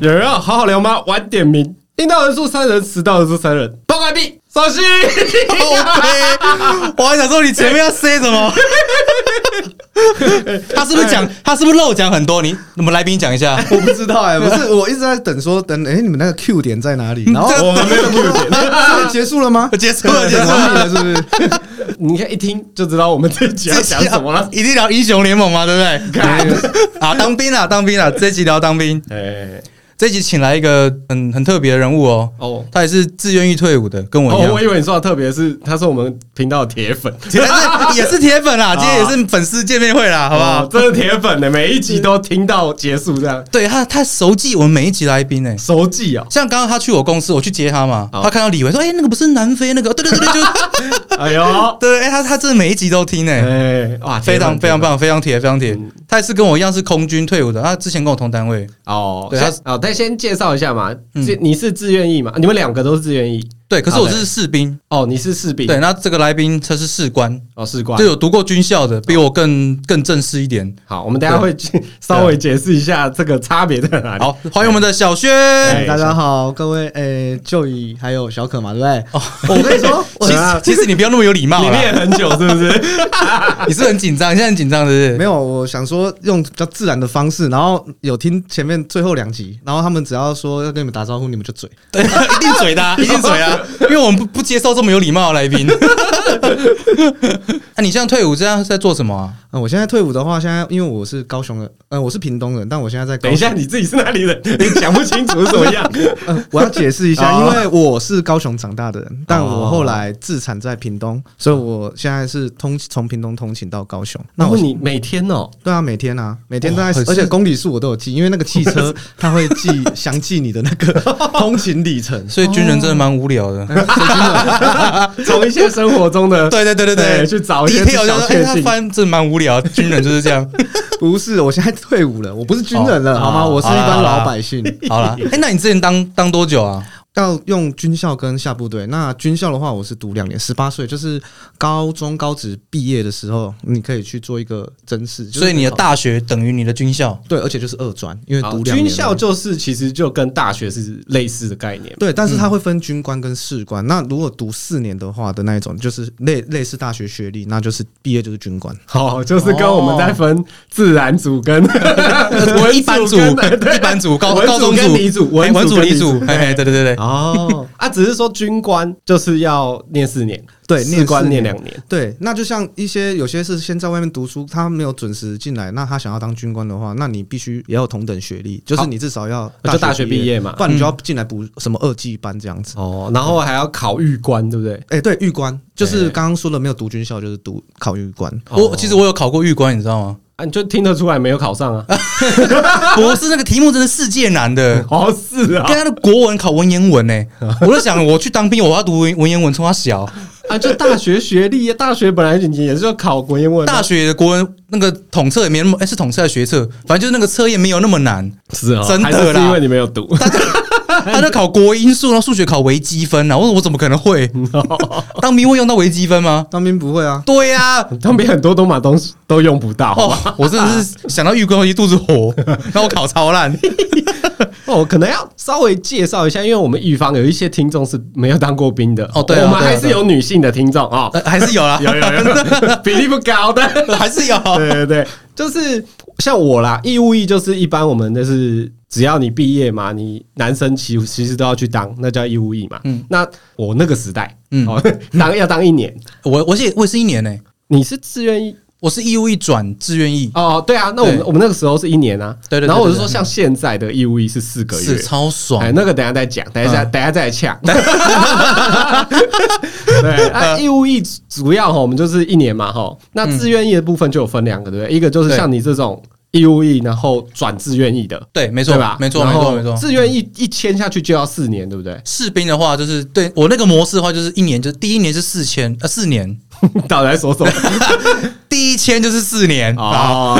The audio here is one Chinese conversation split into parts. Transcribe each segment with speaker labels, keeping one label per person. Speaker 1: 有人啊要好好聊吗？晚点名，应到人数三人，迟到人数三人。报完毕，首席。
Speaker 2: 我还想说你前面要塞 什么？他是不是
Speaker 1: 哎
Speaker 2: 讲他是不是漏讲很多？你我们来宾讲一下，
Speaker 3: 我不知道哎、不是，我一直在等说等，哎、你们那个 Q 点 在哪里？然后
Speaker 1: 哦我们没有 Q 点，
Speaker 3: 这结束 了吗？
Speaker 2: 结束了，结束
Speaker 3: 完
Speaker 2: 了。
Speaker 3: 毕了是不是？
Speaker 1: 你看一听就知道我们这一集要讲什么了。
Speaker 2: 一定聊英雄联盟嘛，对不对？啊，当兵啊，当兵啊！这集聊当兵，
Speaker 1: 哎，
Speaker 2: 这集请来一个很很特别的人物哦，
Speaker 1: 哦
Speaker 2: 他也是自愿意退伍的，跟我一
Speaker 1: 哦，我以
Speaker 2: 样，
Speaker 1: 为你说的特别是他是我们频道的铁粉，
Speaker 2: 也是也是铁 粉啦，今天也是粉丝见面会啦，好不
Speaker 1: 啊哦
Speaker 2: 好？
Speaker 1: 真的铁粉呢，每一集都听到结束这样，
Speaker 2: 对他，他熟记我们每一集来宾诶，
Speaker 1: 熟记哦。
Speaker 2: 像刚刚他去我公司，我去接他嘛，
Speaker 1: 好
Speaker 2: 他看到李维说：“哎、那个不是南非那个？”对对对对，就
Speaker 1: 哎呦，
Speaker 2: 对，哎、他他真的每一集都听哎、
Speaker 1: 哎，哇，
Speaker 2: 非常
Speaker 1: 铁粉
Speaker 2: 非常。棒，非常铁，非常铁
Speaker 1: 嗯。
Speaker 2: 他也是跟我一样是空军退伍的，他之前跟我同单位。
Speaker 1: 哦，
Speaker 2: 对
Speaker 1: 对
Speaker 2: 他
Speaker 1: 哦，但先介绍一下嘛，
Speaker 2: 嗯
Speaker 1: 这你是自愿意嘛？你们两个都是自愿意。
Speaker 2: 对，可是我
Speaker 1: 好
Speaker 2: 这是士兵。
Speaker 1: 哦，你是士兵，
Speaker 2: 对，，那这个来宾他是士官，
Speaker 1: 哦，士官
Speaker 2: 就。有读过军校的，比我更更正式一点。
Speaker 1: 好，我们等一下会去稍微解释一下这个差别在哪里。
Speaker 2: 好，欢迎我们的小薛。
Speaker 1: 哎
Speaker 3: 大家好，各位，哎、就以还有小可嘛，对不对？
Speaker 2: 哦，
Speaker 3: 我跟 你说，我啊
Speaker 2: 其实其实你不要那么有礼貌
Speaker 1: 你
Speaker 2: 啦，
Speaker 1: 练很久是不是？
Speaker 2: 你是不是很紧张，你现在很紧张，是不是？
Speaker 3: 没有，我想说用比较自然的方式，然后有听前面最后两集，然后他们只要说要跟你们打招呼，你们就嘴。
Speaker 2: 对，一定嘴 的啊，一定嘴 啊，因为我们不不接受这么有礼貌的来宾。 啊那你现在退伍，这样在做什么啊？
Speaker 3: 嗯，我现在退伍的话，现在因为我是高雄人，呃，我是屏东人，但我现在在高
Speaker 1: 等一
Speaker 3: 雄。
Speaker 1: 下，你自己是哪里 人？你讲不清楚是什么样？
Speaker 3: 呃，我要解释 一下，因
Speaker 1: 哦
Speaker 3: 为我是高雄长大的人，但我后来自产在屏东，所以我现在是通从屏东通勤到高雄。那
Speaker 1: 然后
Speaker 3: 我
Speaker 1: 你每天哦，
Speaker 3: 对啊，每天啊，每天都在
Speaker 2: 哦哇很，
Speaker 3: 而且
Speaker 2: 是
Speaker 3: 公里数我都有记，因为那个 汽车它会记详记你的那个通勤里程。
Speaker 2: 所以军人真的蛮无聊的。
Speaker 1: 从一些生活中的
Speaker 2: 对对对对
Speaker 1: 对
Speaker 2: 对，
Speaker 1: 去找一些
Speaker 2: detail 就
Speaker 1: 小
Speaker 2: 是
Speaker 1: 确
Speaker 2: 哎，他
Speaker 1: 幸
Speaker 2: 发现这蛮无聊，军人就是 这样。
Speaker 3: 不是，我现在退伍了，我不是军人了，
Speaker 2: 哦
Speaker 3: 好吗？
Speaker 2: 哦
Speaker 3: 我是一
Speaker 2: 好啦
Speaker 3: 般
Speaker 2: 好啦
Speaker 3: 老百姓。
Speaker 2: 好啦，哎，那你之前当当多久啊？
Speaker 3: 要用军校跟下部队。那军校的话，我是读两年，十八岁就是高中高职毕业的时候，你可以去做一个甄试。就是
Speaker 2: 所以你的
Speaker 3: 考
Speaker 2: 大学等于你的军校。
Speaker 3: 对，而且就是二专，因为
Speaker 1: 好
Speaker 3: 读两
Speaker 1: 军
Speaker 3: 年了
Speaker 1: 校就是其实就跟大学是类似的概念。
Speaker 3: 对，但是
Speaker 2: 嗯
Speaker 3: 它会分军官跟士官。那如果读四年的话的那一种，就是类类似大学学历，那就是毕业就是军官。
Speaker 1: 好，就是跟我们在分自然组跟 呃 文
Speaker 2: 哦一班组、
Speaker 1: 跟对
Speaker 2: 一班组、高
Speaker 1: 文组
Speaker 2: 高中
Speaker 1: 跟
Speaker 2: 组、
Speaker 1: 理组
Speaker 2: 哎
Speaker 1: 文
Speaker 2: 文
Speaker 1: 组跟
Speaker 2: 理
Speaker 1: 理
Speaker 2: 组，
Speaker 1: 组
Speaker 2: 哎，哎对对对对，
Speaker 1: 哦 啊，只是说军官就是要念四年，
Speaker 3: 对念
Speaker 1: 士官
Speaker 3: 四
Speaker 1: 念
Speaker 3: 年
Speaker 1: 两年。
Speaker 3: 对，那就像一些有些是先在外面读书，他没有准时进来，那他想要当军官的话，那你必须也要同等学历，就是你至少要
Speaker 1: 哦就大学毕业
Speaker 3: 业
Speaker 1: 嘛嗯
Speaker 3: 不然你就要进来补什么二技班这样子。
Speaker 1: 哦，然后还要考预官，对不对？
Speaker 3: 哎、对，预官就是
Speaker 1: 哎
Speaker 3: 刚刚说的，没有读军校就是读考预官。
Speaker 1: 哦
Speaker 2: 我其实我有考过玉官，你 知道吗？
Speaker 1: 啊，你就听得出来没有考上啊？
Speaker 2: 不是那个题目真的世界难的。
Speaker 1: 哦，是啊
Speaker 2: 跟，他的国文考文言文呢、
Speaker 1: 哦
Speaker 2: 我就想我去当兵，我要读文文言文，从 他小
Speaker 1: 啊，就大学学历，大学本来你也是要考国英文啊，
Speaker 2: 大学的国文那个统测也没那么，哎、是统测还是学测？反正就是那个测验没有那么难，
Speaker 1: 是啊，
Speaker 2: 真的
Speaker 1: 还是是
Speaker 2: 啦
Speaker 1: 因为你没有读，
Speaker 2: 他就考国因数，然后数学考微积分啊。我说我怎么可能会？ 当兵会用到微积分吗？
Speaker 3: 当兵不会啊，
Speaker 2: 对呀、
Speaker 1: 他们很多都 把东西都用不到。哦
Speaker 2: 哦，我真的是想到玉官，我一肚子火，然后我考超烂。
Speaker 1: 哦，可能要稍微介绍一下，因为我们预防有一些听众是没有当过兵的。
Speaker 2: 哦对啊
Speaker 1: 我们
Speaker 2: 对啊
Speaker 1: 还是
Speaker 2: 对啊
Speaker 1: 有女性的听众哦，
Speaker 2: 呃，还是有啦，
Speaker 1: 有有有， 比例不高的。
Speaker 2: 还是有。
Speaker 1: 对对对，就是像我啦，义务役就是一般我们就是只要你毕业嘛，你男生其其实都要去当，那叫义务役嘛。
Speaker 2: 嗯
Speaker 1: 嗯，那我那个时代，
Speaker 2: 嗯
Speaker 1: 嗯，哦、 当要当一年，
Speaker 2: 我我是我也是一年呢、
Speaker 1: 你是自愿役
Speaker 2: 我是义务役转志愿役，
Speaker 1: 哦，对啊，那我们
Speaker 2: 对
Speaker 1: 我们那个时候是一年啊，
Speaker 2: 对对对
Speaker 1: 然后我
Speaker 2: 对
Speaker 1: 是
Speaker 2: 对
Speaker 1: 说，
Speaker 2: 对
Speaker 1: 像现在的义务役是四个月
Speaker 2: 是，超爽
Speaker 1: 哎，。那个等一下再讲，等一下、
Speaker 2: 嗯
Speaker 1: 等一下再来 呛。对，
Speaker 2: 嗯
Speaker 1: 啊，义务役主要哈，我们就是一年嘛哈。那志愿役的部分就有分两个，对不对？一个就是像你这种义务役，然后转志愿役的，
Speaker 2: 对，没错
Speaker 1: 对吧？，
Speaker 2: 没错，没
Speaker 1: 然后
Speaker 2: 错，没错。？
Speaker 1: 志愿役一签下去就要四年，对不对
Speaker 2: 士兵的话，就是对我那个模式的话，就是一年，就是第一年是四千，呃，四年，
Speaker 1: 倒来说说
Speaker 2: 第一签就是四年啊。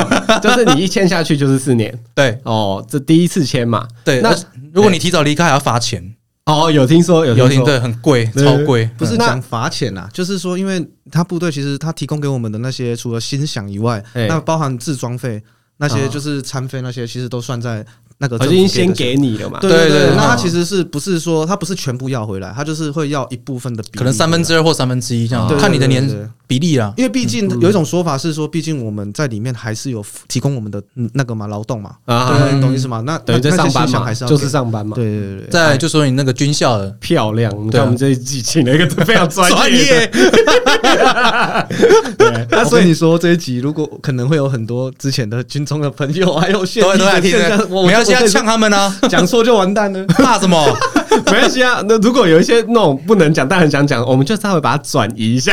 Speaker 1: 哦，就是你一签下去就是四年
Speaker 2: 对
Speaker 1: 哦，这第一次签嘛。
Speaker 2: 对，那
Speaker 1: 那
Speaker 2: 如果你提早离开还要罚钱，
Speaker 1: 哦，有听说
Speaker 2: 有
Speaker 1: 有
Speaker 2: 听
Speaker 1: 听说，
Speaker 2: 对，很贵，
Speaker 1: 对
Speaker 2: 超贵。
Speaker 3: 不是
Speaker 1: 那
Speaker 3: 讲罚钱啊，就是说，因为他部队其实他提供给我们的那些，除了薪饷以外，
Speaker 1: 哎
Speaker 3: 那包含自装费那些，
Speaker 1: 啊
Speaker 3: 就是餐费那些，其实都算在那个
Speaker 1: 我
Speaker 3: 政
Speaker 1: 已
Speaker 3: 府
Speaker 1: 经先
Speaker 3: 的
Speaker 1: 给你了嘛。
Speaker 3: 对
Speaker 2: 对
Speaker 3: 对
Speaker 2: 对
Speaker 3: 对
Speaker 2: 对，
Speaker 3: 那他
Speaker 2: 对
Speaker 3: 其实是不是说他不是全部要回来，他就是会要一部分的比例，
Speaker 2: 可能三分之。二或三分之一这样，
Speaker 3: 对对
Speaker 2: 看你的
Speaker 3: 对对
Speaker 2: 年
Speaker 3: 对
Speaker 2: 比例啦。
Speaker 3: 因为毕竟有一种说法是说，毕竟我们在里面还是有提供我们的嗯那个嘛劳动嘛，
Speaker 1: 啊，
Speaker 3: 对，懂意思吗？那
Speaker 1: 等于在
Speaker 3: 那那
Speaker 1: 上
Speaker 3: 些
Speaker 1: 班
Speaker 3: 细项
Speaker 1: 嘛，
Speaker 3: 还是要
Speaker 1: 就是
Speaker 3: 给
Speaker 1: 上班嘛。
Speaker 3: 对对对哎对，
Speaker 2: 再来就说你那个军校的
Speaker 1: 漂亮，你
Speaker 2: 对
Speaker 1: 看
Speaker 2: 啊
Speaker 1: 我们这一季请了一个 非常专
Speaker 2: 专
Speaker 1: 业
Speaker 2: 业
Speaker 1: 的，对
Speaker 3: 哎那所以你说这一集如果可能会有很多之前的军中的朋友，还有现
Speaker 2: 都
Speaker 3: 役
Speaker 2: 都来
Speaker 3: 的
Speaker 2: 听
Speaker 3: 现
Speaker 2: 的，
Speaker 3: 象，我
Speaker 2: 没关系，要呛
Speaker 3: 呛，
Speaker 2: 他们 啊，
Speaker 3: 讲错就完 蛋了。
Speaker 2: 怕什么？
Speaker 1: 没关系啊。那如果有一些那种不能讲但很想讲，我们就稍微把它转移一下。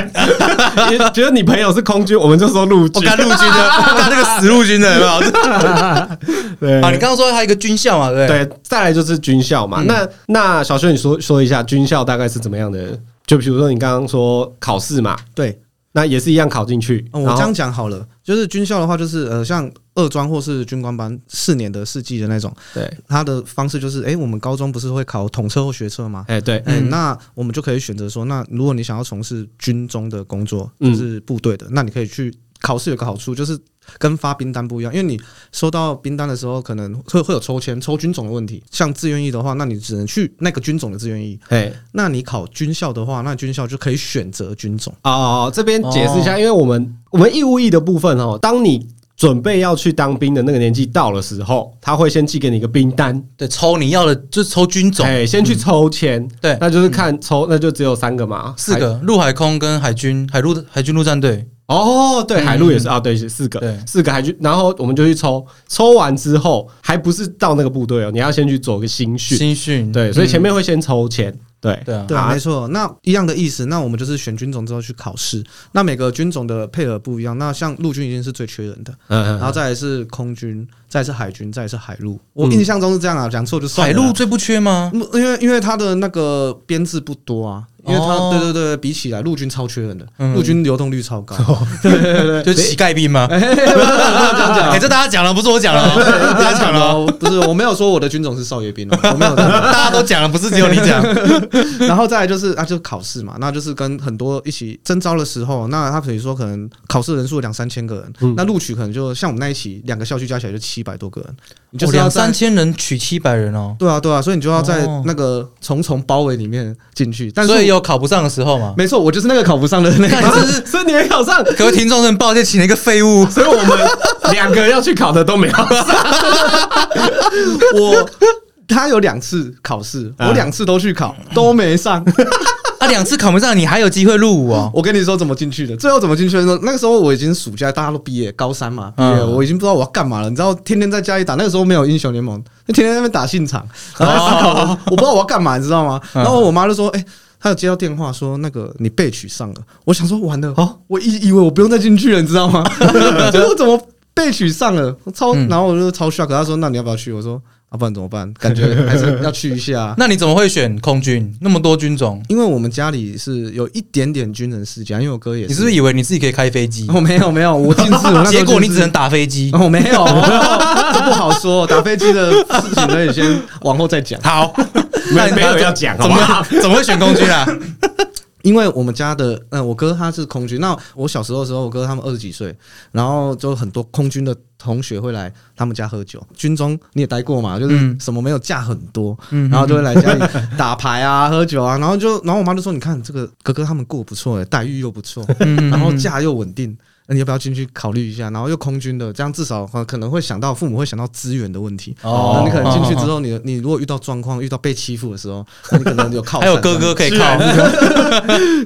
Speaker 1: 也觉得你朋友是空军，我们就说陆
Speaker 2: 我
Speaker 1: 军。
Speaker 2: 干陆军 的，干那个死陆军的，有没有？
Speaker 1: 对
Speaker 2: 啊，你刚刚说还有一个军校嘛，对不对？
Speaker 1: 对，再来就是军校嘛。那那小轩，你说说一下军校大概是怎么样的？就比如说你刚刚说考试嘛，
Speaker 3: 对，
Speaker 1: 那也是一样考进去。
Speaker 3: 嗯我
Speaker 1: 然
Speaker 3: 这
Speaker 1: 后
Speaker 3: 样讲好了，就是军校的话，就是呃，像二专或是军官班四年的四季的那种，
Speaker 1: 对，
Speaker 3: 它的方式就是，哎，我们高中不是会考统测或学测吗？
Speaker 1: 哎对，
Speaker 3: 哎、
Speaker 2: 嗯
Speaker 3: 那我们就可以选择说，那如果你想要从事军中的工作，
Speaker 1: 嗯
Speaker 3: 就是部队的，那你可以去考试。有个好处就是跟发兵单不一样，因为你收到兵单的时候，可能会会有抽签、抽军种的问题。像志愿役的话，那你只能去那个军种的志愿役。
Speaker 1: 哎
Speaker 3: 那你考军校的话，那军校就可以选择军种。
Speaker 1: 哦，这边解释一下，因为我们我们义务役的部分哦，当你准备要去当兵的那个年纪到的时候，他会先寄给你一个兵单，
Speaker 2: 对，抽你要的就是抽军种，
Speaker 1: 哎，先去抽签，
Speaker 2: 嗯对，嗯
Speaker 1: 那就是看抽，那就只有三个嘛，
Speaker 2: 四
Speaker 1: 海。
Speaker 2: 个陆海空跟海军海陆海军陆战队，
Speaker 1: 哦，对，
Speaker 2: 嗯
Speaker 1: 海陆也是啊，对，是四个
Speaker 2: 对，
Speaker 1: 四个海军，然后我们就去抽，抽完之后还不是到那个部队哦，你要先去做个新训，
Speaker 2: 新训嗯
Speaker 1: 对，所以前
Speaker 2: 面
Speaker 1: 面会先抽 签，对，
Speaker 2: 对啊，
Speaker 3: 对，
Speaker 1: 啊
Speaker 3: 没错。那一样的意思，那我们就是选军种之后去考试。那每个军种的配额不一样，那像陆军一定是最缺人的，
Speaker 1: 嗯，
Speaker 3: 然后再来是空军，再来是海军，再来是海陆。我印象中是这样啊，讲错就
Speaker 2: 嗯
Speaker 3: 算
Speaker 2: 海
Speaker 3: 了啦。
Speaker 2: 陆最不缺吗？
Speaker 3: 嗯因为因为它的那个编制不多啊，因为它、
Speaker 2: 哦
Speaker 3: 对对对，比起来陆军超缺人的，
Speaker 2: 嗯
Speaker 3: 陆军流动率超 高。
Speaker 2: 就是 乞丐兵吗？哎，这大家讲了，不是我讲了哦，大家讲了哦，
Speaker 3: 哦，不是，我没有说我的军种是少爷兵哦，我没有这样讲。
Speaker 2: 大家都讲了，不是只有你讲。
Speaker 3: 然后再来就是啊，就考试嘛，那就是跟很多一起征招的时候，那他比如说可能考试人数两三千个人，
Speaker 2: 嗯
Speaker 3: 那录取可能就像我们那一期两个校区加起来就七百多个人，你 就
Speaker 2: 哦
Speaker 3: 是要
Speaker 2: 两
Speaker 3: 在
Speaker 2: 三千人取七百人哦，
Speaker 3: 对啊对啊，所以你就要在
Speaker 2: 哦
Speaker 3: 那个重重包围里面进去。但是
Speaker 2: 所以有考不上的时候嘛。
Speaker 3: 没错，我就是那个考不上的 那
Speaker 2: 看
Speaker 3: 个。
Speaker 2: 你这是
Speaker 1: 所以你没考上，
Speaker 2: 各位听众，很抱歉，请了一个废 物。
Speaker 1: 所以我们两个要去考的都没有上，
Speaker 3: 我他有两次考试，
Speaker 1: 啊
Speaker 3: 我两次都去考，都没上。
Speaker 2: 啊，两次考不上，你还有机会入伍哦。
Speaker 3: 我跟你说怎么进去的，最后怎么进去的呢？那个时候我已经暑假，大家都毕业，高三嘛，毕业、
Speaker 2: 嗯
Speaker 3: 我已经不知道我要干嘛了。你知道，天天在家里打，那个时候没有英雄联盟，就天天在那边打信场，然后思考我我不知道我要干嘛，你知道吗？
Speaker 2: 哦嗯
Speaker 3: 然后我妈就说：“哎、她有接到电话说那个你被取上了。”我想说完了，哦，我以以为我不用再进去了，你知道 吗？结果怎么被取上了？我超，
Speaker 2: 嗯
Speaker 3: 然后我就超 shock。她说：“那你要不要去？”我说：“啊，不然怎么办？感觉还是要去一下啊、
Speaker 2: 那你怎么会选空军？那么多军种，
Speaker 3: 因为我们家里是有一点点军人世家，因为我哥也
Speaker 2: 你是不是以为你自己可以开 飞 机？
Speaker 3: 我哦没有没有，我近视，我那时 候
Speaker 2: 结果你
Speaker 3: 近
Speaker 2: 只
Speaker 3: 视
Speaker 2: 能。打飞机。
Speaker 3: 我没有， 这不好说。打飞机的事情可以先往后再讲，
Speaker 2: 好，
Speaker 1: 没没有要讲，好
Speaker 2: 怎
Speaker 1: 不
Speaker 2: 么
Speaker 1: 好？
Speaker 2: 怎么会选空 军啊？
Speaker 3: 因为我们家的，嗯、我哥他是空军。那我小时候的时候，我哥他们二十几岁，然后就很多空军的同学会来他们家喝酒。军中你也待过嘛，就是
Speaker 2: 嗯
Speaker 3: 什么没有假很多，
Speaker 2: 嗯
Speaker 3: 然后就会来家里打牌啊、喝酒啊，然后就，然后我妈就说：“你看这个哥哥他们过得不错、欸，待遇又不错，
Speaker 2: 嗯
Speaker 3: 然后假又稳定，那你要不要进去考虑一下？然后又空军的，这样至少呃可能会想到父母会想到资源的问题。
Speaker 2: 哦
Speaker 3: 哦，你可能进去之后，你 你如果遇到状况、遇到被欺负的时候，那你可能有靠
Speaker 2: 还有
Speaker 3: 山
Speaker 2: 哥哥，可以
Speaker 1: 啊
Speaker 2: 靠，
Speaker 3: 嗯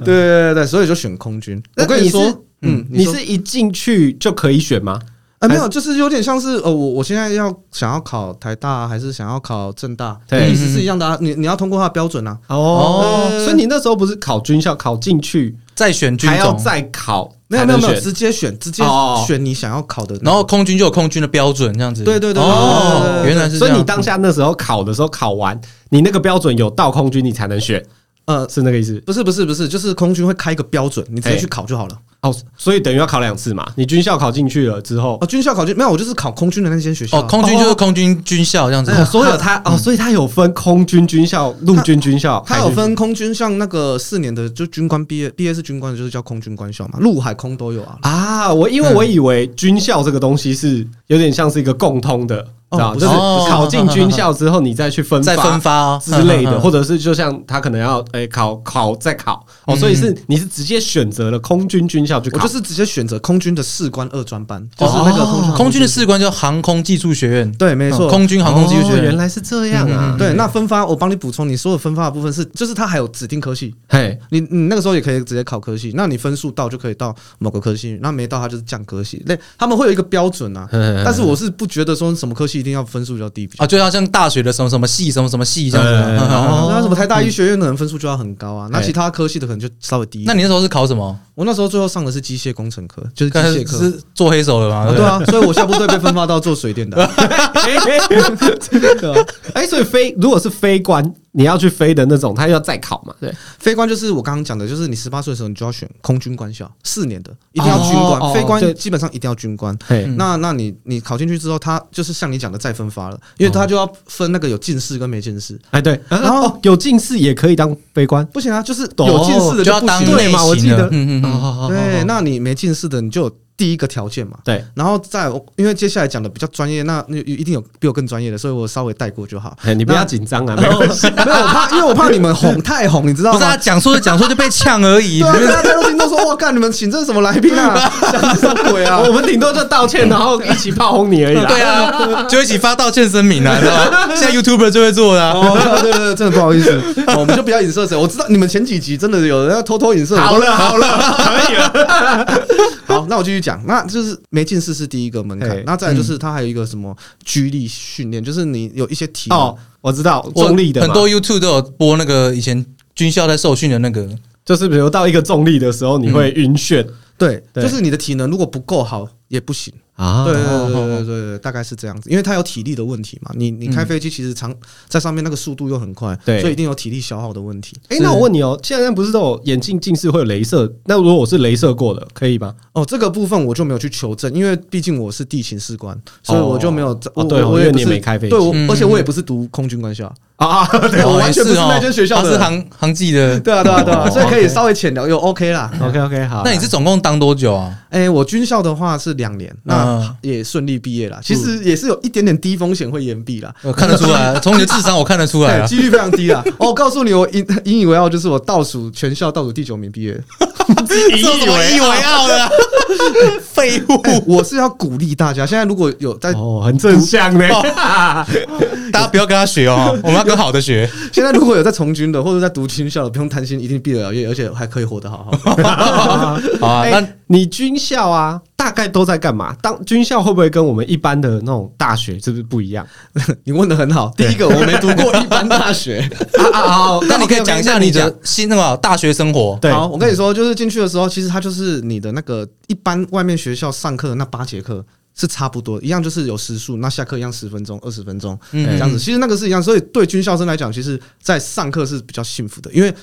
Speaker 3: 对对对对，所以就选空军。我跟
Speaker 1: 你
Speaker 3: 说
Speaker 1: 是，
Speaker 3: 嗯，
Speaker 1: 你
Speaker 3: 说
Speaker 1: 是一进去就可以选吗？
Speaker 3: 啊，没有，就是有点像是呃，我我现在要想要考台大，还是想要考政大，
Speaker 1: 对
Speaker 3: 意思是一样的啊。你你要通过他的标准啊，
Speaker 2: 哦
Speaker 1: 呃所以你那时候不是考军校，考进去
Speaker 2: 再选军
Speaker 1: 还要
Speaker 2: 种，
Speaker 1: 再考，
Speaker 3: 没有没有没
Speaker 1: 才
Speaker 3: 有，
Speaker 1: 能选
Speaker 3: 直接选直接
Speaker 1: 哦
Speaker 3: 选你想要考的那个，
Speaker 2: 然后空军就有空军的标准，这样子。
Speaker 3: 对对对对
Speaker 2: 哦，
Speaker 3: 对对对
Speaker 2: 原来是这
Speaker 1: 所以
Speaker 2: 样
Speaker 1: 你。当下那时候考的时候考完，你那个标准有到空军，你才能选，
Speaker 3: 呃
Speaker 1: 是那个意思？
Speaker 3: 不是不是不是，就是空军会开一个标准，你直接
Speaker 1: 嘿
Speaker 3: 去考就好了。
Speaker 1: 哦，所以等于要考两次嘛。你军校考进去了之后
Speaker 3: 哦，，军校考军没有，我就是考空军的那间学校
Speaker 2: 哦，
Speaker 3: 啊。
Speaker 2: 空军就是空军军校这样子。
Speaker 1: 哦，所以他哦，所以他有分空军军校、陆军军校，
Speaker 3: 它
Speaker 1: 海
Speaker 3: 有
Speaker 1: 军
Speaker 3: 分空军，像那个四年的就军官毕业，毕业是军官的就是叫空军官校嘛，陆海空都有啊。
Speaker 1: 啊。我因为我以为军校这个东西是有点像是一个共通的，知
Speaker 3: 哦
Speaker 1: 道
Speaker 3: 不
Speaker 1: 就是是
Speaker 2: 哦
Speaker 1: 考进军校之后，你再去分
Speaker 2: 再
Speaker 1: 发
Speaker 2: 分发哦
Speaker 1: 之类
Speaker 2: 嗯嗯
Speaker 1: 的，
Speaker 2: 嗯
Speaker 1: 或者是就像他可能要诶考考再考哦，所以是你是直接选择了空军军校去
Speaker 3: 我
Speaker 1: 考，
Speaker 3: 就是直接选择空军的士官二专班，就是那个空军
Speaker 2: 哦空军的士官叫航空技术学院，
Speaker 3: 对，没错。
Speaker 2: 空军航空技术
Speaker 1: 哦
Speaker 2: 学
Speaker 1: 原
Speaker 2: 院。
Speaker 1: 来是这样啊，
Speaker 3: 对，那分发我帮你补充，你说的分发的部分是，就是它还有指定科系，
Speaker 1: 嘿，
Speaker 3: 你你那个时候也可以直接考科系，那你分数到就可以到某个科系，那没到它就是降科系。那他们会有一个标准 啊，
Speaker 1: 嗯
Speaker 3: 但是我是不觉得说什么科系一定要分数比较低比较
Speaker 2: 啊，就要像大学的什么什么系什么什么系这样
Speaker 1: 哎
Speaker 2: 子。啊
Speaker 3: 好。
Speaker 1: 哦
Speaker 3: 那什么台大医学院的人分数就要很高啊，那
Speaker 1: 哎
Speaker 3: 其他科系的可能就稍微低一点。
Speaker 2: 那你那时候是考什么？
Speaker 3: 我那时候最后上的是机械工程科，就是机
Speaker 2: 刚才
Speaker 3: 械 科。
Speaker 2: 是做黑手的吗？
Speaker 3: 啊对啊，所以我下部队被分发到做水电的啊。 对啊
Speaker 1: 哎，所以飞如果是飞官，你要去飞的那种，他要再考嘛，对，
Speaker 3: 飞官就是我刚刚讲的，就是你十八岁的时候，你就要选空军官校四年的，一定要军官。
Speaker 1: 哦哦
Speaker 3: 飞
Speaker 1: 对
Speaker 3: 官基本上一定要军官。
Speaker 1: 嘿，
Speaker 3: 那那你你考进去之后，他就是像你讲的再分发了，因为他就要分那个有近视跟没近视。
Speaker 1: 哎对，
Speaker 3: 然
Speaker 1: 然
Speaker 3: 后
Speaker 1: 后有近视也可以当飞官，
Speaker 3: 不行啊，就是
Speaker 1: 哦
Speaker 3: 有近视的
Speaker 2: 就要
Speaker 3: 不
Speaker 2: 当
Speaker 3: 行。
Speaker 1: 对
Speaker 2: 内
Speaker 1: 嘛我记
Speaker 2: 勤的
Speaker 1: 得
Speaker 2: 嗯嗯
Speaker 3: 哦
Speaker 2: 嗯。
Speaker 1: 好
Speaker 3: 对，那你没近视的，你就有第一个条件嘛。
Speaker 1: 对，
Speaker 3: 然后再因为接下来讲的比较专业，那那一定有比我更专业的，所以我稍微带过就好。
Speaker 1: 嘿，你不要
Speaker 3: 那
Speaker 1: 紧张啊，
Speaker 3: 没
Speaker 1: 没
Speaker 3: 有，
Speaker 1: 有
Speaker 3: 没有，我怕，因为我怕你们红太红，你知道
Speaker 2: 不是啊
Speaker 3: 吗
Speaker 2: 他？讲错就讲错就被呛而已
Speaker 3: 哦对。啊，大家都听到说，哇，干，你们请这是什么来宾啊？讲什么鬼啊？
Speaker 1: 我们顶多就道歉，然后一起炮轰你而已啦。
Speaker 2: 对啊，就一起发道歉声明啊，知道 吧？现在 YouTuber 就会做的啊。
Speaker 3: 哦，对对对，真的不好意思，哦我们就不要影射谁。我知道你们前几集真的有人要偷偷影射我。
Speaker 1: 好了好了，可以了。
Speaker 3: 好，那我继续讲，那就是没近视是第一个门槛
Speaker 1: 嘿，
Speaker 3: 那再来就是它还有一个什么居力训练，就是你有一些体 能
Speaker 1: 哦，我知道，
Speaker 2: 我
Speaker 1: 重力的
Speaker 2: 很
Speaker 1: 嘛，
Speaker 2: 多 YouTube 都有播那个以前军校在受训的那个，
Speaker 1: 就是比如到一个重力的时候，你会晕眩
Speaker 3: 对，
Speaker 1: 对
Speaker 3: 就是你的体能如果不够好也不行。
Speaker 1: 啊
Speaker 3: 对对
Speaker 2: 哦
Speaker 3: 对
Speaker 2: 哦
Speaker 3: 对对对对，大概是这样子，因为它有体力的问题嘛。你你开飞机其实长在上面那个速度又很快，
Speaker 1: 对
Speaker 3: 所以一定有体力消耗的问题。
Speaker 1: 哎，那我问你哦，现在不是都有眼镜近视会有镭射？那如果我是镭射过的，可以吗？
Speaker 3: 哦，这个部分我就没有去求证，因为毕竟我是地勤士官，所以我就没有在。
Speaker 1: 哦
Speaker 3: 我
Speaker 1: 对哦
Speaker 3: 我我
Speaker 1: 因为
Speaker 3: 不
Speaker 1: 你
Speaker 3: 是
Speaker 1: 也没开飞机
Speaker 3: 哦对，我
Speaker 2: 嗯
Speaker 3: 而且我也不是读空军官校，
Speaker 1: 啊，
Speaker 3: 对我
Speaker 2: 哦
Speaker 3: 完全不
Speaker 2: 也
Speaker 3: 是那间学校
Speaker 2: 哦他是
Speaker 3: 的人。
Speaker 2: 航航技的。
Speaker 3: 对啊，对啊， 对啊，
Speaker 2: 哦
Speaker 3: 所以可以
Speaker 2: OK
Speaker 3: 稍微浅聊，又 OK 啦。
Speaker 1: OK OK 好。
Speaker 2: 那你是总共当多久啊？
Speaker 3: 哎，我军校的话是两年，
Speaker 2: 嗯
Speaker 3: 那也顺利毕业啦。其实也是有一点点低风险会延毕啦，
Speaker 2: 我看得出来，从你的智商我看得出来
Speaker 3: 对，
Speaker 2: 啊。
Speaker 3: 几率非常低啦。哦，我告诉你，我引引以为傲就是我倒数全校倒数第九名毕业。
Speaker 2: 这有什么以为傲的啊？ 废物！
Speaker 3: 哎我是要鼓励大家，现在如果有在
Speaker 1: 哦，很正向呢。
Speaker 2: 大家不要跟他学哦，我们要跟好的学。
Speaker 3: 现在如果有在从军的或者在读军校的，不用担心一定毕得了业，而且还可以活得好好。
Speaker 2: 好啊，
Speaker 1: 哎、
Speaker 2: 那
Speaker 1: 你军校啊，大概都在干嘛？当军校会不会跟我们一般的那种大学是不是不一样？
Speaker 3: 你问的很好，第一个我没读过一般大学。
Speaker 1: 啊啊啊
Speaker 2: 那你可以讲一下你的新那个大学生活。
Speaker 1: 对
Speaker 3: 好，我跟你说，就是进去的时候，其实它就是你的那个一般外面学校上课的那八节课。是差不多一样，就是有时数，那下课一样十分钟、二十分钟
Speaker 2: 嗯
Speaker 3: 这样子。其实那个是一样，所以对军校生来讲，其实在上课是比较幸福的，因为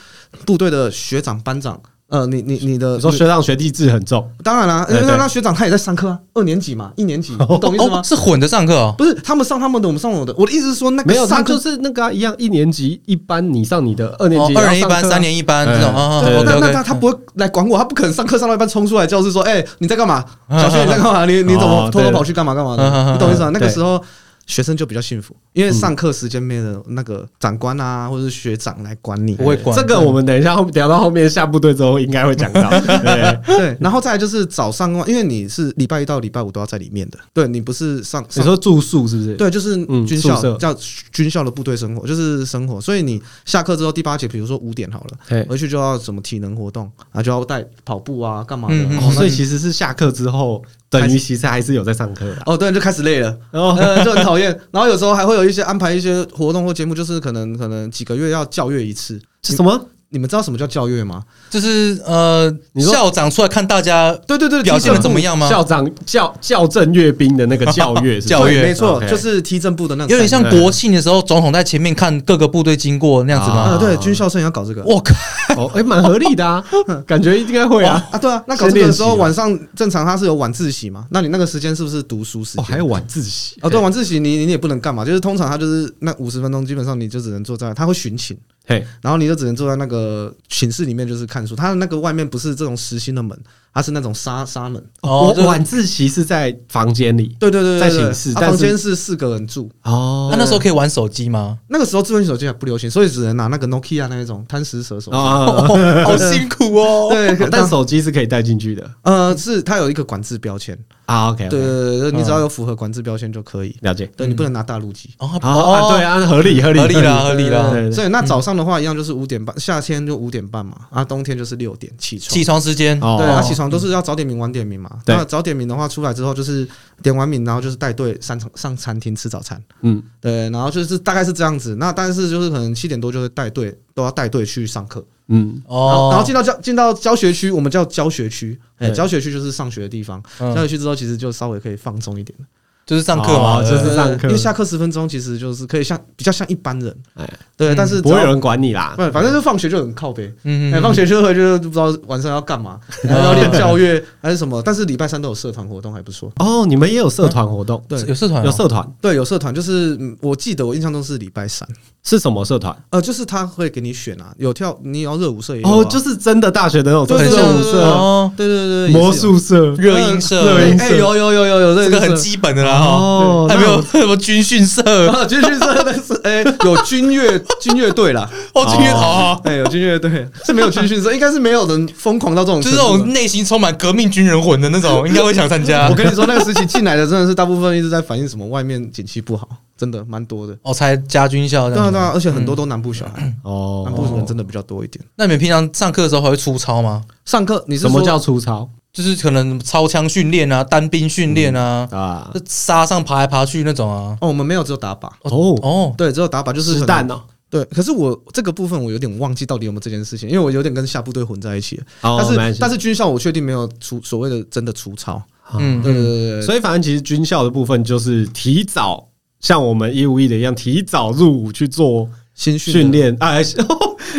Speaker 3: 部队的学长、班长，呃，你你你的
Speaker 1: 你说学长学弟制很重，
Speaker 3: 当然啦、
Speaker 1: 对对
Speaker 3: 那那学长他也在上课啊，二年级嘛，一 年级，你懂意思吗
Speaker 2: 哦，？是混着上课哦。
Speaker 3: 不是，他们上他们的，我们上我的。我的意思是说，那个
Speaker 1: 没有他
Speaker 3: 上课
Speaker 1: 就是那个啊、一样，一年级一班你上你的，二年
Speaker 2: 哦
Speaker 1: 级，也要
Speaker 2: 二年一
Speaker 1: 上
Speaker 2: 班、
Speaker 1: 课啊
Speaker 2: 三。年一班
Speaker 1: 哎
Speaker 2: 这种哦
Speaker 3: 对
Speaker 2: 哦
Speaker 3: 那
Speaker 2: ，OK
Speaker 3: 那他
Speaker 2: OK。
Speaker 3: 他不会来管我，他不可能上课上到一半冲出来教室说：“哎，你在干嘛？小雪你在干嘛？你你怎么
Speaker 1: 哦
Speaker 3: 偷偷
Speaker 1: 对
Speaker 3: 跑去干嘛干嘛
Speaker 2: 嗯嗯嗯
Speaker 3: 的？”你懂我意思吗？
Speaker 1: 嗯
Speaker 3: 那个
Speaker 1: 对
Speaker 3: 时候学生就比较幸福，因为上课时间没有那个长官啊或者是学长来管你
Speaker 2: 不。会管
Speaker 1: 这个我们等一下后聊到后面下部队之后应该会讲到。对，
Speaker 3: 对，然后再来就是早上哦的话，因为你是礼拜一到礼拜五都要在里面的，对你不是上
Speaker 1: 你
Speaker 3: 上
Speaker 1: 说住宿是不是？，
Speaker 3: 对，就是
Speaker 1: 嗯
Speaker 3: 军
Speaker 1: 宿
Speaker 3: 校、
Speaker 1: 舍
Speaker 3: 叫军校的部队生活，就是生活。所以你下课之后第八节，比如说五点好了，
Speaker 1: 对。
Speaker 3: 回去就要什么体能活动啊，就要带跑步啊，干嘛的？
Speaker 2: 嗯嗯
Speaker 1: 哦，
Speaker 3: 哦，
Speaker 1: 所以其实是下课之后，等于其实还是有在上课的。
Speaker 3: 哦，对，就开始累了，
Speaker 1: 然后
Speaker 3: 呃，就很讨厌。然后有时候还会有一些安排一些活动或节目，就是可能可能几个月要教月一次，
Speaker 1: 这什么
Speaker 3: 你们知道什么叫教育吗？
Speaker 2: 就是呃，
Speaker 1: 你说
Speaker 2: 校长出来看大家
Speaker 3: 对对对，
Speaker 2: 表现
Speaker 3: 踢
Speaker 2: 的
Speaker 3: 正
Speaker 2: 怎么
Speaker 3: 步？
Speaker 2: 样吗？
Speaker 1: 校长校校正阅兵的那个校阅是不是，
Speaker 2: 校
Speaker 3: 对
Speaker 2: 阅
Speaker 3: 没错，
Speaker 1: OK
Speaker 3: 就是踢正步的那种
Speaker 2: 有点像
Speaker 1: 对
Speaker 2: 国庆的时候，总统在前面看各个部队经过那样子
Speaker 3: 啊，
Speaker 2: 吗？
Speaker 3: 对，军校生也要搞这个
Speaker 2: 我靠，
Speaker 1: 哦，哎，蛮合理的啊，感觉应该会啊。
Speaker 3: 啊，对啊，那搞这个的时候
Speaker 1: 先练习啊
Speaker 3: 晚上正常他是有晚自习嘛？那你那个时间是不是读书时
Speaker 1: 哦，
Speaker 3: 间？
Speaker 1: 还有晚哎自习
Speaker 3: 啊，对，，晚自习你你也不能干嘛，就是通常他就是那五十分钟，基本上你就只能坐在他会巡寝，
Speaker 1: 嘿，
Speaker 3: 然后你就只能坐在那个寝室里面就是看书。他的那个外面不是这种实心的门，它是那种纱纱门。
Speaker 2: 哦
Speaker 1: 我，
Speaker 2: 就是
Speaker 1: 晚自习是在房间里
Speaker 3: 对对对，对对
Speaker 1: 在寝室
Speaker 3: 啊
Speaker 1: 但是
Speaker 3: 房间是四个人住。
Speaker 1: 哦
Speaker 2: 那那时候可以玩手机吗？
Speaker 3: 那个时候智能手机还不流行，所以只能拿那个 Nokia 那一种贪食蛇手机。
Speaker 1: 啊，
Speaker 2: 哦好辛苦哦。
Speaker 3: 对，
Speaker 1: 但
Speaker 3: 但
Speaker 1: 手机是可以带进去的
Speaker 3: 呃，是它有一个管制标签，
Speaker 1: 啊。OK，
Speaker 3: 对对对，对你只要有符合管制标签就可以。
Speaker 1: 了解。
Speaker 3: 对你不能拿大陆机。
Speaker 2: 哦
Speaker 1: 啊啊，对，啊，合理合理
Speaker 2: 合理啦，合理啦。
Speaker 1: 对对嗯
Speaker 3: 所以那早上的话，一样就是五点半，夏天就五点半嘛，啊，冬天就是六点起床。
Speaker 2: 起床时间，啊
Speaker 1: 哦嗯
Speaker 3: 对，他起床都是要早点名晚点名嘛。
Speaker 1: 对
Speaker 3: 那早点名的话，出来之后就是点完名，然后就是带队上上餐厅吃早餐。
Speaker 1: 嗯，
Speaker 3: 对，然后就是大概是这样子。那但是就是可能七点多就会带队，都要带队去上课。
Speaker 1: 嗯，
Speaker 3: 然后
Speaker 2: 哦，
Speaker 3: 然后进到教进到教学区，我们叫教学区，哎
Speaker 1: 对
Speaker 3: 教学区就是上学的地方。
Speaker 2: 嗯
Speaker 3: 教学区之后，其实就稍微可以放纵一点，
Speaker 2: 就是上课嘛，呃
Speaker 1: 哦
Speaker 2: 对
Speaker 1: 就
Speaker 2: 不对
Speaker 1: 是上课
Speaker 3: 因为下课十分钟，其实就是可以像比较像一般人
Speaker 1: 哎。
Speaker 3: 对，
Speaker 2: 嗯
Speaker 3: 但是
Speaker 1: 不会
Speaker 3: 只
Speaker 1: 有
Speaker 3: 要
Speaker 1: 人管你啦
Speaker 3: 不。，反正就放学就很靠北。
Speaker 2: 嗯
Speaker 3: 哎，
Speaker 2: 嗯，
Speaker 3: 放学就会就是不知道晚上要干嘛，
Speaker 2: 嗯
Speaker 3: 然后要练教育还是什么，但是礼拜三都有社团活动，还不错。
Speaker 1: 哦，你们也有社团活动？
Speaker 3: 对
Speaker 2: 有社团哦，
Speaker 1: 有社团
Speaker 3: 对，有社团，就是嗯我记得我印象中是礼拜三，
Speaker 1: 是什么社团？
Speaker 3: 呃，就是他会给你选啊，有跳，你要热舞社也有啊、
Speaker 1: 哦，就是真的大学的那种
Speaker 3: 对
Speaker 1: 社
Speaker 2: 很
Speaker 3: 对对
Speaker 1: 团
Speaker 2: 像
Speaker 1: 舞社、
Speaker 2: 哦，
Speaker 3: 对对对，
Speaker 1: 魔术社
Speaker 2: 热音
Speaker 1: 热
Speaker 2: 社
Speaker 1: 音，
Speaker 3: 对，哎、有有有有有
Speaker 2: 这个很
Speaker 3: 激
Speaker 2: 基本的啦。哦
Speaker 1: 哦，
Speaker 2: 还没有 什么军训社，
Speaker 3: 啊， 军训社但是哎、有军乐军乐队啦，
Speaker 2: 哦，军训哦，
Speaker 3: 哎、有军乐队是没有军训社，应该是没有人疯狂到这种
Speaker 2: 就
Speaker 3: 程
Speaker 2: 是
Speaker 3: 度
Speaker 2: 这
Speaker 3: 吧，
Speaker 2: 种内心充满革命军人魂的那种，应该会想参加
Speaker 1: 啊
Speaker 3: 我。跟你说，那个时期进来的真的是大部分一直在反映什么外面景气不好，真的蛮多的。
Speaker 2: 哦，才加军校这
Speaker 3: 对啊
Speaker 2: 样子。
Speaker 3: 对啊，而且很多都南部小孩，南
Speaker 1: 哦。
Speaker 3: 部人真的比较多一点。
Speaker 2: 那你们平常上课的时候还会出操吗？
Speaker 3: 上课你是
Speaker 1: 什么
Speaker 3: 说
Speaker 1: 叫粗糙
Speaker 2: 就是可能操枪训练啊，单兵训练啊，
Speaker 1: 啊？
Speaker 2: 就沙上爬来爬去那种啊。
Speaker 3: 哦？我们没有只有打靶，
Speaker 1: 哦，
Speaker 2: 哦，
Speaker 3: 对，只有打靶就是可
Speaker 1: 实
Speaker 3: 能
Speaker 1: 弹哦，
Speaker 3: 对，可是我这个部分我有点忘记到底有没有这件事情，因为我有点跟下部队混在一起。
Speaker 1: 哦没
Speaker 3: 但
Speaker 1: 关
Speaker 3: 是
Speaker 1: 系哦
Speaker 3: 但是军校我确定没有出所谓的真的出操。
Speaker 2: 嗯，
Speaker 3: 对对对对对，
Speaker 1: 所以反正其实军校的部分就是提早像我们义务役的一样，提早入伍去做
Speaker 3: 新训的
Speaker 1: 训练啊，哎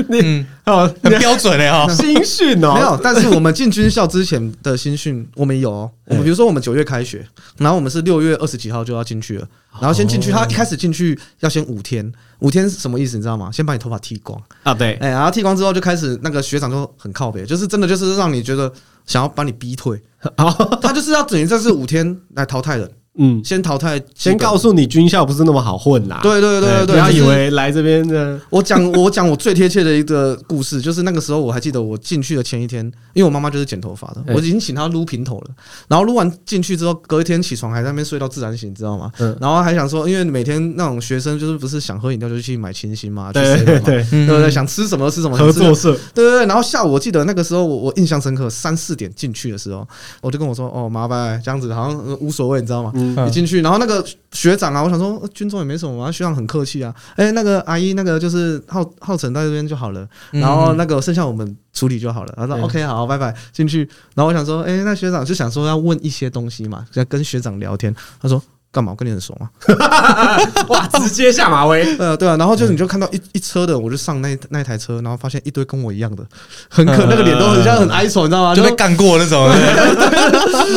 Speaker 1: 你
Speaker 2: 嗯，
Speaker 1: 哦，
Speaker 2: 很标准哎哈。
Speaker 1: 新训
Speaker 3: 没
Speaker 1: 哦，
Speaker 3: 有，但是我们进军校之前的新训 我们有哦，
Speaker 1: 哎
Speaker 3: 我们比如说我们九月开学，然后我们是六月二十几号就要进去了，
Speaker 1: 哦
Speaker 3: 然后先进去，他一开始进去要先五天，五天是什么意思你知道吗？先把你头发剃光，
Speaker 1: 啊，对，
Speaker 3: 哎，然后剃光之后就开始那个学长就很靠北，就是真的就是让你觉得想要把你逼退，
Speaker 1: 哦
Speaker 3: 他就是要等于这是五天来淘汰人，
Speaker 1: 嗯，
Speaker 3: 先淘汰基本，
Speaker 1: 先告诉你军校不是那么好混啦，哎
Speaker 3: 对对对对对，
Speaker 1: 不要
Speaker 3: 就是
Speaker 1: 以为来这边的
Speaker 3: 我讲 我讲我最贴切的一个故事，就是那个时候我还记得我进去的前一天，因为我妈妈就是剪头发的，
Speaker 1: 嗯
Speaker 3: 我已经请她撸平头了，然后撸完进去之后，隔一天起床还在那边睡到自然醒，你知道吗
Speaker 1: 嗯？
Speaker 3: 然后还想说，因为每天那种学生就是不是想喝饮料就去买清新嘛，去
Speaker 1: 对
Speaker 3: seven
Speaker 1: 对
Speaker 3: 嘛
Speaker 1: 对
Speaker 2: 嗯
Speaker 3: 对不对？想吃什么就吃什么，
Speaker 1: 合
Speaker 3: 想吃什么
Speaker 1: 作社
Speaker 3: 对对对，然后下午我记得那个时候我我印象深刻，三四点进去的时候，我就跟我说哦麻烦这样子好像呃无所谓，你知道吗？
Speaker 1: 嗯
Speaker 3: 你进去，然后那个学长啊，我想说呃军中也没什么啊，学长很客气啊，哎那个阿姨那个就是浩浩辰在这边就好了，
Speaker 2: 嗯
Speaker 3: 然后那个剩下我们处理就好了。然后
Speaker 1: 嗯
Speaker 3: 说 OK 好，拜拜进去，然后我想说哎那学长就想说要问一些东西嘛，要跟学长聊天，他说。干嘛？我跟你很熟啊。
Speaker 1: 哇，直接下马威，
Speaker 3: 呃，对啊，然后就你就看到一一车的，我就上那那一台车，然后发现一堆跟我一样的， 很可那个脸都很
Speaker 1: 嗯
Speaker 3: 像很哀愁，你知道吗？
Speaker 2: 就被
Speaker 3: 就
Speaker 2: 干过那种。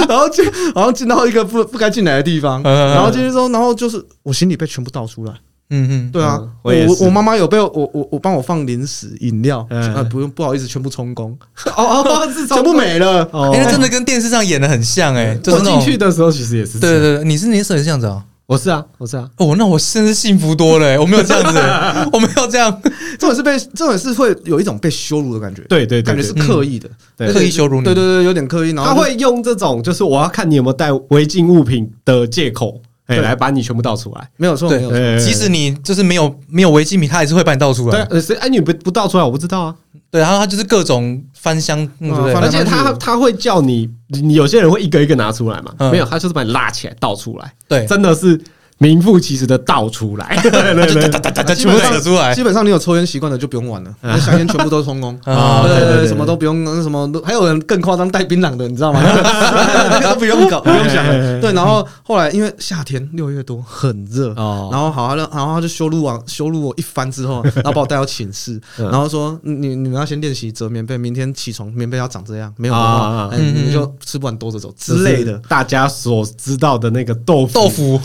Speaker 3: 然后进，然后进到一个不不该进来的地方，
Speaker 2: 嗯
Speaker 3: 然后进去之后，然后就是我行李被全部倒出来。
Speaker 2: 嗯嗯，
Speaker 3: 对啊
Speaker 1: 嗯，我
Speaker 3: 我
Speaker 1: 也
Speaker 3: 我
Speaker 1: 是
Speaker 3: 我妈妈有被我我我帮我放零食饮料，
Speaker 1: 嗯
Speaker 3: 啊不用不好意思，全部充公，
Speaker 1: 哦哦，是
Speaker 3: 全部没了。
Speaker 1: 哦
Speaker 2: 因哎为真的跟电视上演的很像哎，就
Speaker 1: 我
Speaker 2: 是那
Speaker 1: 进
Speaker 2: 种。
Speaker 1: 去的时候其实也是，
Speaker 2: 对，对对，你是你是这样子啊？
Speaker 1: 我是啊，我是啊，
Speaker 2: 哦，那我真是幸福多了欸，我没有这样子欸， 我没有这样
Speaker 3: 这种是被这种是会有一种被羞辱的感觉，
Speaker 1: 对对对，
Speaker 3: 感觉是
Speaker 1: 对嗯
Speaker 3: 刻意的，
Speaker 1: 对
Speaker 2: 刻意羞辱你。
Speaker 3: 对对对，有点刻意，然后
Speaker 1: 他
Speaker 3: 就
Speaker 1: 会用这种就是我要看你有没有带违禁物品的借口，哎，
Speaker 3: 对
Speaker 1: 来把你全部倒出来。
Speaker 3: 没有错，
Speaker 2: 对
Speaker 3: 没有错，
Speaker 1: 哎
Speaker 2: 即使你就是没有没有违禁品，他还是会把你倒出
Speaker 1: 对
Speaker 2: 来
Speaker 1: 啊。，呃谁哎你不不倒出来，我不知道啊。
Speaker 2: 对，然后他就是各种翻箱，嗯对
Speaker 3: 啊
Speaker 2: 不对？
Speaker 3: 翻
Speaker 1: 而
Speaker 3: 来
Speaker 1: 且
Speaker 3: 翻去
Speaker 1: 他
Speaker 3: 的
Speaker 1: 他会叫你，你有些人会一个一个拿出来嘛，
Speaker 2: 嗯
Speaker 1: 没有，他就是把你拉起来倒出来，
Speaker 2: 对，
Speaker 1: 真的是名副其实的倒出来。对对对，
Speaker 2: 哒哒哒，全部扯出来
Speaker 3: 基本上你有抽烟习惯的就不用玩了，那香烟全部都是通工
Speaker 2: 啊
Speaker 3: 对
Speaker 1: 对对
Speaker 3: 对
Speaker 1: 对
Speaker 3: 对，什么都不用，那什么都还有人更夸张带槟榔的，你知道吗？那个都不用搞，不用想了。对，然后后来因为夏天六月多很热，
Speaker 1: 哦，
Speaker 3: 然后好，他就然后他就羞辱我，羞辱我一番之后，然后把我带到寝室，
Speaker 1: 嗯
Speaker 3: 然后说你你们要先练习折棉被，明天起床棉被要长这样，没有的
Speaker 1: 啊啊
Speaker 3: 话
Speaker 1: 啊，
Speaker 3: 哎
Speaker 2: 嗯嗯
Speaker 3: 你就吃不完兜着走
Speaker 1: 这
Speaker 3: 之类
Speaker 1: 是
Speaker 3: 的。
Speaker 1: 大家所知道的那个豆腐
Speaker 2: 豆腐，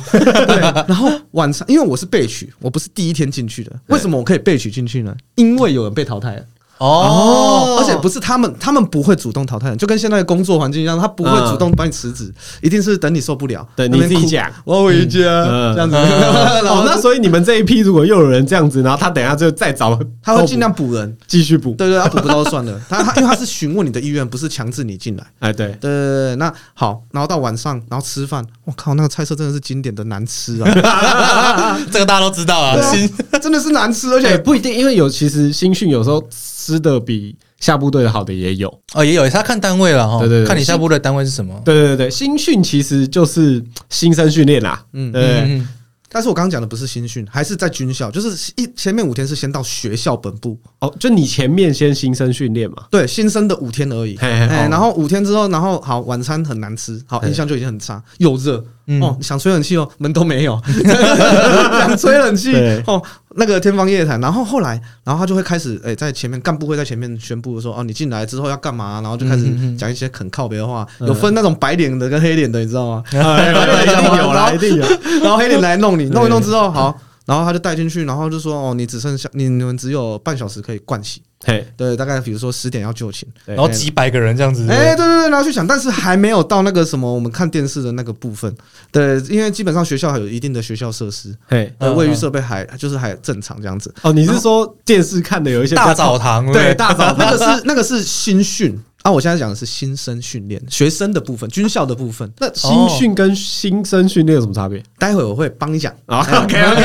Speaker 3: 然后晚上，因为我是备取，我不是第一天进去的，为什么我可以备取进去呢？因为有人被淘汰了。
Speaker 2: 哦，
Speaker 3: 而且不是他们，他们不会主动淘汰人，就跟现在的工作环境一样，他不会主动把你辞职，一定是等你受不了，
Speaker 1: 嗯对
Speaker 3: 那边
Speaker 1: 你自己
Speaker 3: 哭
Speaker 1: 讲，
Speaker 3: 我要回家
Speaker 1: 嗯
Speaker 3: 这样 子。然
Speaker 1: 哦
Speaker 3: 后，
Speaker 1: 那所以你们这一批如果又有人这样子，然后他等一下就再找，
Speaker 3: 他会尽量补人，
Speaker 1: 继续补。
Speaker 3: 对对，他补不到就算 了。他他因为他是询问你的意愿，不是强制你进来。
Speaker 1: 哎，对，
Speaker 3: 对对对，那好，然后到晚上，然后吃饭，我靠，那个菜色真的是经典的难吃啊，
Speaker 2: 这个大家都知道啊，新
Speaker 3: 真的是难吃，而
Speaker 1: 而 且
Speaker 3: 且
Speaker 1: 不一定，因为有其实新训有时候吃的比下部队的好的也有。
Speaker 2: 哦也有，他看单位了哈，
Speaker 1: 对对对
Speaker 2: 看你下部队的单位是什么，
Speaker 1: 对对对对，新训其实就是新生训练啦。嗯，对，
Speaker 2: 嗯，
Speaker 3: 但是我刚刚讲的不是新训，还是在军校，就是一前面五天是先到学校本部，
Speaker 1: 哦，就你前面先新生训练嘛。
Speaker 3: 对，新生的五天而已。
Speaker 1: 嘿
Speaker 3: 哎、
Speaker 1: 嘿哦
Speaker 3: 然后五天之后，然后好，晚餐很难吃，好，
Speaker 1: 嘿
Speaker 3: 印象就已经很差，又热、
Speaker 2: 嗯
Speaker 3: 哦，想吹冷气哦，门都 没有，想吹冷气
Speaker 1: 对
Speaker 3: 哦，那个天方夜谭。然后后来，然后他就会开始，哎、在前面干部会在前面宣布说，哦，你进来之后要干嘛，啊然后就开始
Speaker 1: 嗯
Speaker 3: 讲一些很靠别的话，有分那种白脸的跟黑脸的，你知道吗？
Speaker 1: 哎一定有 啦，一定有。
Speaker 3: 然后黑脸来 弄你，弄一弄之后，好，然后他就带进去，然后就说，哦，你只剩下你你们只有半小时可以盥洗，
Speaker 1: 嘿，
Speaker 3: 对，大概比如说十点要就寝。
Speaker 1: 然
Speaker 2: 然后几百个人这样子，
Speaker 3: 哎、对对对，然后去想，但是还没有到那个什么，我们看电视的那个部分。对，因为基本上学校还有一定的学校设施，
Speaker 1: 嘿，
Speaker 3: 呃，
Speaker 2: 嗯
Speaker 3: 卫浴
Speaker 2: 嗯
Speaker 3: 设备还就是还正常这样子。
Speaker 1: 哦，你是说电视看的有一些比较
Speaker 2: 大澡堂
Speaker 1: 对大澡
Speaker 3: 那
Speaker 1: 堂
Speaker 3: 个是那个是新训啊，我现在讲的是新生训练，学生的部分，军校的部分。那
Speaker 1: 新训跟新生训练有什么差别
Speaker 3: 待会我会帮你讲，
Speaker 1: 啊？OK OK，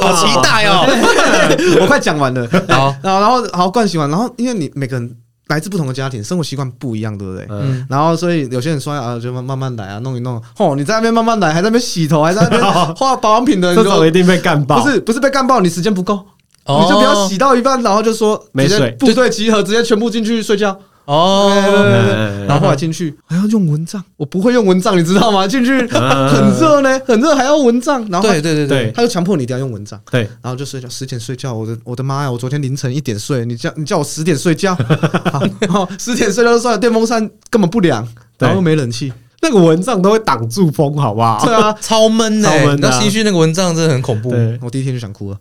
Speaker 2: 好期待哦，
Speaker 3: 我快讲完了。
Speaker 2: 好，
Speaker 3: 然后然后好灌洗完，然后因为你每个人来自不同的家庭，生活习惯不一样，对不对？
Speaker 1: 嗯，
Speaker 3: 然后所以有些人刷牙啊就慢慢慢来啊，弄一弄。哦，你在那边慢慢来，还在那边洗头，还在那边 画保养品的，你
Speaker 1: 这
Speaker 3: 就
Speaker 1: 种一定被干爆。
Speaker 3: 不是不是被干爆，你时间不够，
Speaker 2: 哦
Speaker 3: 你就不要洗到一半，然后就说
Speaker 1: 没水
Speaker 3: 直接部队集合，直接全部进去睡觉。对对
Speaker 2: 哦，
Speaker 3: 对对
Speaker 1: 嗯
Speaker 3: 然后后来进去还要用蚊帐，我不会用蚊帐，你知道吗？进去
Speaker 1: 嗯
Speaker 3: 很热呢，很热还要蚊帐，然后他
Speaker 2: 对对对
Speaker 1: 对
Speaker 3: 他就强迫你一定要用蚊帐。
Speaker 1: 对，
Speaker 3: 然后就睡觉，十点睡觉，我的我的妈呀！我昨天凌晨一点睡，你叫你叫我十点 睡觉，好然后十点睡觉就算了，电风扇根本不凉，然后又没冷气，
Speaker 1: 那个蚊帐都会挡住风，好不好？
Speaker 3: 对啊，
Speaker 2: 超闷的、欸
Speaker 1: 超闷的啊
Speaker 2: 那新训那个蚊帐真的很恐怖。
Speaker 1: 对，
Speaker 3: 我第一天就 想哭了。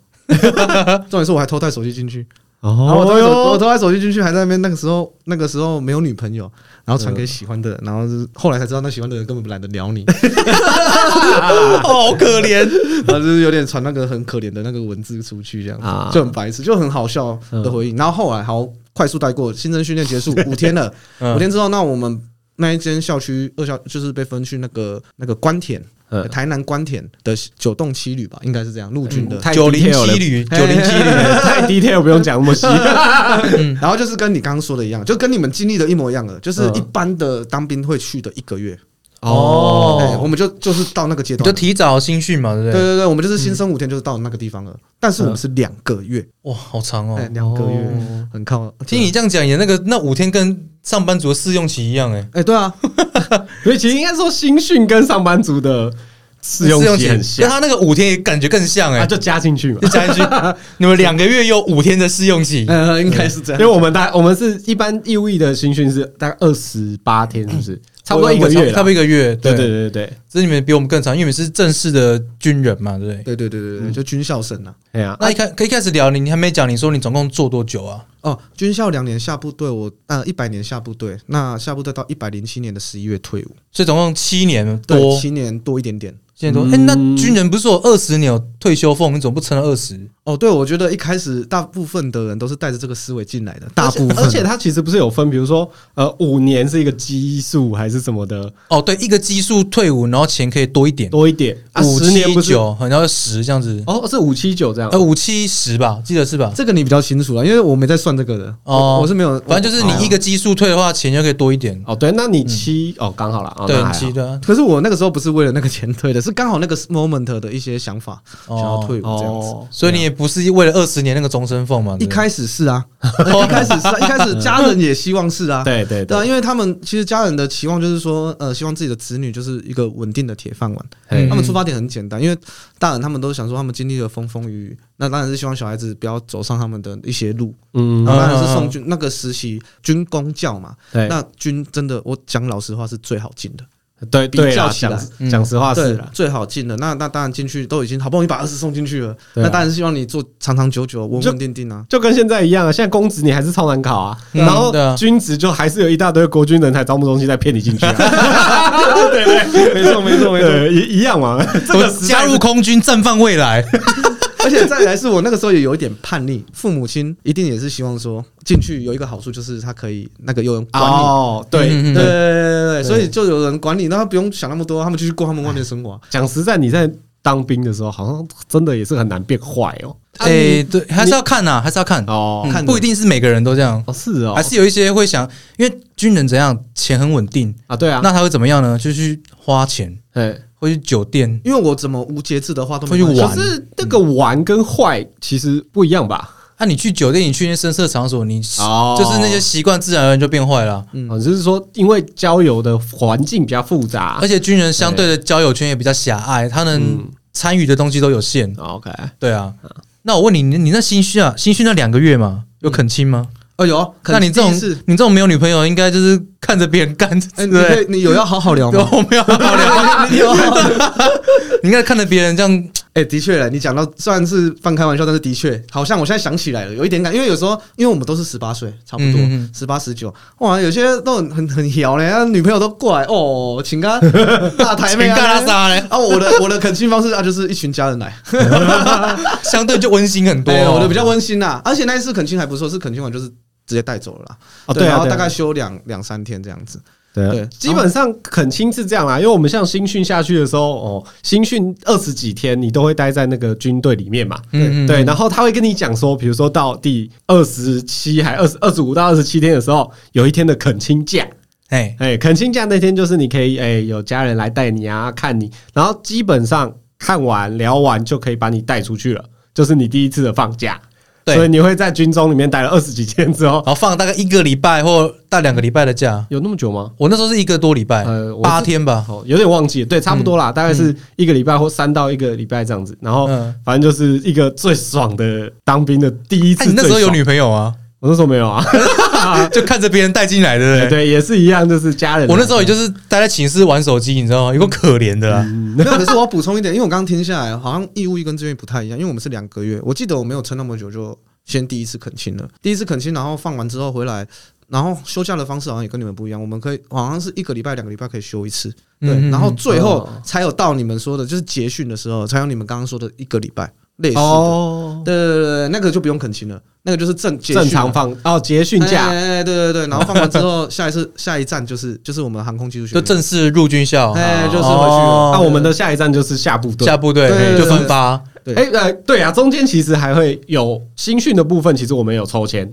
Speaker 3: 重点是我还偷带手机进去，然后我偷
Speaker 1: 哦
Speaker 3: 带手我
Speaker 1: 哟，
Speaker 3: 偷带手机进去，还在那边那个时候那个时候没有女朋友，然后传
Speaker 1: 嗯
Speaker 3: 给喜欢的人，然后就是后来才知道那喜欢的人根本不懒得聊你，
Speaker 2: 哦， 好可怜。
Speaker 3: 然后就是有点传那个很可怜的那个文字出去，这
Speaker 1: 啊
Speaker 3: 样就很白痴，就很好笑的回
Speaker 2: 嗯
Speaker 3: 应。然后后来好快速带过，新生训练结束五天了，
Speaker 2: 嗯
Speaker 3: 五天之后，那我们那一间校区二校就是被分去那个那个关田
Speaker 1: 嗯，
Speaker 3: 台南关田的九栋七旅吧，应该是这样陆军的。
Speaker 1: 太
Speaker 2: 九零
Speaker 1: detail 了
Speaker 2: 七旅，九零七旅，
Speaker 1: 太 detail 不用讲那么 细。
Speaker 2: 嗯
Speaker 3: 然后就是跟你刚刚说的一样，就跟你们经历的一模一样了，就是
Speaker 1: 嗯
Speaker 3: 一般的当兵会去的一个月。
Speaker 2: 哦
Speaker 3: 哎我们就就是到那个阶
Speaker 2: 你就
Speaker 3: 段了。
Speaker 2: 提嗯早新训嘛，对不
Speaker 3: 对
Speaker 2: 对？
Speaker 3: 对对，我们就是新生五天，就是到那个地方了。但是
Speaker 2: 嗯
Speaker 3: 我们是两个月，
Speaker 2: 哇，好长哦
Speaker 3: 哎，，两个月
Speaker 2: 哦
Speaker 3: 很靠。
Speaker 2: 听你这样讲，也那个那五天跟上班族的试用期一样，哎，
Speaker 3: 哎，对 啊，
Speaker 1: 所以其实应该说新训跟上班族的试用期很
Speaker 2: 跟
Speaker 1: 像，
Speaker 2: 他那个五天也感觉更像，
Speaker 1: 啊，
Speaker 2: 哎，
Speaker 1: 就加进去嘛
Speaker 2: 就。加一句，你们两个月有五天的试用期，
Speaker 3: 呃，应该是这
Speaker 1: 因
Speaker 3: 样
Speaker 1: 为。我们大我们是一般义务役的新训是大概二十八天，是不是？ 差不嗯多一个月
Speaker 2: 差不
Speaker 1: 啦
Speaker 2: 多。一个月，
Speaker 1: 对
Speaker 2: 对
Speaker 1: 对
Speaker 2: 对，
Speaker 1: 对对，
Speaker 2: 这你们比我们更长，因为你们是正式的军人嘛，对不
Speaker 1: 啊
Speaker 2: 对？
Speaker 3: 对对对对对，就军校生啊。
Speaker 1: 哎呀，
Speaker 2: 那一开可以开始聊，你你还没讲，你说你总共做多久啊？
Speaker 3: 哦，军校两年下部队，我呃一百年下部队，那下部队到一百零七年的十一月退伍，
Speaker 2: 所以总共七年
Speaker 3: 对，
Speaker 2: 多，
Speaker 3: 七年多一点点。
Speaker 2: 现
Speaker 1: 嗯
Speaker 2: 在多。哎、那军人不是有二十年有退休俸，你怎么不撑到二十？
Speaker 3: 哦，对，我觉得一开始大部分的人都是带着这个思维进来的，大部分
Speaker 1: 而且它其实不是有分，比如说呃五年是一个基数还是什么的
Speaker 2: 哦，对，一个基数退伍，然后钱可以多一点，
Speaker 1: 多一点啊，
Speaker 2: 五
Speaker 1: 十年
Speaker 2: 七
Speaker 1: 不是
Speaker 2: 九，然后十这样子，
Speaker 1: 哦是五七九这样
Speaker 2: 呃，，五七十吧，记得是吧？
Speaker 3: 这个你比较清楚啊了，因为我没在算这个的，
Speaker 2: 哦
Speaker 3: 哦，我是没有，
Speaker 2: 反正就是你一
Speaker 3: 个。
Speaker 2: 个基数退的话，钱就可以多一点。
Speaker 1: 哦对，那你七哦刚好了，哦
Speaker 2: 对
Speaker 1: 那，还好
Speaker 2: 七的啊，
Speaker 3: 可是我那个时候不是为了那个钱退的，是刚好那个 moment 的一些想法，想要退伍这样子。
Speaker 1: 哦，
Speaker 2: 所以你也不是为了二十年那个终身俸嘛？
Speaker 3: 一
Speaker 2: 对不对
Speaker 3: 开始是啊，一开始是、啊，一开始家人也希望是啊，
Speaker 1: 对对
Speaker 3: 对啊，
Speaker 1: 对，
Speaker 3: 因为他们其实家人的期望就是说，呃，希望自己的子女就是一个稳定的铁饭碗。
Speaker 1: 嘿
Speaker 3: 他们出发点很简单，因为大人他们都想说他们经历了风风雨雨，那当然是希望小孩子不要走上他们的一些路。
Speaker 1: 嗯
Speaker 3: 然，后当然
Speaker 2: 嗯
Speaker 3: 是送军那个实习军工教嘛，
Speaker 1: 对
Speaker 3: 那军真的我讲老实话是最好进的，
Speaker 1: 对
Speaker 3: 比
Speaker 1: 对啦
Speaker 3: 较起来
Speaker 1: 讲讲实话
Speaker 3: 对
Speaker 1: 啊是
Speaker 3: 啦
Speaker 1: 啦，，
Speaker 3: 最好进的。那那当然进去都已经好不容易把二十送进去了，
Speaker 1: 对啊
Speaker 3: 那当然是希望你做长长久久、稳稳定定啊。
Speaker 1: 就跟现在一样啊，现在公职你还是超难考啊，
Speaker 2: 嗯
Speaker 1: 然后
Speaker 2: 对啊
Speaker 1: 军职就还是有一大堆国军人才招募中心在骗你进 去啊，对对，没错没错没错，一一样 嘛，这个
Speaker 2: 我
Speaker 1: 时代
Speaker 2: 加入空军，绽放 未来。
Speaker 3: 而且再来是我那个时候也有一点叛逆，父母亲一定也是希望说进去有一个好处就是他可以那个有人管你。
Speaker 1: 哦，对，
Speaker 3: 对
Speaker 2: 嗯
Speaker 3: 对对对
Speaker 1: 对
Speaker 3: 对，所以就有人管理，那他不用想那么多，他们就去过他们外面的生活啊。
Speaker 1: 讲实在，你在当兵的时候，好像真的也是很难变坏哦，
Speaker 2: 哎，对，还是要看呐，还是要看，
Speaker 1: 哦
Speaker 2: 嗯
Speaker 3: 看
Speaker 2: 不一定是每个人都这样，
Speaker 1: 哦是哦
Speaker 2: 还，是有一些会想，因为军人怎样，钱很稳定，
Speaker 1: 啊对啊，
Speaker 2: 那他会怎么样呢？就去花钱，
Speaker 1: 哎，
Speaker 2: 会去酒店，
Speaker 3: 因为我怎么无节制的话都
Speaker 2: 会
Speaker 3: 没
Speaker 2: 去
Speaker 3: 关系
Speaker 2: 玩
Speaker 1: 可是那个玩跟坏其实不一样吧？
Speaker 2: 那、啊你去酒店，你去那些深色场所，你
Speaker 1: 哦
Speaker 2: 就是那些习惯，自然而然就变坏了啊。
Speaker 3: 嗯
Speaker 1: 哦，就是说因为交友的环境比较复杂
Speaker 2: 而且军人相对的交友圈也比较狭隘，他能
Speaker 1: 嗯
Speaker 2: 参与的东西都有限。
Speaker 1: 哦，OK，
Speaker 2: 对啊，那我问你，你你那新训啊，新训那两个月嘛，有恳亲吗？
Speaker 3: 哦，有，
Speaker 2: 那你这种
Speaker 3: 嗯肯定是，
Speaker 2: 你这种没有女朋友，应该就是看着别人干，对
Speaker 3: 哎，你
Speaker 2: 不
Speaker 3: 可
Speaker 2: 对？
Speaker 3: 以，你有要好好聊
Speaker 2: 对，
Speaker 3: 吗？
Speaker 2: 我 没有好好聊，
Speaker 3: 你有，
Speaker 2: 你应该看着别人这样，
Speaker 3: 哎，的确了，你讲到虽然是半开玩笑，但是的确，好像我现在想起来了，有一点感，因为有时候，因为我们都是十八岁，差不多
Speaker 2: 嗯嗯
Speaker 3: 十八十九，哇，有些都很很很摇嘞，啊女朋友都过来哦，请个大 台妹
Speaker 2: 干
Speaker 3: 啊
Speaker 2: 他。啥嘞？
Speaker 3: 啊，我的我的恳亲方式啊，就是一群家人来，
Speaker 1: 哦
Speaker 2: 相对就温馨很多
Speaker 3: 对，
Speaker 2: 哦。
Speaker 3: 哎我的比较温馨啦。而且那一次恳亲还不错，是恳亲完就是直接带走了啦。
Speaker 1: 哦对啊
Speaker 3: 然后
Speaker 1: 对啊
Speaker 3: 大概休两两三天这样子。
Speaker 1: 对啊
Speaker 3: 对
Speaker 1: 基本上恳亲是这样啦，因为我们像新训下去的时候，哦，新训二十几天，你都会待在那个军队里面嘛。
Speaker 2: 嗯，嗯
Speaker 1: 对，然后他会跟你讲说，比如说到第二十七还二十二十五到二十七天的时候，有一天的恳亲假，
Speaker 2: 哎，
Speaker 1: 哎，恳亲假那天就是你可以哎有家人来带你啊，看你，然后基本上看完聊完就可以把你带出去了，就是你第一次的放假。
Speaker 2: 对
Speaker 1: 所以你会在军中里面待了二十几天之后
Speaker 2: 然，后放大概一个礼拜或大两个礼拜的假。
Speaker 1: 有那么久吗？
Speaker 2: 我那时候是一个多礼拜，
Speaker 1: 呃我
Speaker 2: 八
Speaker 1: 是
Speaker 2: 天吧。
Speaker 1: 哦，有点忘记了，对，差不多啦，大概是一个礼拜或三到一个礼拜这样子。然后
Speaker 2: 嗯
Speaker 1: 反正就是一个最爽的当兵的第一
Speaker 2: 哎，
Speaker 1: 次。
Speaker 2: 你那时候有？女朋友 啊？
Speaker 1: 我那时候没有啊，
Speaker 2: 就看着别人带进来， 对不对？
Speaker 1: 对，也是一样，就是家人。啊
Speaker 2: 我那时候也就是待在寝室玩手机，你知道吗？有个可怜的啦，
Speaker 3: 没有，可是我要补充一点，因为我刚刚听下来，好像义务役跟志愿役不太一样，因为我们是两个月，我记得我没有撑那么久，就先第一次恳亲了，第一次恳亲，然后放完之后回来。然后休假的方式好像也跟你们不一样，我们可以好像是一个礼拜、两个礼拜可以休一次，对，
Speaker 2: 嗯嗯
Speaker 3: 然后最后
Speaker 1: 哦
Speaker 3: 才有到你们说的，就是结训的时候才有你们刚刚说的一个礼拜类似的，
Speaker 1: 哦，
Speaker 3: 对对对对，那个就不用恳亲了，那个就是正结训了
Speaker 1: 正常放哦，结训
Speaker 3: 哎
Speaker 1: 假，
Speaker 3: 哎哎对对对，然后放完之后，下一次下一站就是 就是我们航空技术学
Speaker 2: 就
Speaker 3: 院，
Speaker 2: 正式入军校，
Speaker 3: 哎就是回去
Speaker 2: 哦
Speaker 3: 了，
Speaker 1: 那我们的下一站就是下部队
Speaker 2: 下。部队
Speaker 3: 对对对
Speaker 2: 就分发。
Speaker 3: 对
Speaker 1: 哎，呃，对啊，中间其实还会有新训的部分，其实我们有抽签。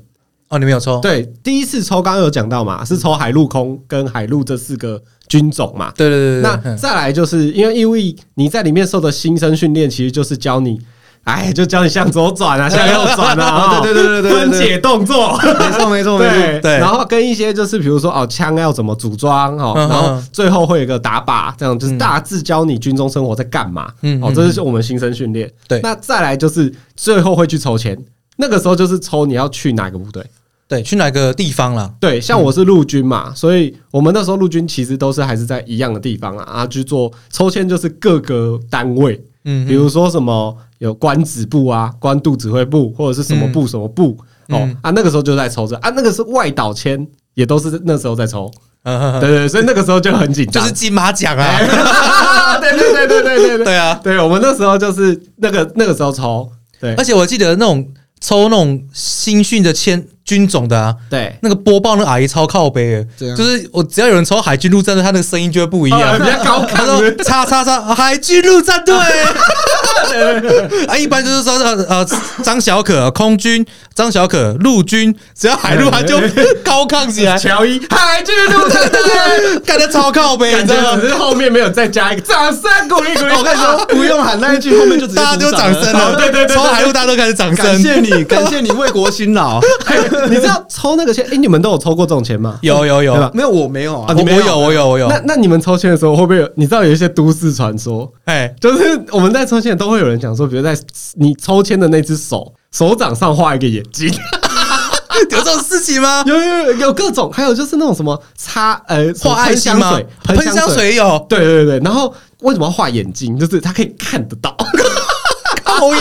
Speaker 2: 哦，你们有抽？
Speaker 1: 对，第一次抽刚刚有讲到嘛，是抽海陆空跟海陆这四个军种嘛。
Speaker 2: 对对对对对，
Speaker 1: 那
Speaker 2: 嗯
Speaker 1: 再来就是因为因为你在里面受的新生训练，其实就是教你，哎，就教你向左转啊，向右转啊，
Speaker 3: 对对对对对对
Speaker 1: 分解动作。
Speaker 3: 没错没错没错，
Speaker 1: 对
Speaker 2: 对
Speaker 1: 然后跟一些就是比如说哦，枪要怎么组装哦，
Speaker 2: 嗯
Speaker 1: 然后
Speaker 2: 嗯
Speaker 1: 最后会有一个打靶，这样就是大致教你军中生活在干嘛。
Speaker 2: 嗯
Speaker 1: 哦
Speaker 2: 嗯，
Speaker 1: 这是我们新生训练。
Speaker 2: 对
Speaker 1: 那再来就是最后会去抽签，那个时候就是抽你要去哪个部队。
Speaker 2: 对，去哪个地方啦？
Speaker 1: 对，像我是陆军嘛，所以我们那时候陆军其实都是还是在一样的地方啊，啊，去做抽签就是各个单位，
Speaker 2: 嗯，
Speaker 1: 比如说什么有官职部啊、官渡指挥部或者是什么部什么部哦
Speaker 2: 嗯
Speaker 1: 啊，那个时候就在抽着啊，那个是外岛签，也都是那时候在抽，
Speaker 2: 嗯嗯
Speaker 1: 对
Speaker 2: 嗯
Speaker 1: 对，对所以那个时候就很紧
Speaker 2: 就
Speaker 1: 张，
Speaker 2: 是金马奖啊，
Speaker 1: 对对对对对对对，
Speaker 2: 对啊。
Speaker 1: 对我们那时候就是那个那个时候抽，对
Speaker 2: 而且我记得那种抽那种新训的签军种的啊，
Speaker 1: 对，
Speaker 2: 那个播报那个阿姨超靠背的，
Speaker 3: 怎样
Speaker 2: 就是我只要有人抽海军陆战队，他那个声音就会不一
Speaker 1: 啊
Speaker 2: 样
Speaker 1: 比。较高
Speaker 2: 他
Speaker 1: 亢
Speaker 2: 说：“叉叉叉，海军陆战队。”啊，一般就是说呃呃，张小可空军，张小可陆军，只要海陆他就高亢起来，
Speaker 1: 乔伊，海军陆战队，
Speaker 2: 干得超靠背，你
Speaker 1: 感
Speaker 2: 知道
Speaker 1: 觉
Speaker 2: 吗哦
Speaker 1: 只？是后面没有再加一个掌声鼓励鼓励。
Speaker 3: 我跟你说，不用喊那一句，后面就直接
Speaker 2: 大家都
Speaker 3: 鼓
Speaker 2: 掌
Speaker 3: 掌
Speaker 2: 声
Speaker 3: 了。
Speaker 2: 了，
Speaker 1: 对对对对
Speaker 2: 从海陆大家都开始掌
Speaker 3: 感谢
Speaker 2: 声。
Speaker 3: 你， 感谢你为国辛劳。
Speaker 1: 哎你知道抽那个签？哎，你们都有抽过这种签吗？
Speaker 2: 有有有，
Speaker 1: 对
Speaker 2: 我
Speaker 1: 吧
Speaker 3: 没有，我没有
Speaker 1: 啊
Speaker 3: 啊。
Speaker 1: 你
Speaker 2: 我
Speaker 1: 没有
Speaker 2: 有我有我有
Speaker 1: 那，那你们抽签的时候会不会有？你知道有一些都市传说，
Speaker 2: 哎，
Speaker 1: 就是我们在抽签都会有人讲说，比如在你抽签的那只手手掌上画一个眼睛，
Speaker 2: 有这种事情吗？
Speaker 1: 有有有有各种，还有就是那种什么擦呃什么
Speaker 2: 画爱
Speaker 1: 喷
Speaker 2: 心
Speaker 1: 香
Speaker 2: 吗
Speaker 1: 水？，
Speaker 2: 喷香。水有，
Speaker 1: 对对对，然后为什么要画眼睛？就是他可以看得到。
Speaker 2: 靠呀，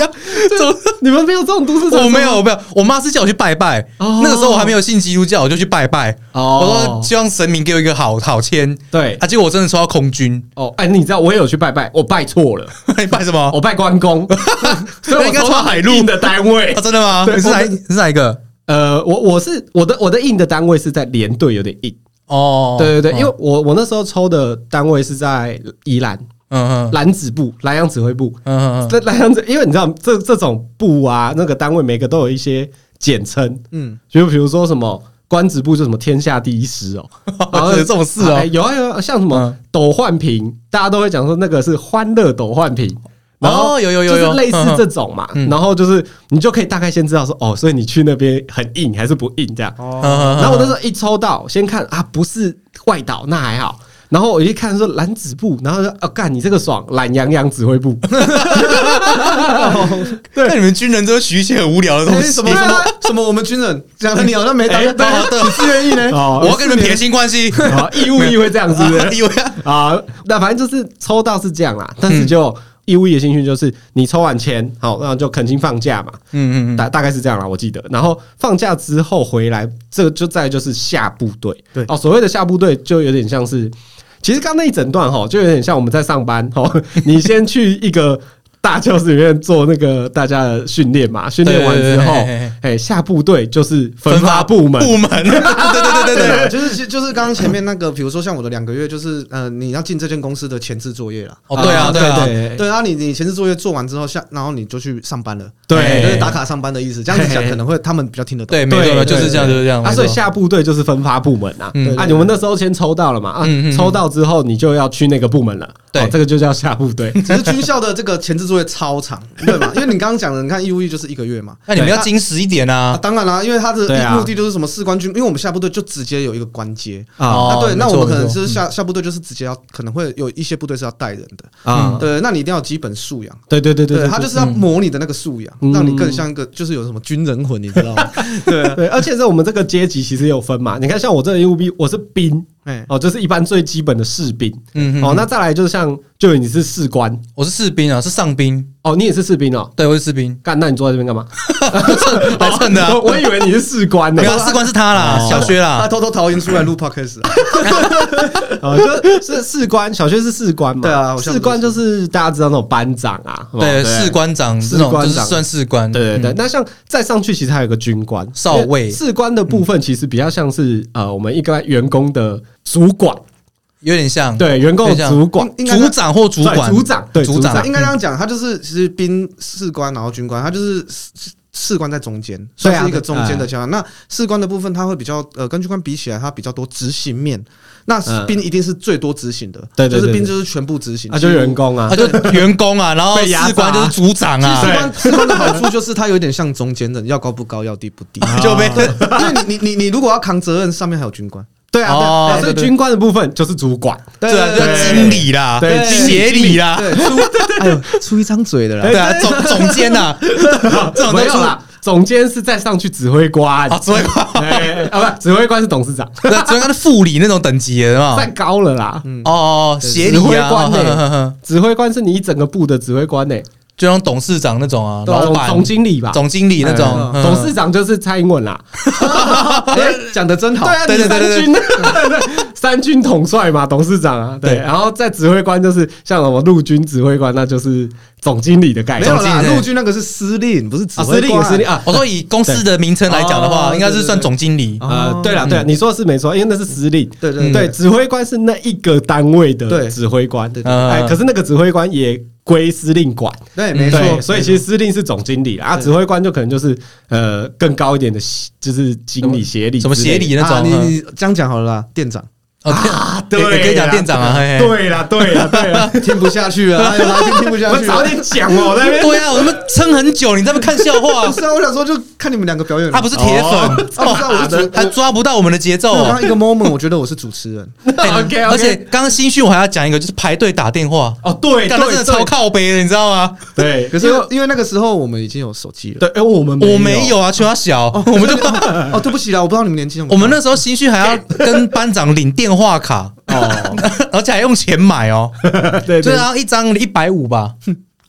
Speaker 2: 怎么？
Speaker 1: 你们没有这种 都市传说？
Speaker 2: 我没有，我没有，我妈是叫我去拜拜。
Speaker 1: 哦
Speaker 2: 那个时候我还没有信基督教，我就去拜拜。
Speaker 1: 哦
Speaker 2: 我说希望神明给我一个好好签。
Speaker 1: 对
Speaker 2: 啊，结果我真的抽到空军，
Speaker 1: 哦，哎，你知道我也有去拜拜，我拜错了，
Speaker 2: 你拜什么？
Speaker 1: 哦我拜关 公，所以我
Speaker 2: 应该
Speaker 1: 抽
Speaker 2: 抽
Speaker 1: 到
Speaker 2: 海
Speaker 1: 海
Speaker 2: 陆
Speaker 1: 陆的单位
Speaker 2: 啊，。真的吗？
Speaker 1: 对
Speaker 2: 你是哪
Speaker 1: 我
Speaker 2: 一？你是哪一个？
Speaker 1: 呃，我我是我的我的印的单位是在连队，有点硬。
Speaker 2: 哦，
Speaker 1: 对对对，因
Speaker 2: 为
Speaker 1: 为我我那时候抽的单位是在宜兰
Speaker 2: 嗯嗯
Speaker 1: 兰子部南洋指挥部，
Speaker 2: 嗯嗯
Speaker 1: 这南洋指，因为你知道这这种部啊，那个单位每个都有一些简称，
Speaker 3: 嗯，
Speaker 1: 就比如说什么官职部就什么天下第一师 哦，然后
Speaker 2: 有这种事哦
Speaker 1: 哎有啊有啊，像什么
Speaker 2: 嗯
Speaker 1: 斗焕平，大家都会讲说那个是欢乐斗焕平。然后
Speaker 2: 哦有有有
Speaker 1: 就是
Speaker 2: 有
Speaker 1: 类似
Speaker 2: 嗯嗯
Speaker 1: 这种嘛，
Speaker 2: 嗯
Speaker 1: 然后就是你就可以大概先知道说，哦，所以你去那边很硬还是不硬这样。
Speaker 2: 嗯嗯。
Speaker 1: 然后我那时
Speaker 2: 是
Speaker 1: 候一抽到，先看啊，不是外岛，那还好。然后我一看说蓝子部，然后说哦，干你这个爽，懒洋洋指挥部，
Speaker 2: 那你们军人都会学一些很无聊的东
Speaker 3: 哎
Speaker 2: 西。
Speaker 3: 什么什么什么？我们军 人讲的你好像没当
Speaker 1: 哎对
Speaker 3: 到，你自愿意 呢？
Speaker 1: 哦
Speaker 2: 我要跟你们撇清关 系。
Speaker 1: 啊，义务役会这样子
Speaker 2: 啊以为
Speaker 1: 啊，那反正就是抽到是这样啦，
Speaker 2: 嗯
Speaker 1: 但是就义务役的兴趣就是你抽完钱，好，那就恳请放假嘛，
Speaker 2: 嗯嗯嗯，
Speaker 1: 大大概是这样啦，我记得。然后放假之后回来，这个就再就是下部队。
Speaker 3: 对
Speaker 1: 哦，所谓的下部队就有点像是，其实刚那一整段哈，就有点像我们在上班 哈，你先去一个。大教室里面做那个大家的训练嘛，训练完之后
Speaker 2: 对对对嘿嘿嘿，
Speaker 1: 哎，下部队就是分发部门，
Speaker 2: 部门，对 对对对对
Speaker 3: 啊 对，就是其就是刚刚前面那个，比如说像我的两个月，就是呃，你要进这间公司的前置作业啦。
Speaker 2: 哦对啊对啊
Speaker 1: 对
Speaker 3: 对啊，你你前置作业做完之后，下然后你就去上班了，
Speaker 1: 对
Speaker 3: 哎就是打卡上班的意思。这样子讲可能会他们比较听得懂。
Speaker 2: 对，没错，
Speaker 1: 对
Speaker 2: 就是这样，就是这样。
Speaker 1: 啊，
Speaker 2: 没
Speaker 1: 所以
Speaker 2: 错
Speaker 1: 下部队就是分发部门啊
Speaker 2: 嗯，
Speaker 1: 啊，
Speaker 3: 对
Speaker 1: 你们那时候先抽到了嘛，啊
Speaker 2: 嗯嗯嗯，
Speaker 1: 抽到之后你就要去那个部门了，
Speaker 2: 对
Speaker 1: 哦这个就叫下部 队。
Speaker 3: 只是军校的这个前置作业超长，对吧？因为你刚刚讲的，你看义务役就是一个月嘛。
Speaker 2: 那你们要矜持一点
Speaker 3: 啊，
Speaker 2: 啊。
Speaker 3: 当然啦、因为他
Speaker 1: 对
Speaker 3: 的
Speaker 1: 啊
Speaker 3: 目的就是什么士官军，因为我们下部队就直接有一个官阶
Speaker 2: 哦
Speaker 1: 啊
Speaker 3: 啊，对，那
Speaker 2: 没错
Speaker 3: 我们可能
Speaker 2: 没错
Speaker 3: 就是下下部队就是直接要，可能会有一些部队是要带人的，
Speaker 1: 啊，
Speaker 3: 对，那你一定要有基本素养，
Speaker 1: 对对对
Speaker 3: 对，
Speaker 1: 对，
Speaker 3: 他就是要磨你的那个素
Speaker 1: 嗯
Speaker 3: 养，让你更像一个就是有什么军人魂，你知道吗？对啊，
Speaker 1: 对，而且在我们这个阶级其实也有分嘛。你看，像我这个义务兵，我是兵
Speaker 3: 哎，
Speaker 1: 哦，就是一般最基本的士兵
Speaker 2: 嗯，
Speaker 1: 哦。那再来就是像，就你是士官
Speaker 2: 我是士兵啊，是上兵，
Speaker 1: 哦，你也是士兵 哦。
Speaker 2: 对，我是士兵，
Speaker 1: 干，那你坐在这边 干嘛？
Speaker 2: 来 蹭的啊。
Speaker 1: 我我以为你是士官呢
Speaker 2: 没。有啊士官是他啦，小薛
Speaker 3: 他
Speaker 2: 啦，
Speaker 3: 偷偷逃音出来录 podcast，啊
Speaker 1: 哦，就是士官，小学是士官嘛。
Speaker 3: 对啊我小学
Speaker 1: 士官就是大家知道那种班长啊。哦
Speaker 2: 对，士。官长这
Speaker 1: 士
Speaker 2: 种
Speaker 1: 官
Speaker 2: 就是
Speaker 1: 长
Speaker 2: 算士官，
Speaker 1: 对对对，
Speaker 2: 嗯，
Speaker 1: 那像再上去，其实还有个军官、
Speaker 2: 少尉
Speaker 1: 因为士官的部分其实比较像是呃，我们一般员工的主管，
Speaker 2: 嗯有点像，，
Speaker 1: 对员工
Speaker 2: 有点
Speaker 1: 的
Speaker 2: 像
Speaker 1: 主管，
Speaker 3: 应该
Speaker 2: 组长或主管，
Speaker 1: 对组长对
Speaker 2: 组
Speaker 1: 组
Speaker 2: 长
Speaker 1: 长
Speaker 3: 应该这样讲，他就是其实兵士官，然后军官，他就是士士士官在中间，
Speaker 1: 对啊
Speaker 3: 算是一个中间的桥梁。那士官的部分，他会比较呃，跟军官比起来，他比较多执行面。那
Speaker 1: 嗯
Speaker 3: 兵一定是最多执行的，
Speaker 1: 对对对
Speaker 3: 就是兵
Speaker 1: 对
Speaker 3: 就是全部执行，
Speaker 1: 啊，就是员。工啊
Speaker 2: 啊，，就员工啊，然后
Speaker 1: 被压榨啊
Speaker 2: 士官就是组长
Speaker 3: 士
Speaker 2: 啊，
Speaker 3: 官士官的好处就是他有点像中间人，要高不高，要低不低。
Speaker 1: 啊
Speaker 2: 就被
Speaker 3: 对，因为你你你你如果要扛责任，上面还有军官。
Speaker 1: 对啊，对啊
Speaker 2: 哦
Speaker 1: 对啊所以
Speaker 2: 对对
Speaker 1: 军官的部分就是主管，
Speaker 3: 对
Speaker 2: 对啊，
Speaker 3: 对
Speaker 2: 就经理啦，
Speaker 1: 对
Speaker 2: 协理啦，
Speaker 3: 对，出哎呦出一张嘴的啦。
Speaker 2: 对啊，总总监啊呐，这种都
Speaker 1: 没有
Speaker 2: 出
Speaker 1: 啦。总监是再上去指挥官
Speaker 2: 啊，指挥官，
Speaker 1: 哎啊，不，指挥官是董事长，
Speaker 2: 对啊，指挥官是副理那种等级的嘛，
Speaker 1: 再高了啦。
Speaker 2: 哦，协理
Speaker 1: 指挥
Speaker 2: 啊，
Speaker 1: 官
Speaker 2: 呵
Speaker 1: 呢
Speaker 2: 呵呵
Speaker 1: 指挥官是你一整个部的指挥官呢，
Speaker 2: 就像董事长那种啊，
Speaker 1: 对啊
Speaker 2: 老
Speaker 1: 总
Speaker 2: 板、
Speaker 1: 总经理吧，
Speaker 2: 总经理那种
Speaker 1: 哎，
Speaker 2: 嗯
Speaker 1: 董事长就是蔡英文啦。
Speaker 3: 哎，讲的真好。
Speaker 1: 对啊，
Speaker 2: 对
Speaker 1: 你
Speaker 2: 对对
Speaker 1: 三
Speaker 2: 对
Speaker 1: 军， 三军统帅嘛，董事长啊，对，
Speaker 2: 对
Speaker 1: 然后在指挥官就是像什么陆军指挥官，那就是总经理的概
Speaker 3: 没
Speaker 1: 念
Speaker 3: 有
Speaker 2: 总经
Speaker 3: 啦，
Speaker 2: 理
Speaker 3: 陆军那个是司令，不是指
Speaker 1: 哎啊，司
Speaker 3: 挥
Speaker 1: 令
Speaker 3: 官。
Speaker 1: 司令啊。
Speaker 2: 我说哦以公司的名称来讲的话，
Speaker 3: 对
Speaker 2: 应该是算总经理。
Speaker 1: 呃，对了，对啦，你说的是没错，因为那是司令，
Speaker 3: 哦对对
Speaker 2: 嗯
Speaker 1: 对，指挥官是那一个单位的
Speaker 3: 对
Speaker 1: 指挥官，
Speaker 3: 对
Speaker 2: 对对
Speaker 1: 哎，可是那个指挥官也归司令管，
Speaker 3: 对，
Speaker 2: 嗯
Speaker 3: 没错
Speaker 1: 对，。所以其实司令是总经理啦啊，
Speaker 3: 对
Speaker 1: 指挥官就可能就是呃更高一点的，就是经理、协理
Speaker 2: 什么
Speaker 1: 之类
Speaker 2: 协
Speaker 1: 的
Speaker 2: 理那
Speaker 3: 啊，
Speaker 2: 种
Speaker 3: 你你这样讲好了啦，店长
Speaker 2: 哦，
Speaker 1: 啊，
Speaker 2: 对，
Speaker 1: 对，
Speaker 2: 也可以讲店长啊，嘿嘿
Speaker 1: 对啦，对啦，对啦，
Speaker 3: 听不下去了，哎呀，来宾听不
Speaker 1: 我
Speaker 3: 下
Speaker 1: 们
Speaker 3: 去
Speaker 1: 早
Speaker 3: 了。
Speaker 1: 点讲哦，在那边
Speaker 2: 对啊，我们撑很久，你在那边看笑话
Speaker 3: 不，是啊，我想说就看你们两个表演。
Speaker 2: 他不是铁
Speaker 1: 哦
Speaker 2: 粉，
Speaker 3: 啊，不是啊，我是主，
Speaker 2: 还抓不到我们的节 奏
Speaker 3: 我
Speaker 2: 哦
Speaker 3: 刚。刚一个 moment，我觉得我是主持人。
Speaker 2: 哎
Speaker 1: 啊 OK，OK
Speaker 2: 而且刚刚新训我还要讲一个，就是排队打电话，
Speaker 1: 哦，对，
Speaker 2: 干那真的超靠背的，你知道吗？
Speaker 1: 对，
Speaker 3: 可是因为那个时候我们已经有手机了。
Speaker 1: 对，哎，我们
Speaker 2: 我没，有啊，求他小，我们就
Speaker 3: 哦，对不起啦，我不知道你们年纪。
Speaker 2: 我们那时候新训还要跟班长领电话卡，
Speaker 3: 哦，
Speaker 2: 而且还用钱买哦，
Speaker 1: 对
Speaker 2: 对
Speaker 1: 对
Speaker 2: 啊，一张一百五吧。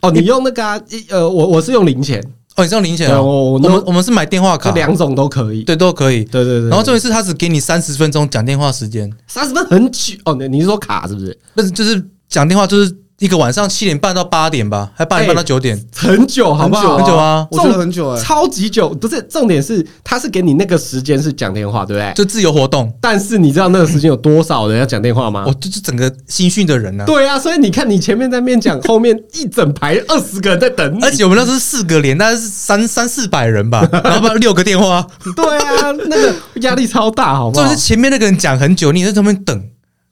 Speaker 1: 哦，你用那个啊，一呃，我我是用零钱，
Speaker 2: 哦，你是用零钱
Speaker 1: 对
Speaker 2: 哦？
Speaker 1: 我我
Speaker 2: 我们我们是买电话
Speaker 1: 这
Speaker 2: 卡，
Speaker 1: 两种都可以。
Speaker 2: 对都可以。
Speaker 1: 对对对，
Speaker 2: 然后重点是他只给你三十分钟讲电话时间，
Speaker 1: 三十分很久哦，你你是说卡是不是？
Speaker 2: 不是就是讲电话就是一个晚上七点半到八点吧，还八点半到九点，
Speaker 1: 很久，好不好？
Speaker 2: 很久啊，
Speaker 3: 我觉得很久哎。
Speaker 1: 超级久，不是重点是，他是给你那个时间是讲电话，对不对？
Speaker 2: 就自由活动。
Speaker 1: 但是你知道那个时间有多少人要讲电话吗
Speaker 2: 我？就是整个新训的人呢、啊。
Speaker 1: 对啊，所以你看，你前面在面讲，后面一整排二十个人在等你
Speaker 2: 而。且我们那时候是四个连，大概是三三四百 人吧，然后不然六个电话，
Speaker 1: 对啊，那个压力超大，好不
Speaker 2: 重
Speaker 1: 好
Speaker 2: 点是？前面那个人讲很久，你在旁边 等，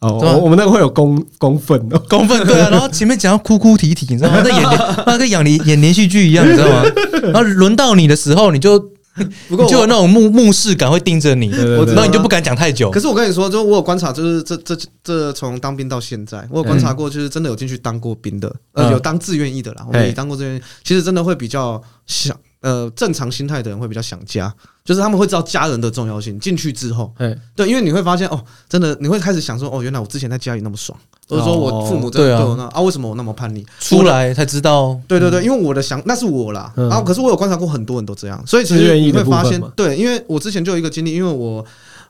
Speaker 1: 哦，
Speaker 2: 对啊
Speaker 1: 我我们那个会有公公愤哦。
Speaker 2: 公愤对啊，然后前面讲到哭哭啼啼，你知道吗？在演那跟演连演连续剧一样，你知道 吗？然后轮到你的时候，你就
Speaker 3: 不过
Speaker 2: 你就有那种目目视感会盯着你，
Speaker 1: 对
Speaker 2: 然后你就不敢讲太久
Speaker 3: 可。是我跟你说，就我有观察，就是这这这从当兵到现在，我有观察过，就是真的有进去当过兵的，
Speaker 2: 嗯
Speaker 3: 呃，有当志愿役的啦，我们
Speaker 1: 嘿
Speaker 3: 也当过志愿役，其实真的会比较想，呃，正常心态的人会比较想家，就是他们会知道家人的重要性。进去之后，
Speaker 1: 哎，
Speaker 3: 对，因为你会发现哦，真的你会开始想说，哦，原来我之前在家里那么爽，或者说我父母真
Speaker 2: 哦对啊
Speaker 3: 的对我那啊，为什么我那么叛逆？
Speaker 2: 出来才知道，
Speaker 3: 对对对，因为我的想那是我啦，
Speaker 1: 嗯
Speaker 3: 啊，可是我有观察过很多人都这样，所以其
Speaker 1: 自
Speaker 3: 实
Speaker 1: 愿意
Speaker 3: 你
Speaker 1: 的
Speaker 3: 会
Speaker 1: 部分
Speaker 3: 发现
Speaker 1: 嘛，
Speaker 3: 对，因为我之前就有一个经历，因为我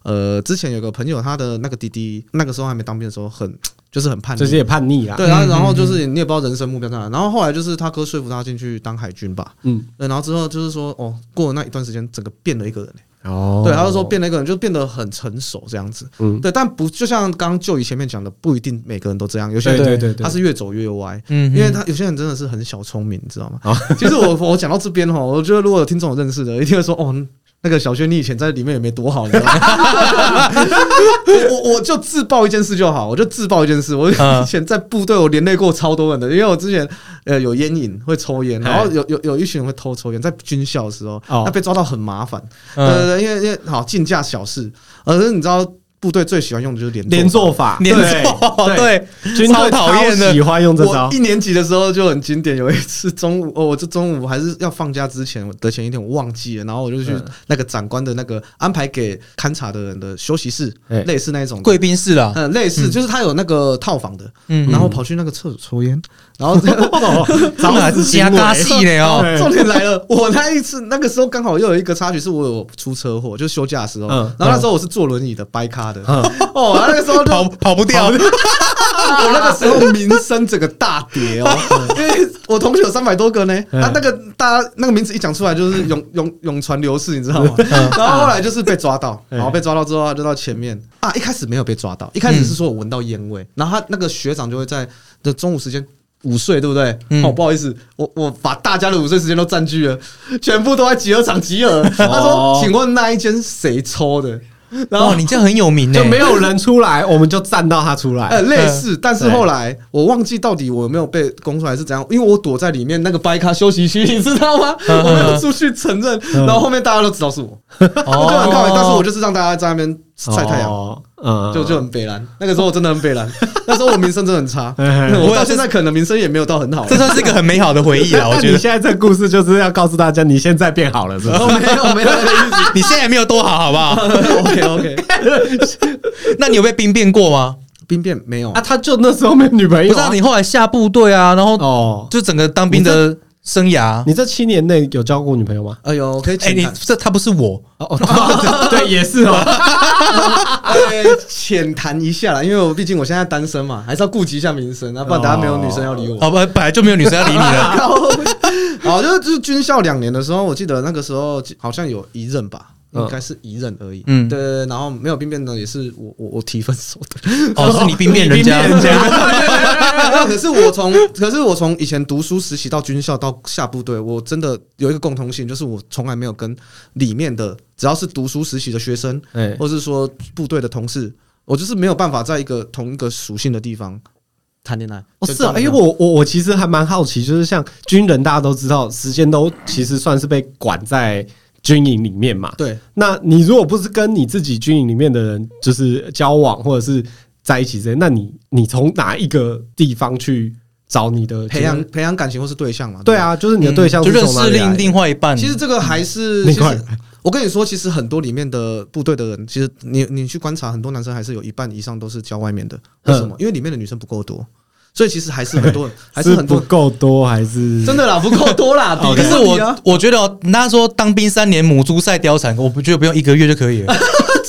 Speaker 3: 呃之前有个朋友，他的那个弟弟那个时候还没当兵的时候很，就是很叛
Speaker 1: 这些
Speaker 3: 逆。
Speaker 1: 也叛逆啦。
Speaker 3: 对，
Speaker 2: 嗯
Speaker 3: 然后然后
Speaker 2: 嗯
Speaker 3: 就是你也不知道人生目标在哪，然后后来就是他哥说服他进去当海军吧，
Speaker 1: 嗯，
Speaker 3: 对，然后之后就是说哦，过了那一段时间，整个变了一个人、
Speaker 1: 哦
Speaker 3: 对，他就说变了一个人，就变得很成熟这样子，
Speaker 1: 嗯
Speaker 3: 对，但不就像刚刚就以前面讲的，不一定每个人都这样，有些
Speaker 1: 对
Speaker 3: 人
Speaker 1: 对对对，
Speaker 3: 他是越走越歪，
Speaker 2: 嗯，哦
Speaker 3: 因为他有些人真的是很小聪明，你知道吗
Speaker 1: 啊？
Speaker 3: 其实我我讲到这边哈，我觉得如果有听众有认识的，一定会说哦，那个小轩你以前在里面也没多好，你知道 吗？我我我就自曝一件事就好，我就自曝一件事。我
Speaker 2: 嗯
Speaker 3: 以前在部队我连累过超多人的，因为我之前呃有烟瘾会抽
Speaker 2: 嗯
Speaker 3: 烟，然后有有有一群人会偷抽烟，在军校的时候，
Speaker 1: 哦
Speaker 3: 那被抓到很麻烦。对对
Speaker 2: 嗯
Speaker 3: 对，因为因为好竞价小事，呃可是你知道部队最喜欢用的就是连
Speaker 1: 连
Speaker 3: 坐
Speaker 1: 坐法，
Speaker 2: 连
Speaker 1: 对
Speaker 2: 坐
Speaker 1: 对，
Speaker 2: 对，
Speaker 1: 军
Speaker 2: 超
Speaker 1: 队
Speaker 2: 讨厌的
Speaker 1: 喜欢用这招
Speaker 3: 我。一年级的时候就很经典，有一次中午，哦，我就中午还是要放假之前的前一天，我忘记了，然后我就去那个长官的那个安排给勘察的人的休息室，
Speaker 1: 哎
Speaker 3: 类似那一种的
Speaker 2: 贵，宾室啦，
Speaker 3: 嗯，类似就是他有那个套房的，
Speaker 2: 嗯，
Speaker 3: 然后跑去那个厕所抽烟，然后
Speaker 1: 早死行 为
Speaker 2: 加戏呢 哦，
Speaker 1: 对
Speaker 3: 重点来了，我那一次那个时候刚好又有一个插曲，是我有出车祸，就是休假的时候，
Speaker 1: 嗯
Speaker 3: 然后那时候我是坐轮椅的掰咖的，
Speaker 1: 嗯
Speaker 3: 哦，然后那个时候就
Speaker 2: 跑跑不掉，
Speaker 3: 我那个时候名声整个大 跌哦，因为我同学有三百多个呢，
Speaker 1: 嗯
Speaker 3: 啊，那个大家那个名字一讲出来就是永永永传流逝，你知道吗？ 然后后来就是被抓到，
Speaker 1: 嗯
Speaker 3: 然后被抓到之后他就到前面啊，一开始没有被抓到，一开
Speaker 1: 嗯
Speaker 3: 始是说我闻到烟味，然后他那个学长就会在的中午时间。午睡对不对？
Speaker 2: 嗯
Speaker 3: 哦，不好意思，我我把大家的午睡时间都占据了，全部都在集合场集合。
Speaker 1: 哦
Speaker 3: 他说：“请问那一间谁抽的？”然后
Speaker 2: 哦哇，你这样很有名呢，欸
Speaker 1: 就没有人出来，我们就站到他出 来。
Speaker 3: 呃，类似，但是后来我忘记到底我有没有被公出来是怎样，因为我躲在里面那个掰咖休息区， 你知道吗？
Speaker 2: 嗯
Speaker 3: 我没有出去承认，
Speaker 1: 嗯
Speaker 3: 然后后面大家都知道是我，
Speaker 2: 哦，
Speaker 3: 我就很靠北，但是我就是让大家在那边晒太阳，
Speaker 1: 哦，嗯
Speaker 3: 就就很北蓝。那个时候我真的很北蓝，那时候我名声真的很差，
Speaker 1: 嘿嘿嘿
Speaker 3: 我到现在可能名声也没有到很好
Speaker 2: 这。算是一个很美好的回 忆啦，
Speaker 1: 那
Speaker 2: 我
Speaker 1: 那
Speaker 2: 觉
Speaker 1: 你
Speaker 2: 得。
Speaker 1: 现在这故事就是要告诉大家，你现在变好了，是不
Speaker 3: 哦，没有没有那个意
Speaker 2: 你现在也没有多好，好不好？
Speaker 3: 思。OK OK，
Speaker 2: 那你有被兵变过吗？
Speaker 3: 兵变没有
Speaker 1: 啊啊，他就那时候没女朋
Speaker 2: 不
Speaker 1: 友
Speaker 2: 知道
Speaker 1: 啊。
Speaker 2: 你后来下部队啊，然后
Speaker 1: 哦，
Speaker 2: 就整个当兵的生涯。
Speaker 1: 你这七年内有交过女朋友吗？
Speaker 3: 哎呦，可以
Speaker 2: 哎，
Speaker 3: 浅
Speaker 2: 你
Speaker 3: 谈，
Speaker 2: 这他不是我，
Speaker 1: 对，也是 哦。
Speaker 3: 哎浅谈一下啦，因为我毕竟我现在单身嘛，还是要顾及一下名声啊，不然等下没有女生要理我。
Speaker 2: 哦不，本来就没有女生要理你了。
Speaker 3: 好，哦就是就是军校两年的时候，我记得那个时候好像有一任吧，
Speaker 1: 嗯
Speaker 3: 应该是一任而已。
Speaker 2: 嗯
Speaker 3: 嗯，对对对，然后没有兵变的也是我我我提分手 的。
Speaker 2: 哦，是你兵变人家，
Speaker 1: 你兵变人
Speaker 3: 可是我从可是我从以前读书实习到军校到下部队，我真的有一个共同性，就是我从来没有跟里面的只要是读书实习的学生，
Speaker 1: 哎，
Speaker 3: 或是说部队的同事，我就是没有办法在一个同一个属性的地方谈恋爱。
Speaker 1: 哦，
Speaker 3: 就是
Speaker 1: 啊，
Speaker 3: 这
Speaker 1: 因为
Speaker 3: 样
Speaker 1: 我我我其实还蛮好奇，就是像军人，大家都知道，时间都其实算是被管在军营里面嘛。
Speaker 3: 对
Speaker 1: 那你如果不是跟你自己军营里面的人就是交往或者是在一起之类，那你你从哪一个地方去找你的
Speaker 3: 培养？培养感情或是对象嘛，
Speaker 1: 对
Speaker 3: 吧。
Speaker 1: 啊，就是你的对象
Speaker 2: 就是认
Speaker 1: 从哪
Speaker 2: 识
Speaker 1: 里来
Speaker 2: 另另外一半。
Speaker 3: 其实这个还是
Speaker 1: 另
Speaker 3: 其
Speaker 1: 外
Speaker 3: 实我跟你说，其实很多里面的部队的人，其实你你去观察，很多男生还是有一半以上都是交外面的。为什么？因为里面的女生不够 多，所以其实还是很 多，还是
Speaker 1: 是
Speaker 3: 很
Speaker 1: 不
Speaker 3: 多
Speaker 1: 够多还是
Speaker 3: 真的啦，不够多啦。
Speaker 2: 哦可
Speaker 3: 比
Speaker 2: 是
Speaker 3: 比啊
Speaker 2: 我我觉得哦，那时候当兵三年母猪赛貂蝉，我不觉得不用一个月就可以了，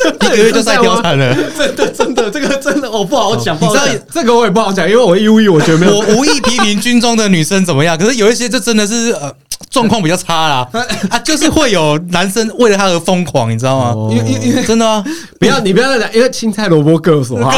Speaker 2: 一个月就赛貂蝉了。
Speaker 3: 真的真的这个真的我不好讲，不好
Speaker 2: 你知道
Speaker 3: 讲。
Speaker 1: 这个我也不好讲，因为我 U E 我觉得没有。
Speaker 2: 我无意批评军中的女生怎么样，可是有一些就真的是呃状况比较差啦，啊，就是会有男生为了她而疯狂，你知道吗？
Speaker 1: 哦
Speaker 3: 因为因为因为
Speaker 2: 真的啊，
Speaker 1: 不要你不要再讲，因为青菜萝卜各有所 好。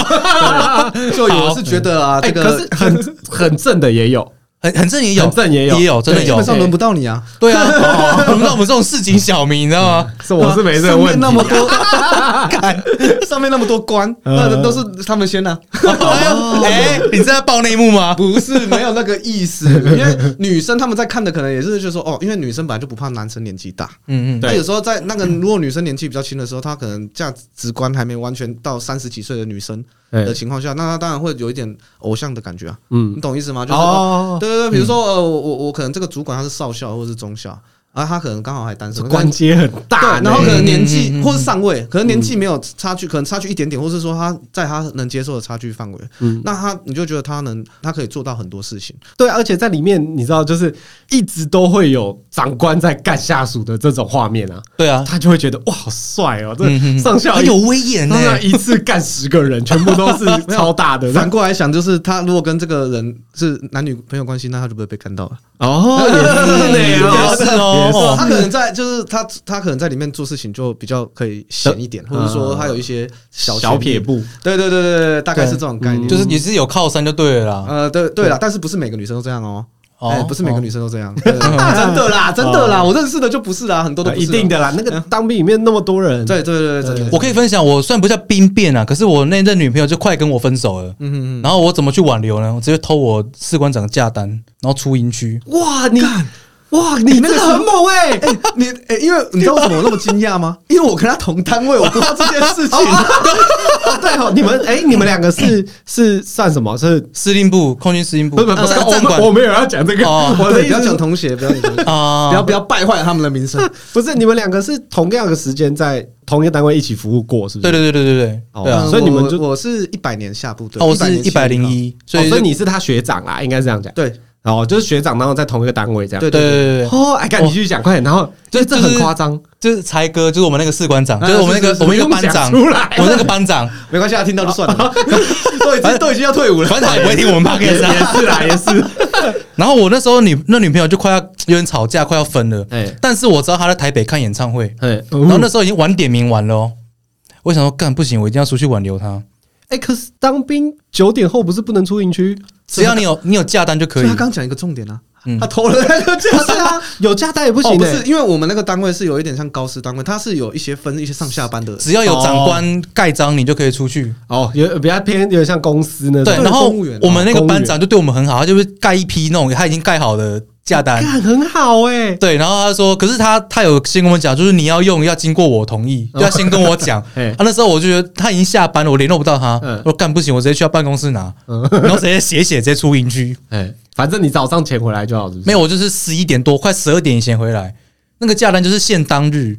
Speaker 3: 就我是觉得啊，
Speaker 1: 哎，
Speaker 3: 这
Speaker 1: 可
Speaker 3: 个
Speaker 1: 是啊很很正的也有，
Speaker 2: 很很正也有，
Speaker 1: 很正也有
Speaker 2: 也有，真的
Speaker 3: 基
Speaker 2: 有
Speaker 3: 本。上轮不到你啊。
Speaker 2: 对啊，轮不到我们这种市井小民，你知道吗？
Speaker 1: 是我是没这个
Speaker 3: 上面
Speaker 1: 问题。啊
Speaker 3: 那么多， 上面那么多官，那
Speaker 1: 嗯
Speaker 3: 都是他们先啊。
Speaker 2: 哎呦哎，你是在爆内幕吗？
Speaker 3: 不是没有那个意思， 因为女生她们在看的可能也是就说哦，因为女生本来就不怕男生年纪大，
Speaker 2: 嗯嗯，
Speaker 1: 对
Speaker 3: 那有时候在那个如果女生年纪比较轻的时候，她可能价值观还没完全到三十几岁的女生
Speaker 1: 哎
Speaker 3: 的情况下，那她当然会有一点偶像的感觉啊，
Speaker 1: 嗯
Speaker 3: 你，懂意思吗？就是说
Speaker 1: 哦，
Speaker 3: 对
Speaker 2: 嗯
Speaker 3: 对对，比如说呃，我我我可能这个主管他是少校或是中校啊，他可能刚好还单身，
Speaker 1: 关节很大
Speaker 3: 对，
Speaker 1: 呢，
Speaker 3: 然后可能年纪
Speaker 2: 嗯嗯嗯嗯
Speaker 3: 或是上位，可能年纪没有差距，可能差距一点点，或是说他在他能接受的差距范围，
Speaker 2: 嗯
Speaker 3: 那他你就觉得他能，他可以做到很多事情。
Speaker 1: 对，而且在里面你知道，就是一直都会有长官在干下属的这种画面啊，
Speaker 2: 对啊，
Speaker 1: 他就会觉得哇，好帅哦，这
Speaker 2: 嗯嗯嗯
Speaker 1: 上下
Speaker 2: 很有威严呢
Speaker 1: 上。下一次干十个人，全部 都是超大的，
Speaker 3: 反过来想，就是他如果跟这个人是男女朋友关系，那他就不会被看到了。
Speaker 1: 哦，也是呢
Speaker 2: 也是哦
Speaker 3: 他可能在就是他他可能在里面做事情就比较可以闲一点，或者说他有一些嗯小
Speaker 1: 小
Speaker 3: 权利
Speaker 1: 撇。步，
Speaker 3: 对对对对对，大概是这种概念。
Speaker 2: 就是也是有靠山就对了啦。
Speaker 3: 呃，对对了，但是不是每个女生都这样哦。哦
Speaker 2: 哦
Speaker 3: 哎，不是每个女生都这 样，对真的啦，真的啦，我认识的就不是啦，很多都
Speaker 1: 啊
Speaker 3: 不
Speaker 1: 一
Speaker 3: 是啦。
Speaker 1: 定的啦。那个当兵里面那么多人，
Speaker 3: 对对对对真的，
Speaker 2: 我可以分享，我虽然不叫兵变啊，可是我那任女朋友就快跟我分手了。嗯嗯，然后我怎么去挽留呢？我直接偷我士官长的假单，然后出营区。
Speaker 1: 哇，你哇，你那个很猛哎，
Speaker 3: 哎、你哎、因为你知道为什么我那么惊讶吗？因为我跟他同单位，我不知道这件事情。啊
Speaker 1: 哦对哦，你们哎，你们两个是是算什么？是
Speaker 2: 司令部，空军司令部，
Speaker 1: 不是不是不是，
Speaker 2: 呃
Speaker 1: 我
Speaker 2: 战
Speaker 1: 们
Speaker 2: 管
Speaker 1: 我没有要讲这个，
Speaker 2: 哦
Speaker 1: 我的
Speaker 3: 对，
Speaker 1: 意
Speaker 3: 不要
Speaker 1: 思是
Speaker 3: 讲同学， 不要讲同学，哦不要
Speaker 2: 啊
Speaker 3: 不要败坏他们的名声。
Speaker 1: 不是你们两个是同样的时间在同一个单位一起服务过，是不
Speaker 2: 对
Speaker 1: 是？
Speaker 2: 对对对对对，
Speaker 1: 哦
Speaker 2: 对啊
Speaker 1: 嗯，
Speaker 3: 所以你
Speaker 1: 我
Speaker 3: 们就哦我是一百年下部队，
Speaker 2: 啊我是一
Speaker 3: 100
Speaker 2: 百
Speaker 3: 年
Speaker 2: 零
Speaker 3: 下
Speaker 2: 一，所
Speaker 1: 哦
Speaker 2: 以就
Speaker 1: 所以你是他学长啦，应该是这样讲。
Speaker 3: 对对
Speaker 1: 哦，就是学长，然后在同一个单位这样。
Speaker 3: 对
Speaker 2: 对对对对，对
Speaker 1: 哦，哎，赶紧继续讲，快点。然后
Speaker 2: 就
Speaker 1: 这这
Speaker 2: 就是
Speaker 1: 很夸张，
Speaker 2: 就是才哥，就是我们那个士官长，
Speaker 3: 啊
Speaker 2: 就是我们那个
Speaker 3: 是是是
Speaker 2: 我们一个
Speaker 1: 不用
Speaker 2: 班
Speaker 1: 讲
Speaker 2: 长，
Speaker 1: 出来
Speaker 2: 我那个班长，
Speaker 3: 没关系，他听到就算 了，都已经都已经要退伍了。
Speaker 2: 班长也不会听我们 p
Speaker 1: 也
Speaker 2: o
Speaker 1: 也
Speaker 2: d 啊。
Speaker 1: 是啦，也是。
Speaker 2: 然后我那时候女那女朋友就快要有点吵架，快要分了
Speaker 1: 哎，
Speaker 2: 但是我知道她在台北看演唱会，
Speaker 1: 哎，
Speaker 3: 嗯
Speaker 2: 然后
Speaker 1: 然
Speaker 2: 那时候已经晚点名完了哦，我想说干不行，我一定要出去挽留他。
Speaker 1: 哎，可是当兵九点后不是不能出营区？
Speaker 2: 只要你有你有假单就可
Speaker 3: 所
Speaker 2: 以
Speaker 3: 以他。刚讲一个重点啊，
Speaker 2: 嗯
Speaker 3: 他投了那个假
Speaker 1: 不是啊，有假单也不行
Speaker 3: 哦，不
Speaker 1: 欸
Speaker 3: 是，因为我们那个单位是有一点像高师单位，它是有一些分一些上下班的。
Speaker 2: 只要有长官盖章，你就可以出去。
Speaker 1: 哦，有比较偏，有点像公司那
Speaker 2: 对，
Speaker 1: 种。
Speaker 3: 对
Speaker 2: 然后
Speaker 3: 公务员
Speaker 2: 我们那个班长就对我们很好，他就是盖一批那种他已经盖好的假 单。
Speaker 1: 干很好哎。
Speaker 2: 对，然后他说，可是他他有先跟我讲，就是你要用要经过我同意，
Speaker 3: 哦
Speaker 2: 就要先跟我 讲。
Speaker 1: 嘿
Speaker 2: 啊，那时候我就觉得他已经下班了，我联络不到他，
Speaker 1: 嗯
Speaker 2: 我说干不行，我直接去他办公室拿，
Speaker 3: 嗯
Speaker 2: 然后直接写一写，直接出营区。
Speaker 1: 哎，反正你早上钱回来就好，是不是？
Speaker 2: 没有，我就是十一点多，快十二点以前回来。那个假单就是限当日，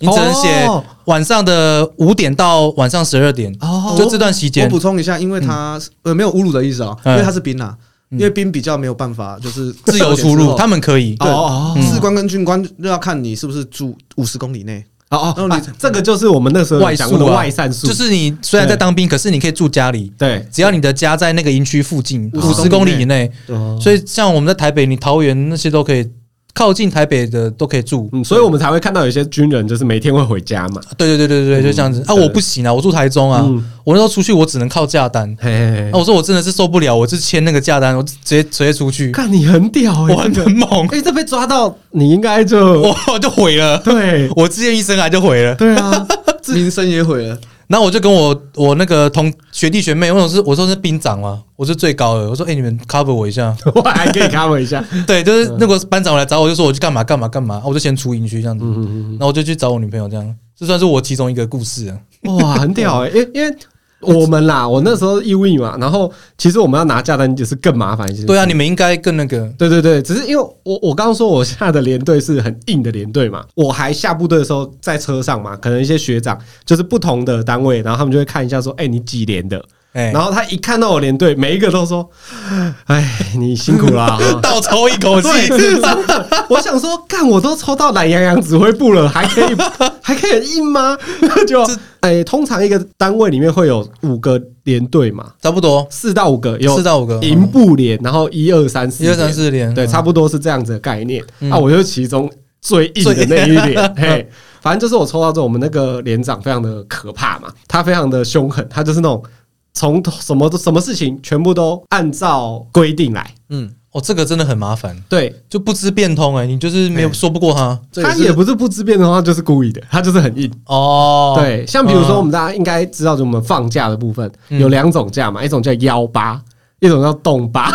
Speaker 2: 你只能写
Speaker 1: 哦
Speaker 2: 晚上的五点到晚上十二点，
Speaker 1: 哦
Speaker 2: 就这段期
Speaker 3: 我
Speaker 2: 间
Speaker 3: 嗯补。充一下，因为他是呃没有侮辱的意思啊，因
Speaker 2: 嗯
Speaker 3: 为他是兵啊，因为兵比较没有办法，就是
Speaker 2: 自由出 入，他
Speaker 3: 们
Speaker 2: 们可以。
Speaker 3: 对
Speaker 1: 哦
Speaker 3: 士官跟军官就要看你是不是住五十公里内，
Speaker 1: 哦哦
Speaker 3: 那
Speaker 1: 哦，
Speaker 3: 你
Speaker 1: 啊这个就是我们那时候
Speaker 2: 外
Speaker 1: 讲过
Speaker 2: 宿
Speaker 1: 的
Speaker 2: 啊，
Speaker 1: 外散术，
Speaker 2: 就是你虽然在当兵，可是你可以住家里，
Speaker 1: 对
Speaker 2: 只要你的家在那个营区附近五
Speaker 3: 50
Speaker 2: 十公里以内。
Speaker 3: 对
Speaker 2: 所以像我们在台北，你桃园那些都可以，靠近台北的都可以住。
Speaker 1: 嗯，所以我们才会看到有些军人就是每天会回家嘛。
Speaker 2: 对对对对对，就这样子啊！
Speaker 1: 对
Speaker 2: 我不行啊，我住台中啊，
Speaker 1: 嗯
Speaker 2: 我那时候出去我只能靠价单。
Speaker 1: 嘿嘿
Speaker 2: 啊，
Speaker 1: 嘿，
Speaker 2: 我说我真的是受不了，我就签那个价单，我直接直接出去，
Speaker 1: 看你很屌
Speaker 2: 我
Speaker 1: 哎、
Speaker 2: 很
Speaker 1: 欸，
Speaker 2: 猛，
Speaker 1: 哎、这被抓到你应该就
Speaker 2: 我 就毁了，
Speaker 1: 对
Speaker 2: 我之前一生来就毁了。
Speaker 1: 对啊，
Speaker 3: 名声也毁了。
Speaker 2: 然后我就跟我我那个同学弟学妹，我说是我说是兵长嘛，我是最高的，我说哎、你们 cover 我一 下，
Speaker 1: 我还可以 cover 一下。
Speaker 2: 对，
Speaker 1: 嗯
Speaker 2: 就是那个班长来找我，就说我去干嘛干嘛干嘛，啊我就先出营区这样子，
Speaker 1: 嗯嗯
Speaker 2: 然后我就去找我女朋友这样，这算是我其中一个故事啊。
Speaker 1: 嗯，哇，很屌哎、欸，因因为。我们啦，我那时候义务役嘛，然后其实我们要拿假单就是更麻烦一些。
Speaker 2: 对啊，你们应该更那个，
Speaker 1: 对对对，只是因为我我刚刚说我下的连队是很硬的连队嘛，我还下部队的时候在车上嘛，可能一些学长就是不同的单位，然后他们就会看一下说，哎、你几连的？
Speaker 2: 哎、
Speaker 1: 然后他一看到我连队，每一个都说，哎，你辛苦啦、
Speaker 2: 倒抽一口气，
Speaker 1: 对，是真的。我想说，干我都抽到懒洋洋指挥部了，还可以 还可以硬吗？ 就哎、通常一个单位里面会有五个连队嘛，
Speaker 2: 差不多
Speaker 1: 四到五个，有
Speaker 2: 四到五个，
Speaker 1: 营部连，然后一二三四，
Speaker 2: 嗯一二三四连，
Speaker 1: 对，
Speaker 2: 嗯
Speaker 1: 差不多是这样子的概念。
Speaker 2: 嗯
Speaker 1: 啊，我就是其中最硬的那一 点，嘿。反正就是我抽到之后，我们那个连长非常的可怕嘛，他非常的凶狠，他就是那种从头什么都什么事情全部都按照规定来，
Speaker 3: 嗯，
Speaker 2: 哦，这个真的很麻烦。
Speaker 1: 对
Speaker 2: 就不知变通哎、你就是没有
Speaker 1: 哎
Speaker 2: 说不过他
Speaker 3: 这
Speaker 1: 他
Speaker 3: 是啊
Speaker 1: 也不是不知变的话，就是故意的，他就是很硬。
Speaker 2: 哦。，
Speaker 1: 对，像比如
Speaker 2: 嗯
Speaker 1: 说我们大家应该知道，就我们放假的部分
Speaker 2: 嗯
Speaker 1: 有两种假嘛，一种叫幺八，一种叫动 八，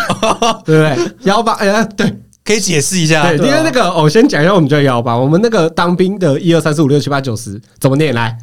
Speaker 1: 对不对？幺八，哎，对，
Speaker 2: 可以解释一 下。
Speaker 3: 啊
Speaker 1: 对，因为那个我先讲一下我们叫幺八，我们那个当兵的一二三四五六七八九十怎么念来？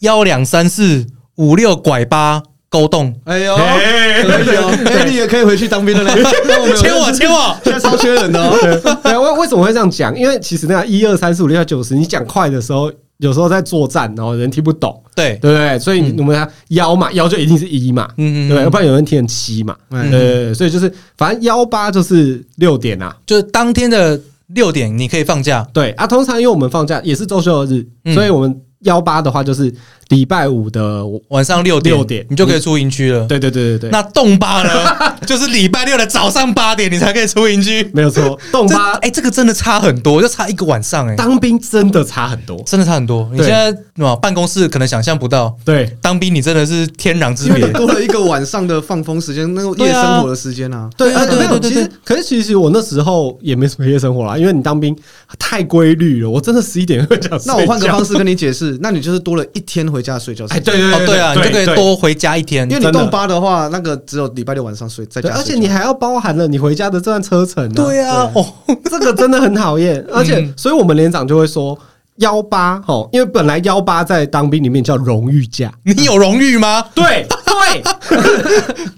Speaker 2: 幺两三四五六拐八勾动，
Speaker 3: 哎呦，
Speaker 1: 哎
Speaker 3: 可以哦，哎，你也可以回去当兵了嘞，
Speaker 2: 签我签我。
Speaker 3: 现在超缺人的哦。
Speaker 1: 对，为为什么会这样讲？因为其实那个一二三四五六七八九十，你讲快的时候，有时候在作战，然后人听不懂，
Speaker 2: 对，
Speaker 1: 对不对？所以
Speaker 2: 嗯
Speaker 1: 我们幺嘛，幺就一定是一嘛，
Speaker 2: 嗯嗯，
Speaker 1: 对，要不
Speaker 2: 嗯
Speaker 1: 然有人听成七嘛，
Speaker 3: 嗯
Speaker 1: 呃，所以就是反正幺八就是六点啊，
Speaker 2: 就是当天的六点你可以放假，
Speaker 1: 对啊，通常因为我们放假也是周休二日，
Speaker 2: 嗯
Speaker 1: 所以我们幺八的话就是礼拜五的，
Speaker 2: 晚上六点
Speaker 1: 六点
Speaker 2: 你就可以出营区了。
Speaker 1: 对对对对对，
Speaker 2: 那动八呢，就是礼拜六的早上八点你才可以出营区。
Speaker 1: 没有错，动
Speaker 2: 这
Speaker 1: 八
Speaker 2: 哎，这个真的差很多，就差一个晚上哎，
Speaker 1: 当兵真的差很多，
Speaker 2: 真的差很多。你
Speaker 1: 对
Speaker 2: 现在哇办公室可能想象不到，
Speaker 1: 对
Speaker 2: 当兵你真的是天壤之
Speaker 3: 因为
Speaker 2: 别
Speaker 3: 你。多了一个晚上的放风时间，那个夜生活的时间啊。
Speaker 1: 对
Speaker 2: 啊对啊
Speaker 1: 没有
Speaker 2: 对对
Speaker 1: 其实
Speaker 2: 对
Speaker 1: 可是其实我那时候也没什么夜生活啦，因为你当兵太规律了，我真的十一点会讲。
Speaker 3: 那我换个
Speaker 1: 睡觉
Speaker 3: 方式跟你解释，那 你就是多了一天回家睡觉时
Speaker 1: 哎，
Speaker 3: 间。
Speaker 1: 对对
Speaker 2: 哦，
Speaker 1: 对
Speaker 2: 对啊，你就可以
Speaker 1: 对
Speaker 2: 多回家一天
Speaker 3: 因。
Speaker 1: 真
Speaker 3: 为你
Speaker 1: 的
Speaker 3: 动八的话，那个只有礼拜六晚上睡，在
Speaker 1: 对，
Speaker 3: 家
Speaker 1: 而
Speaker 3: 睡
Speaker 1: 且
Speaker 3: 觉。
Speaker 1: 你还要包含了你回家的这段车程啊。
Speaker 2: 对啊，哦，
Speaker 1: 这个真的很讨厌，而且
Speaker 2: 嗯
Speaker 1: 所以我们连长就会说。幺八哦，因为本来幺八在当兵里面叫荣誉假，
Speaker 2: 你有荣誉吗？
Speaker 1: 对对，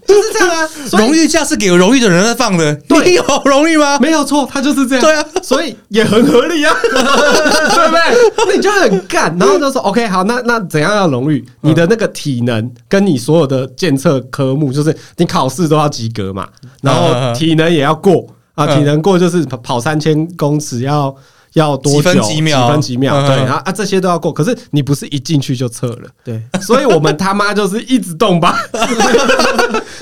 Speaker 1: 就是这样啊，所以
Speaker 2: 荣誉假是给有荣誉的人在放的，
Speaker 1: 对
Speaker 2: 你有荣誉吗？
Speaker 1: 没有错，他就是这样。
Speaker 2: 对啊，
Speaker 1: 所以也很合 理啊，对不对？那你就很干，然后就说 OK，好，那那怎样要荣誉？你的那个体能跟你所有的检测科目，就是你考试都要及格嘛，然
Speaker 2: 嗯嗯嗯
Speaker 1: 后体能也要过啊，
Speaker 2: 嗯
Speaker 1: 体能过就是跑跑三千公尺要。要多久？
Speaker 2: 几分几秒
Speaker 1: 几分几秒？
Speaker 2: 嗯嗯
Speaker 1: 对，
Speaker 2: 嗯
Speaker 1: 然后啊，这些都要过。可是你不是一进去就测了，
Speaker 3: 对，
Speaker 1: 所以我们他妈就是一直动 吧，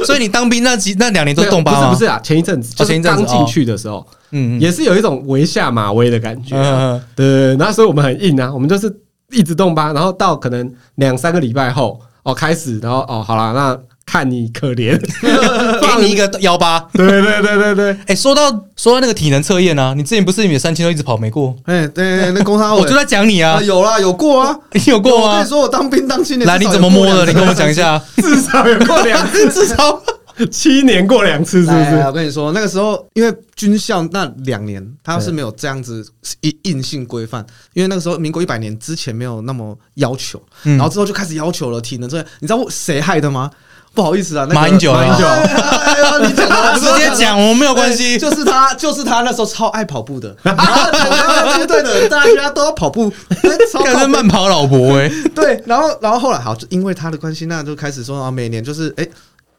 Speaker 2: 所以你当兵那几那两年都 动八
Speaker 1: 不
Speaker 2: 吗？
Speaker 1: 是不是啊，前一阵子就
Speaker 2: 前
Speaker 1: 是
Speaker 2: 一阵子
Speaker 1: 刚
Speaker 2: 哦
Speaker 1: 进去的时候，
Speaker 2: 嗯，嗯
Speaker 1: 也是有一种围下马威的感觉、啊。
Speaker 2: 嗯，嗯
Speaker 1: 对对对，那所以我们很硬啊，我们就是一直动吧，然后到可能两三个礼拜后哦开始，然后哦好啦，那看你可 怜，
Speaker 2: 嗯给你一个幺八。
Speaker 1: 对对对对对，
Speaker 2: 哎，说到说到那个体能测验啊，你之前不是你的三千都一直跑没过？
Speaker 3: 哎，对，那工商
Speaker 2: 我就在讲你啊
Speaker 3: 啊，，有啦，有过啊，
Speaker 2: 你有过
Speaker 3: 我跟
Speaker 2: 吗
Speaker 3: 你？说，我当兵当青年，
Speaker 2: 来，你
Speaker 3: 至少
Speaker 2: 怎么摸
Speaker 3: 有过
Speaker 2: 的？
Speaker 3: 两次
Speaker 2: 你跟我讲 一。 下。
Speaker 1: 至少有过两
Speaker 2: 至少
Speaker 1: 七年过两次，是不
Speaker 3: 来来来
Speaker 1: 是？
Speaker 3: 我跟你说，那个时候因为军校那两年，它是没有这样子一硬性规范，因为那个时候民国一百年之前没有那么要求，
Speaker 2: 嗯
Speaker 3: 然后之后就开始要求了体能这，你知道我谁害的吗？不好意思啊，那个
Speaker 2: 马英九啊
Speaker 3: 哎呀你讲的，
Speaker 2: 直接讲，我没有关系。
Speaker 3: 就是他，就是他那时候超爱跑步的，然后整个军队的大家都要跑步，超
Speaker 2: 看
Speaker 3: 跑
Speaker 2: 是
Speaker 3: 步
Speaker 2: 慢跑老伯哎，
Speaker 3: 对，然后然后后来好，就因为他的关系，那就开始说啊，每年就是哎。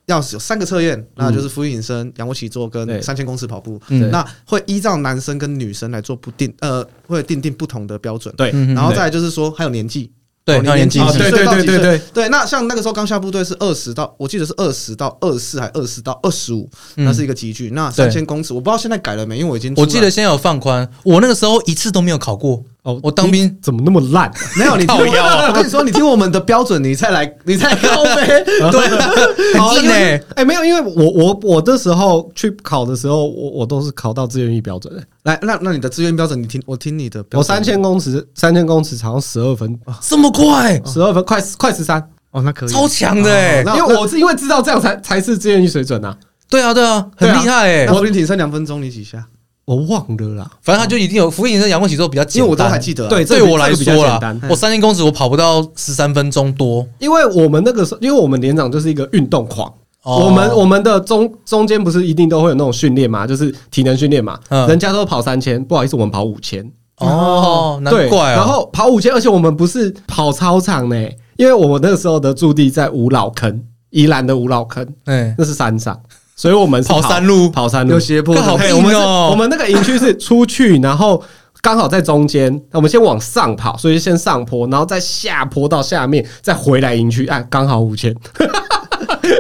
Speaker 3: 要有三个测验，那就是浮力隐身、仰卧起坐
Speaker 1: 对
Speaker 3: 跟三千公尺跑步。
Speaker 1: 对
Speaker 2: 嗯，
Speaker 3: 那会依照男生跟女生来做不定，呃，会定定不同的标准。
Speaker 1: 对，
Speaker 2: 嗯
Speaker 3: 然后再来就是说，还有年纪，
Speaker 2: 对，
Speaker 3: 哦
Speaker 2: 还有
Speaker 3: 你
Speaker 2: 年纪
Speaker 1: 啊
Speaker 3: 哦
Speaker 2: 是
Speaker 1: 对对对对对，
Speaker 3: 对，那像那个时候刚下部队是二十到，我记得是二十到二四还二十到二十五，
Speaker 2: 嗯
Speaker 3: 那是一个集距。那
Speaker 2: 对
Speaker 3: 三千公尺，我不知道现在改了没，因为我已经出来
Speaker 2: 我记得先有放宽，我那个时候一次都没有考过。
Speaker 1: 哦
Speaker 2: 我当兵
Speaker 1: 你怎么那么 烂啊？
Speaker 3: 没有你听我，
Speaker 2: 靠腰啊
Speaker 3: 我跟你说，你听我们的标准，你再来，你再高呗。
Speaker 2: 对，
Speaker 1: 好
Speaker 2: 很
Speaker 1: 因
Speaker 2: 近
Speaker 1: 为
Speaker 2: 哎，
Speaker 1: 哎，没有，因为我我我那时候去考的时候，我我都是考到志愿役标准的。
Speaker 3: 来，那那你的志愿标准，你听我听你的标准，
Speaker 1: 我三千公尺，三千公尺好像十二分，
Speaker 2: 这么快，
Speaker 1: 十二分快快十三，
Speaker 3: 哦，那可以，
Speaker 2: 超强的哎
Speaker 3: 哦！那
Speaker 1: 因为我是因为知道这样才才是志愿役水准啊，
Speaker 2: 对啊，对啊，
Speaker 1: 对
Speaker 2: 很
Speaker 1: 啊
Speaker 2: 厉害哎
Speaker 3: 那！我你挺身两分钟，你几下？
Speaker 1: 我忘了啦。
Speaker 2: 反正他就一定有俯卧撑、仰卧起坐比较简
Speaker 3: 因
Speaker 2: 单，
Speaker 3: 为我都还记得啊、
Speaker 1: 对
Speaker 2: 对我来
Speaker 1: 这个比
Speaker 2: 说
Speaker 1: 较简
Speaker 2: 啦
Speaker 1: 单，
Speaker 2: 我三千公尺我跑不到十三分钟多。
Speaker 1: 因为我们那个时候，因为我们连长就是一个运动狂。
Speaker 2: 哦
Speaker 1: 我们我们的中中间不是一定都会有那种训练嘛，就是体能训练嘛，
Speaker 2: 嗯
Speaker 1: 人家都跑三千，不好意思，我们跑五千，
Speaker 2: 哦，难
Speaker 1: 对，
Speaker 2: 怪哦。
Speaker 1: 然后跑五千，而且我们不是跑操场呢，因为我们那个时候的驻地在五老坑，宜兰的五老坑，
Speaker 2: 哎，
Speaker 1: 那是山上，所以我们是
Speaker 2: 跑山路
Speaker 1: 嗯跑山路
Speaker 3: 有，斜坡
Speaker 2: 更好
Speaker 3: 的，
Speaker 1: 嘿哎
Speaker 2: 硬
Speaker 1: 我们是
Speaker 2: 哦
Speaker 1: 我们那个营区是出去，然后刚好在中间，那我们先往上跑，所以先上坡，然后再下坡到下面，再回来营区，哎，刚好五千。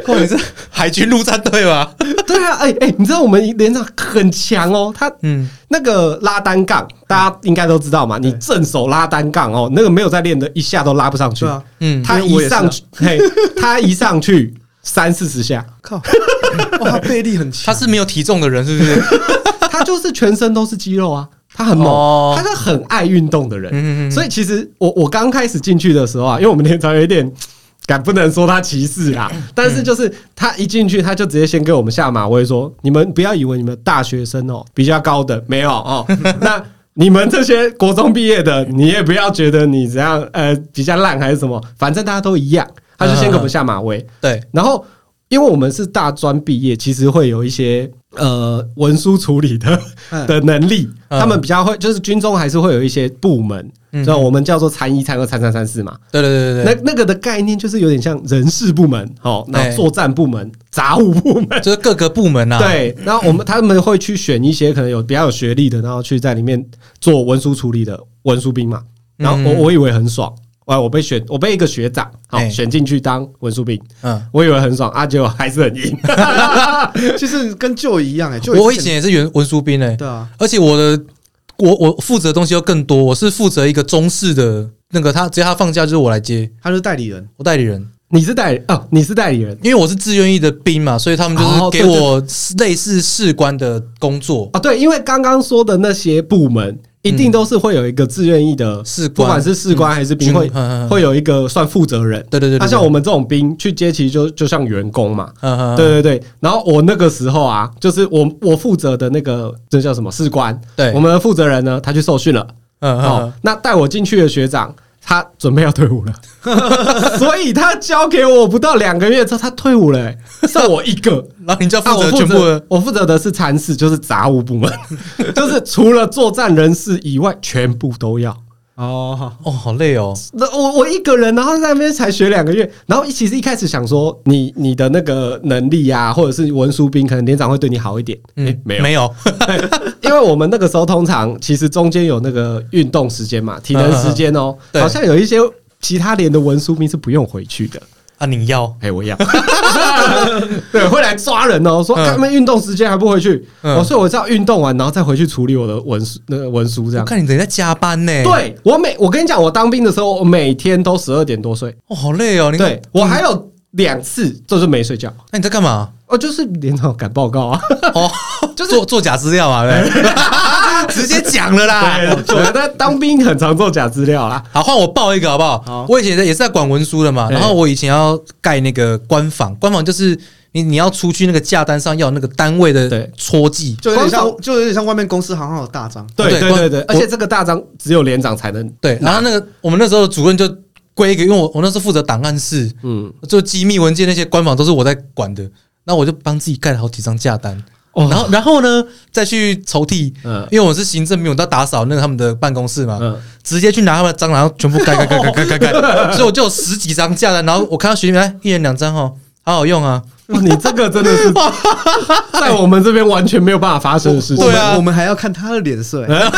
Speaker 2: 靠你是海军陆战队吧？
Speaker 1: 对啊，哎、哎、你知道我们连长很强哦，他
Speaker 2: 嗯，
Speaker 1: 那个拉单杠，大家应该都知道嘛，你正手拉单杠哦，那个没有在练的，一下都拉不上去
Speaker 3: 对。啊，
Speaker 2: 嗯
Speaker 1: 他一上去，嘿，他一上去三四十下，
Speaker 3: 靠，哇，他背力很
Speaker 2: 他
Speaker 3: 强，
Speaker 2: 是没有体重的人，是不是？
Speaker 1: 他就是全身都是肌肉啊，他很
Speaker 2: 哦
Speaker 1: 猛，他是很爱运动的人。
Speaker 2: 嗯嗯嗯
Speaker 1: 所以其实我我刚开始进去的时候啊，因为我们连长有一点。敢不能说他歧视啦，
Speaker 2: 嗯
Speaker 1: 但是就是他一进去，他就直接先给我们下马威，说：“你们不要以为你们大学生哦、比较高的没有 哦、那你们这些国中毕业的，你也不要觉得你怎样呃比较烂还是什么，反正大家都一样。”他就先给我们下马威，
Speaker 2: 对，
Speaker 1: 然后因为我们是大专毕业，其实会有一些呃文书处理的
Speaker 3: 嗯
Speaker 1: 的能力，
Speaker 2: 嗯
Speaker 1: 他们比较会，就是军中还是会有一些部门
Speaker 2: 嗯，
Speaker 1: 像我们叫做参一、参二、参三、参四嘛。
Speaker 2: 对对对
Speaker 1: 那
Speaker 2: 对
Speaker 1: 那个的概念就是有点像人事部门，哦，然
Speaker 2: 对
Speaker 1: 后作战部门、杂务部门。
Speaker 2: 对，就是各个部门啊。，
Speaker 1: 对，然后我们他们会去选一些可能有比较有学历的，然后去在里面做文书处理的文书兵嘛。然后
Speaker 2: 嗯
Speaker 1: 我我以为很爽，哇，我被选，我被一个学长好
Speaker 2: 哎
Speaker 1: 选进去当文书兵，
Speaker 2: 嗯，
Speaker 1: 我以为很爽，啊，结果还是很硬。
Speaker 3: 就是跟旧一样哎、旧
Speaker 2: 我以前也是原文书兵哎，
Speaker 3: 对啊，
Speaker 2: 而且我的我我负责的东西又更多，我是负责一个中式的那个他，只要他放假就是我来接，
Speaker 3: 他就是代理人，
Speaker 2: 我代理人，
Speaker 1: 你是代理哦，你是代理人
Speaker 2: 因为我是自愿意的兵嘛，所以他们就是
Speaker 1: 哦
Speaker 2: 给
Speaker 1: 对对
Speaker 2: 我类似士官的工作，
Speaker 1: 哦，对，因为刚刚说的那些部门，一定都是会有一个自愿意的
Speaker 2: 嗯士官
Speaker 1: 不管是士官还是兵，
Speaker 2: 嗯
Speaker 1: 会
Speaker 2: 嗯嗯嗯
Speaker 1: 会有一个算负责人。
Speaker 2: 对对对对
Speaker 1: 那像我们这种兵去接，其实就就像员工嘛。
Speaker 2: 嗯嗯，
Speaker 1: 对对对，然后我那个时候啊，就是我我负责的那个这叫什么士官，
Speaker 2: 对
Speaker 1: 我们的负责人呢，他去受训了，
Speaker 2: 嗯
Speaker 1: 哦
Speaker 2: 嗯，，
Speaker 1: 那带我进去的学长，他准备要退伍了， 所以他交给我不到两个月之后，他退伍了、欸，剩我一个。
Speaker 2: 然后你就要
Speaker 1: 啊
Speaker 2: 负
Speaker 1: 我
Speaker 2: 责
Speaker 1: 负
Speaker 2: 全部的
Speaker 1: 责，我负责的是参事，就是杂务部门， 就是除了作战人士以外，全部都要。
Speaker 3: 哦，
Speaker 2: 哦，好累哦，
Speaker 1: 那我我一个人，然后在那边才学两个月，然后其实一开始想说你你的那个能力啊，或者是文书兵，可能连长会对你好一点，
Speaker 2: 嗯，
Speaker 1: 没有
Speaker 2: 没有，
Speaker 1: 因为我们那个时候通常其实中间有那个运动时间嘛，体能时间 哦，
Speaker 2: 对
Speaker 1: 好像有一些其他连的文书兵是不用回去的。
Speaker 2: 啊，你要
Speaker 1: 哎，我要， 对，会来抓人哦，说
Speaker 2: 嗯
Speaker 1: 他们运动时间还不回去，哦
Speaker 2: 嗯
Speaker 1: 我说我只要运动完，然后再回去处理我的文书那个文书这
Speaker 2: 我
Speaker 1: 样。
Speaker 2: 看你等一下加班呢，，
Speaker 1: 对我每我跟你讲，我当兵的时候，我每天都十二点多睡，
Speaker 2: 哦，好累哦，你
Speaker 1: 对我还有两次就是没睡觉，
Speaker 2: 那你在干嘛？
Speaker 1: 哦，就是连长赶报告啊，
Speaker 2: 哦，
Speaker 1: 就是
Speaker 2: 做做假资料嘛，对不对， 直接讲了啦，
Speaker 1: 哎对， 我在当兵很常做假资料啦，
Speaker 2: 好，换我报一个好不好？
Speaker 3: 好
Speaker 2: 我以前也是在管文书的嘛，
Speaker 1: 对
Speaker 2: 然后我以前要盖那个官房，官房就是你你要出去那个价单上要有那个单位的
Speaker 1: 对
Speaker 2: 戳记，
Speaker 3: 就有点
Speaker 1: 光
Speaker 3: 像，就有点像外面公司行号的大章，
Speaker 1: 对
Speaker 2: 对
Speaker 1: 对
Speaker 2: 关
Speaker 1: 对对，而且这个大章只有连长才能，
Speaker 2: 对，然后那个我们那时候的主任就归一个，因为我我那时候负责档案室，
Speaker 1: 嗯，
Speaker 2: 就机密文件那些官房都是我在管的，那我就帮自己盖了好几张价单，
Speaker 1: 哦
Speaker 2: 然后然后呢再去抽屉，
Speaker 1: 嗯
Speaker 2: 因为我是行政兵，我到打扫那个他们的办公室嘛，
Speaker 1: 嗯
Speaker 2: 直接去拿他们的章，然后全部盖盖盖盖盖盖盖，所以我就有十几张架了。然后我看到学弟们哎一人两张哦，好好用啊。
Speaker 1: 哇你这个真的 是在我们这边完全没有办法发生的事情。
Speaker 2: 对啊哎
Speaker 3: 我们我们还要看他的脸色、欸，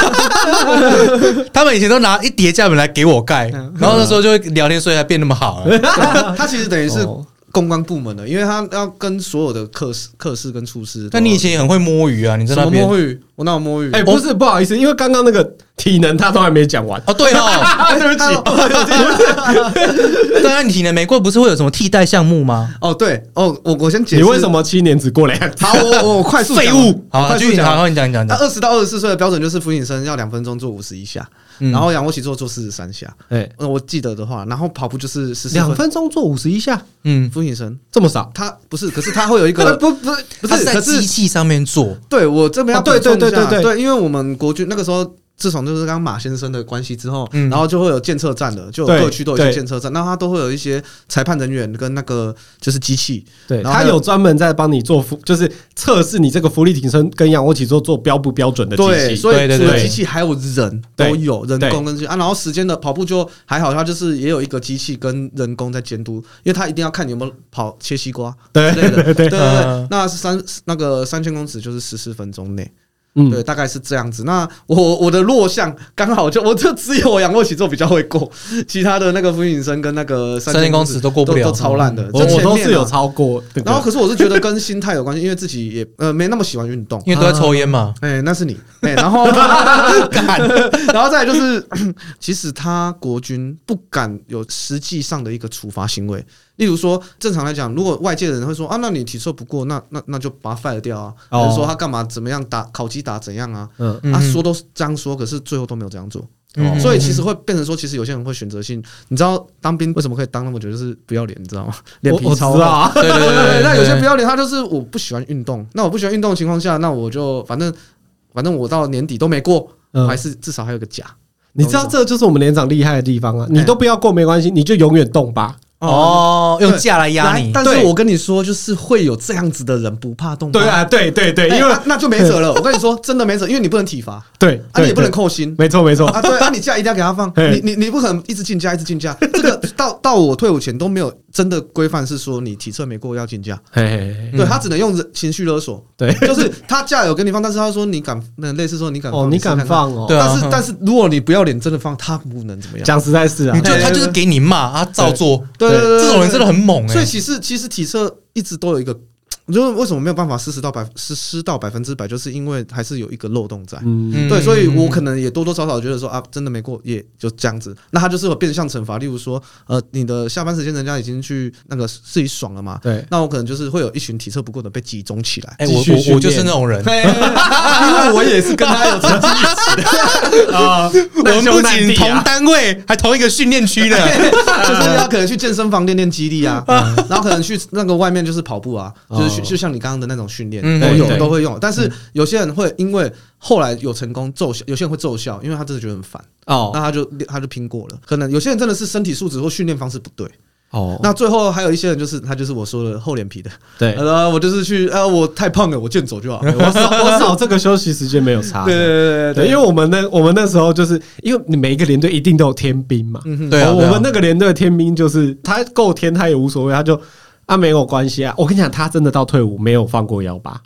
Speaker 2: 他们以前都拿一叠架本来给我盖，然后那时候就聊天，所以才变那么好
Speaker 1: 嗯
Speaker 2: 了。
Speaker 3: 他其实等于是
Speaker 1: 哦
Speaker 3: 公关部门的，因为他要跟所有的客室、客室跟处室都要。
Speaker 2: 但你以前也很会摸鱼啊，你在
Speaker 3: 什
Speaker 2: 那
Speaker 3: 么
Speaker 2: 边
Speaker 3: 摸鱼？我哪有摸鱼？
Speaker 1: 哎、不是不好意思，因为刚刚那个体能他都还没讲完。
Speaker 2: 哦，对哦，
Speaker 1: 啊，对不起，
Speaker 2: 对啊，你体能没过，不是会有什么替代项目吗？
Speaker 3: 哦，对，哦，我我先解释。
Speaker 1: 你为什？么七年只过两次？
Speaker 3: 好，我我我快速
Speaker 2: 废
Speaker 3: 讲完
Speaker 2: 物，好，
Speaker 3: 快
Speaker 2: 继
Speaker 3: 速
Speaker 2: 续
Speaker 3: 讲啊呃
Speaker 2: 讲，
Speaker 3: 完。
Speaker 2: 好，你讲，你讲，你
Speaker 3: 那
Speaker 2: 讲
Speaker 3: 二十到二十四岁的标准就是俯卧撑要两分钟做五十一下，
Speaker 2: 嗯
Speaker 3: 然后仰卧起坐做四十三下。
Speaker 1: 哎、
Speaker 3: 那我记得的话，然后跑步就是十四
Speaker 1: 两分钟做五十一下，
Speaker 2: 嗯，
Speaker 3: 俯卧撑。
Speaker 1: 这么少？
Speaker 3: 它不是，可是它会有一
Speaker 1: 那
Speaker 3: 个
Speaker 1: 不不 不
Speaker 3: 不
Speaker 2: 它
Speaker 3: 是
Speaker 2: 是在
Speaker 3: 可是
Speaker 2: 机器上面做，
Speaker 3: 对我这边要
Speaker 1: 啊对
Speaker 3: 补充一
Speaker 1: 对对
Speaker 3: 下
Speaker 1: 对对
Speaker 3: 对，因为我们国军那个时候。自从就是刚马先生的关系之后，
Speaker 2: 嗯
Speaker 3: 然后就会有监测站的，就有
Speaker 1: 对
Speaker 3: 各区都有一些
Speaker 1: 对
Speaker 3: 监测站，那它都会有一些裁判人员跟那个就是机器，
Speaker 1: 对，
Speaker 3: 然后还
Speaker 1: 他
Speaker 3: 有
Speaker 1: 有专门在帮你做浮，就是测试你这个浮力挺身跟仰卧起坐做标不标准的机
Speaker 3: 对，
Speaker 1: 器。
Speaker 3: 所
Speaker 2: 对
Speaker 3: 以
Speaker 2: 对
Speaker 3: 除了
Speaker 2: 对
Speaker 3: 机器还有人
Speaker 1: 对
Speaker 3: 都有人
Speaker 1: 对
Speaker 3: 工跟机器啊，然后时间的跑步就还好，它就是也有一个机器跟人工在监督，因为它一定要看你有没有跑切西瓜之
Speaker 1: 对
Speaker 3: 类的，对对
Speaker 2: 嗯
Speaker 3: 对，那是三那个三千公尺就是十四分钟内，
Speaker 1: 嗯，
Speaker 3: 对，大概是这样子。那我我的弱项刚好就我就只有仰卧起坐比较会过， 其他的那个俯卧撑跟那个
Speaker 2: 三千公尺都过不了
Speaker 3: 都超烂的。
Speaker 1: 我
Speaker 3: 就前
Speaker 1: 哦我
Speaker 3: 面啊
Speaker 1: 都是有。超过这个。
Speaker 3: 然后可是我是觉得跟心态有关系，因为自己也呃没那么喜欢运动。
Speaker 2: 因为都在抽烟嘛。
Speaker 3: 哎、那是你哎、然后
Speaker 2: 啊
Speaker 3: 然后再来就是， 其实他国军不敢有实际上的一个处罚行为，例如说，正常来讲，如果外界的人会说啊，那你体测不过，那那那就把他 fire 掉啊，
Speaker 1: 哦
Speaker 3: 或者说他干嘛怎么样打考绩打怎样啊，
Speaker 1: 嗯，哦
Speaker 2: 嗯
Speaker 3: 啊，说都是这样说，可是最后都没有这样做，
Speaker 2: 嗯
Speaker 3: 所以其实会变成说，其实有些人会选择性，你知道当兵为什么可以当那么久，就是不要脸，你知道吗？脸
Speaker 1: 我
Speaker 3: 皮
Speaker 1: 我知
Speaker 3: 超
Speaker 1: 道
Speaker 3: 厚。
Speaker 1: 啊，
Speaker 2: 对对对对对，
Speaker 3: 那有些不
Speaker 2: 要
Speaker 3: 要脸，他就是我不喜欢运动，那我不喜欢运动的情况下，那我就反正反正我到年底都没过，我
Speaker 1: 嗯
Speaker 3: 还是至少还有个甲。
Speaker 1: 你知道这就是我们连长厉害的地方
Speaker 3: 哎
Speaker 1: 啊！你都不要过没关系，你就永远动吧。
Speaker 2: 哦，用架来压
Speaker 3: 来
Speaker 2: 你，
Speaker 3: 但是
Speaker 1: 对
Speaker 3: 我跟你说，就是会有这样子的人不怕动。
Speaker 1: 对，啊，对对对，
Speaker 3: 因
Speaker 1: 因为
Speaker 3: 为那就没辙了。我跟 你说，真的没辙，因为你不能体罚，啊，
Speaker 1: 对，
Speaker 3: 你
Speaker 1: 对
Speaker 3: 也不能，
Speaker 1: 对
Speaker 3: 扣薪。
Speaker 1: 没错没错，
Speaker 3: 啊，对啊，你假一定要给他放，
Speaker 1: 嘿
Speaker 3: 你你你不可能一直进价一直 进价，这个到到我退伍前都没有真的规范是说你体测没过要进价，
Speaker 1: 嘿嘿嘿
Speaker 3: 嗯对他只能用人情绪勒索，
Speaker 1: 嗯对，
Speaker 3: 就是他假有给你放，但是他说你敢，那类似说你敢
Speaker 1: 哦，
Speaker 3: 放，
Speaker 1: 你
Speaker 3: 试试
Speaker 1: 敢
Speaker 3: 看
Speaker 1: 放哦？
Speaker 2: 对啊
Speaker 3: 但是
Speaker 2: 嗯
Speaker 3: 但是如果你不要脸真的放，他不能怎么样。
Speaker 1: 讲实在是啊
Speaker 2: 你，就
Speaker 3: 对对
Speaker 2: 他就是
Speaker 3: 对
Speaker 2: 给你骂啊，照做。
Speaker 3: 对对对，
Speaker 2: 这种人真的很猛
Speaker 3: 所以
Speaker 2: 哎。
Speaker 3: 其实其实体测一直都有一个，就是为什么没有办法实施到百实施到百分之百，就是因为还是有一个漏洞在。
Speaker 1: 嗯，
Speaker 2: 嗯
Speaker 3: 对，所以我可能也多多少少觉得说啊，真的没过，也就这样子。那他就是有变相惩罚，例如说，呃，你的下班时间人家已经去那个自己爽了嘛，
Speaker 1: 对，
Speaker 3: 那我可能就是会有一群体测不过的被集中起来。
Speaker 2: 哎，
Speaker 1: 继
Speaker 2: 我
Speaker 1: 续训
Speaker 2: 我
Speaker 1: 练
Speaker 2: 我就是那种人，
Speaker 3: 因为我也是跟他有成绩，
Speaker 1: 啊，
Speaker 2: 我
Speaker 1: 难
Speaker 2: 们
Speaker 1: 兄
Speaker 2: 不
Speaker 1: 难
Speaker 2: 仅
Speaker 1: 弟
Speaker 2: 同
Speaker 1: 啊，
Speaker 2: 单位，还同一个训练 区
Speaker 3: 哎
Speaker 2: 的。
Speaker 1: 呃
Speaker 3: 就是要可能去健身房练练肌 力啊，然后可能去那个外面就是跑步啊，就是去
Speaker 1: 哦
Speaker 3: 就像你刚刚的那种训练
Speaker 2: 嗯
Speaker 3: 都
Speaker 1: 对
Speaker 3: 有
Speaker 1: 对嗯
Speaker 3: 都会用，但是有些人会因为后来有成功奏效，有些人会奏效，因为他真的觉得很烦，那
Speaker 1: 哦
Speaker 3: 他就他就拼过了。可能有些人真的是身体素质或训练方式不对，
Speaker 1: 哦，
Speaker 3: 那最后还有一些人就是他就是我说的厚脸皮的，
Speaker 1: 对，
Speaker 3: 呃，我就是去呃我太胖了，我健走就 好。
Speaker 1: 我少我少这个休息时间没有差，
Speaker 3: 对对对对
Speaker 1: 对，因为我们那我们那时候就是因为你每一个连队一定都有天兵嘛，哦
Speaker 3: 嗯哼
Speaker 2: 对啊
Speaker 1: 我
Speaker 2: 对啊
Speaker 1: 我们那个连队的天兵就是他够天他也无所谓，他就啊没有关系啊，我跟你讲，他真的到退伍没有放过幺八，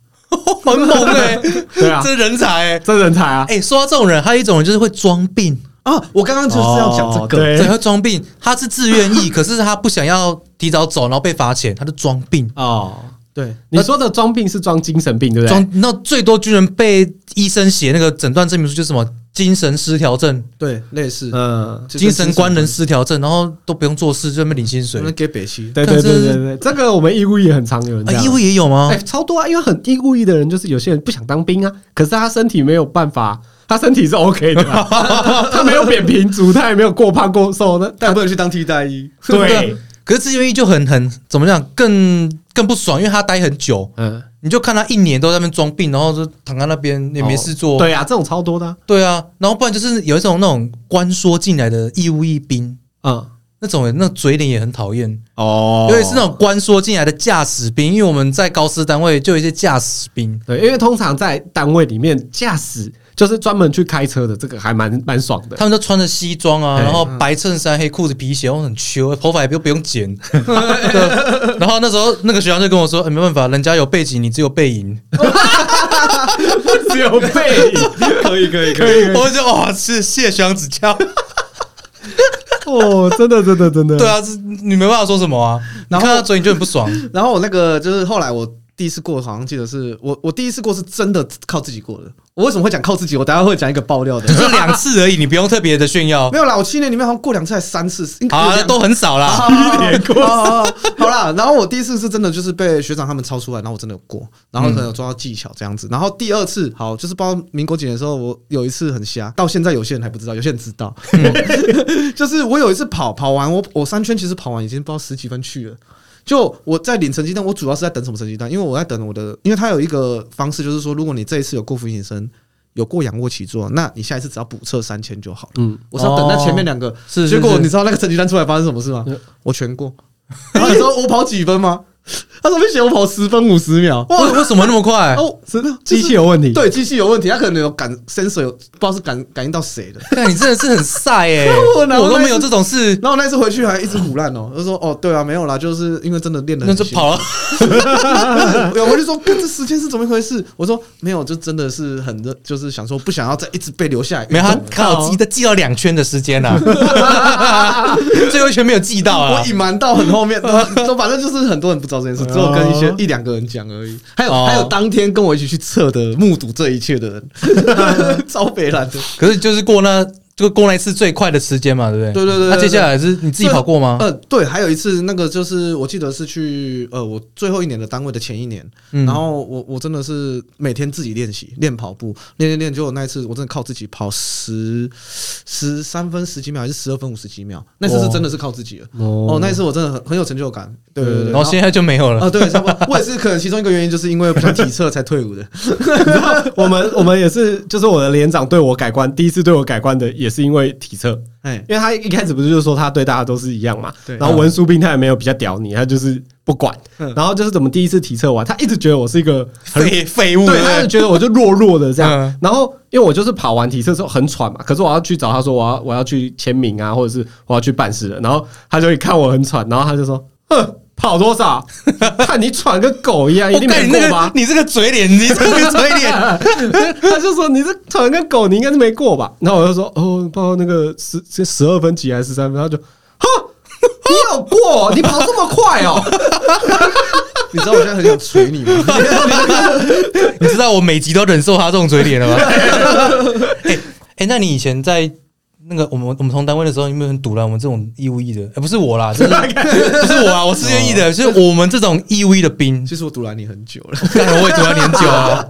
Speaker 2: 很猛哎、
Speaker 1: 对啊
Speaker 2: 这人才哎、
Speaker 1: 真人才啊，
Speaker 2: 哎、说到这种人，还有一种人就是会装病，
Speaker 3: 啊，我刚刚就是要讲这
Speaker 1: 哦
Speaker 3: 个，
Speaker 1: 对
Speaker 2: 对，会装病。他是自愿 意，可是他不想要提早走，然后被罚钱，他就装病。
Speaker 1: 哦，
Speaker 3: 对。
Speaker 1: 你说的装病是装精神病对不对？
Speaker 2: 装那最多军人被医生写那个诊断证明书，就是什么精神失调症、
Speaker 3: 对，类似
Speaker 1: 嗯，
Speaker 3: 就跟
Speaker 2: 精神官能失调症，然后都不用做事，就在那边领薪水
Speaker 3: 我。们给北西，
Speaker 1: 对对对对对，这个我们义乌也很常有人这
Speaker 2: 啊，
Speaker 1: 样
Speaker 2: 义。务也有吗
Speaker 1: 哎、？超多啊！因为很义务役的人，就是有些人不想当兵啊，可是他身体没有办法，他身体是 OK 的嘛， 他没有扁平足，他也没有过胖过瘦的，
Speaker 3: 但不能去当替代医。
Speaker 1: 对，
Speaker 2: 可是自愿意就很很怎么讲，更更不爽，因为他待很久，
Speaker 1: 嗯，
Speaker 2: 你就看他一年都在那边装病，然后就躺在那边也没事做，
Speaker 1: 对啊，这种超多的啊，
Speaker 2: 对啊，然后不然就是有一种那种关说进来的义务役兵，
Speaker 1: 嗯，
Speaker 2: 那种人那种嘴脸也很讨厌，
Speaker 1: 哦
Speaker 2: 尤其是那种关说进来的驾驶兵，因为我们在高师单位就有一些驾驶兵，
Speaker 1: 对，因为通常在单位里面，驾驶就是专门去开车的，这个还蛮蛮爽 的。
Speaker 2: 他们都穿着西装啊，
Speaker 1: 嘿
Speaker 2: 然后白衬衫、黑裤子、皮鞋，然后很秋，头发也不不用 剪。对然后那时候那个学长就跟我说：“哎没办法，人家有背景，你只有背影。
Speaker 1: 只有 背影，
Speaker 3: 可以可以”可以，
Speaker 2: 我就觉得哇，是谢学长指教。
Speaker 3: 嗯
Speaker 1: 哦，真的真的真的，
Speaker 2: 对啊，是你没办法说什么啊。你
Speaker 3: 然
Speaker 2: 看
Speaker 3: 后
Speaker 2: 他嘴你就很不 爽，
Speaker 3: 然后我那个就是后来我第一次过，好像记得是我我第一次过是真的靠自己过的。我为什么会讲靠自己？我等一下会讲一个爆料
Speaker 2: 只
Speaker 3: 的。
Speaker 2: 是两次而已，你不用特别的炫耀
Speaker 3: 没有啦，我七年里面好像过两次还是三次，应该有
Speaker 2: 啊，那
Speaker 3: 两
Speaker 2: 都很少啦。
Speaker 3: 一年过。哦好好啦，然后我第一次是真的就是被学长他们抄出来，然后我真的有过，然后可能有抓到技巧这样子。然后第二次好就是包括民国几年的时候，我有一次很瞎，到现在有些人还不知道，有些人知道， 就是我有一次跑跑完，我我三圈其实跑完已经不知道十几分去了。就我在领成绩单，我主要是在等什么成绩单？因为我在等我的，因为它有一个方式，就是说，如果你这一次有过俯卧撑，有过仰卧起坐，那你下一次只要补测三千就好了。
Speaker 1: 嗯，
Speaker 3: 我是要等那前面两个，
Speaker 2: 是
Speaker 3: 结果你
Speaker 2: 是呃
Speaker 3: 知道那个成绩单出来发生什么事吗
Speaker 1: 嗯？
Speaker 3: 我全过。然后你知道我跑几分吗？他上面写我跑十分五十秒。
Speaker 2: 是为为什么那么快？
Speaker 3: 哦，
Speaker 1: 是
Speaker 3: 就
Speaker 1: 机
Speaker 3: 是
Speaker 1: 器有问题。
Speaker 3: 对，机器有问题，他可能有感 sensor 有不知道是感感应到谁的。
Speaker 2: 啊看你真的是很晒哎，
Speaker 3: 我
Speaker 2: 我
Speaker 3: 哪有
Speaker 2: 都没有这种事。
Speaker 3: 然后那次回去还一直胡乱哦，就说哦对啊没有啦，就是因为真的练的
Speaker 2: 那就跑了，
Speaker 3: 有我就说干这时间是怎么一回事？我说没有，就真的是很热，就是想说不想要再一直被留下来。
Speaker 2: 没有他靠记得记到两圈的时间啦， 最后一圈没有记到啊
Speaker 3: 我。隐瞒到很后 面，都都反正就是很多人不知道这件事，只有跟一些一两个人讲而已。还有
Speaker 2: 哦
Speaker 3: 还有当天跟我一起去测的、目睹这一切的人， 超北蓝的。
Speaker 2: 可是就是过那就过那一次最快的时间嘛，对不对？
Speaker 3: 对对对
Speaker 2: 那
Speaker 3: 对
Speaker 2: 接下来是你自己跑过吗？
Speaker 3: 呃，对，还有一次那个就是我记得是去呃我最后一年的单位的前一年，
Speaker 2: 嗯
Speaker 3: 然后我我真的是每天自己练习练跑步，练练练，结果那一次我真的靠自己跑十十三分十几秒还是十二分五十几秒，那次是真的是靠自己了。哦，那一次我真的很很有成就感，对对对对。
Speaker 2: 然后现在就没有
Speaker 3: 啊、
Speaker 2: 了。
Speaker 3: 对，差不多。我也是，可能其中一个原因就是因为不想体测才退伍的。
Speaker 1: 我们我们也是，就是我的连长对我改观，第一次对我改观的也是因为体测，
Speaker 3: 哎，
Speaker 1: 因为他一开始不是就说他对大家都是一样嘛，
Speaker 3: 对
Speaker 1: 然后文书兵他也没有比较屌你，他就是不管，
Speaker 3: 嗯
Speaker 1: 然后就是怎么第一次体测完，他一直觉得我是一个很
Speaker 2: 废废物，
Speaker 1: 对，他就
Speaker 2: 不
Speaker 1: 觉得我就弱弱的这样
Speaker 2: 嗯。
Speaker 1: 然后因为我就是跑完体测之后很喘嘛，可是我要去找他说我要我要去签名啊，或者是我要去办事了，然后他就会看我很喘，然后他就说：“哼，跑多少？ 看你喘跟狗一样，一
Speaker 2: 我
Speaker 1: 定
Speaker 2: 看
Speaker 1: 没
Speaker 2: 你那
Speaker 1: 过
Speaker 2: 个
Speaker 1: 吧？”
Speaker 2: 你这个嘴脸，你 这个嘴脸，
Speaker 1: 他就说：“你这喘得跟狗，你应该是没过吧？”然后我就说：“哦，报那个十这十二分几还是十三分？”他就：“哼，你有过？ 你跑这么快哦？”
Speaker 3: 你知道我现在很想捶你吗？
Speaker 2: 你知道我每集都忍受他这种嘴脸了吗？ 哎哎，那你以前在那个我们我们同单位的时候，有没有很堵了我们这种义务役的？哎，不是我啦，就是不是我啊，我是愿意
Speaker 1: 哦
Speaker 2: 的，就是我们这种义务役的兵，
Speaker 3: 其实我堵拦你很久了，
Speaker 2: 干我也堵了很 久啊。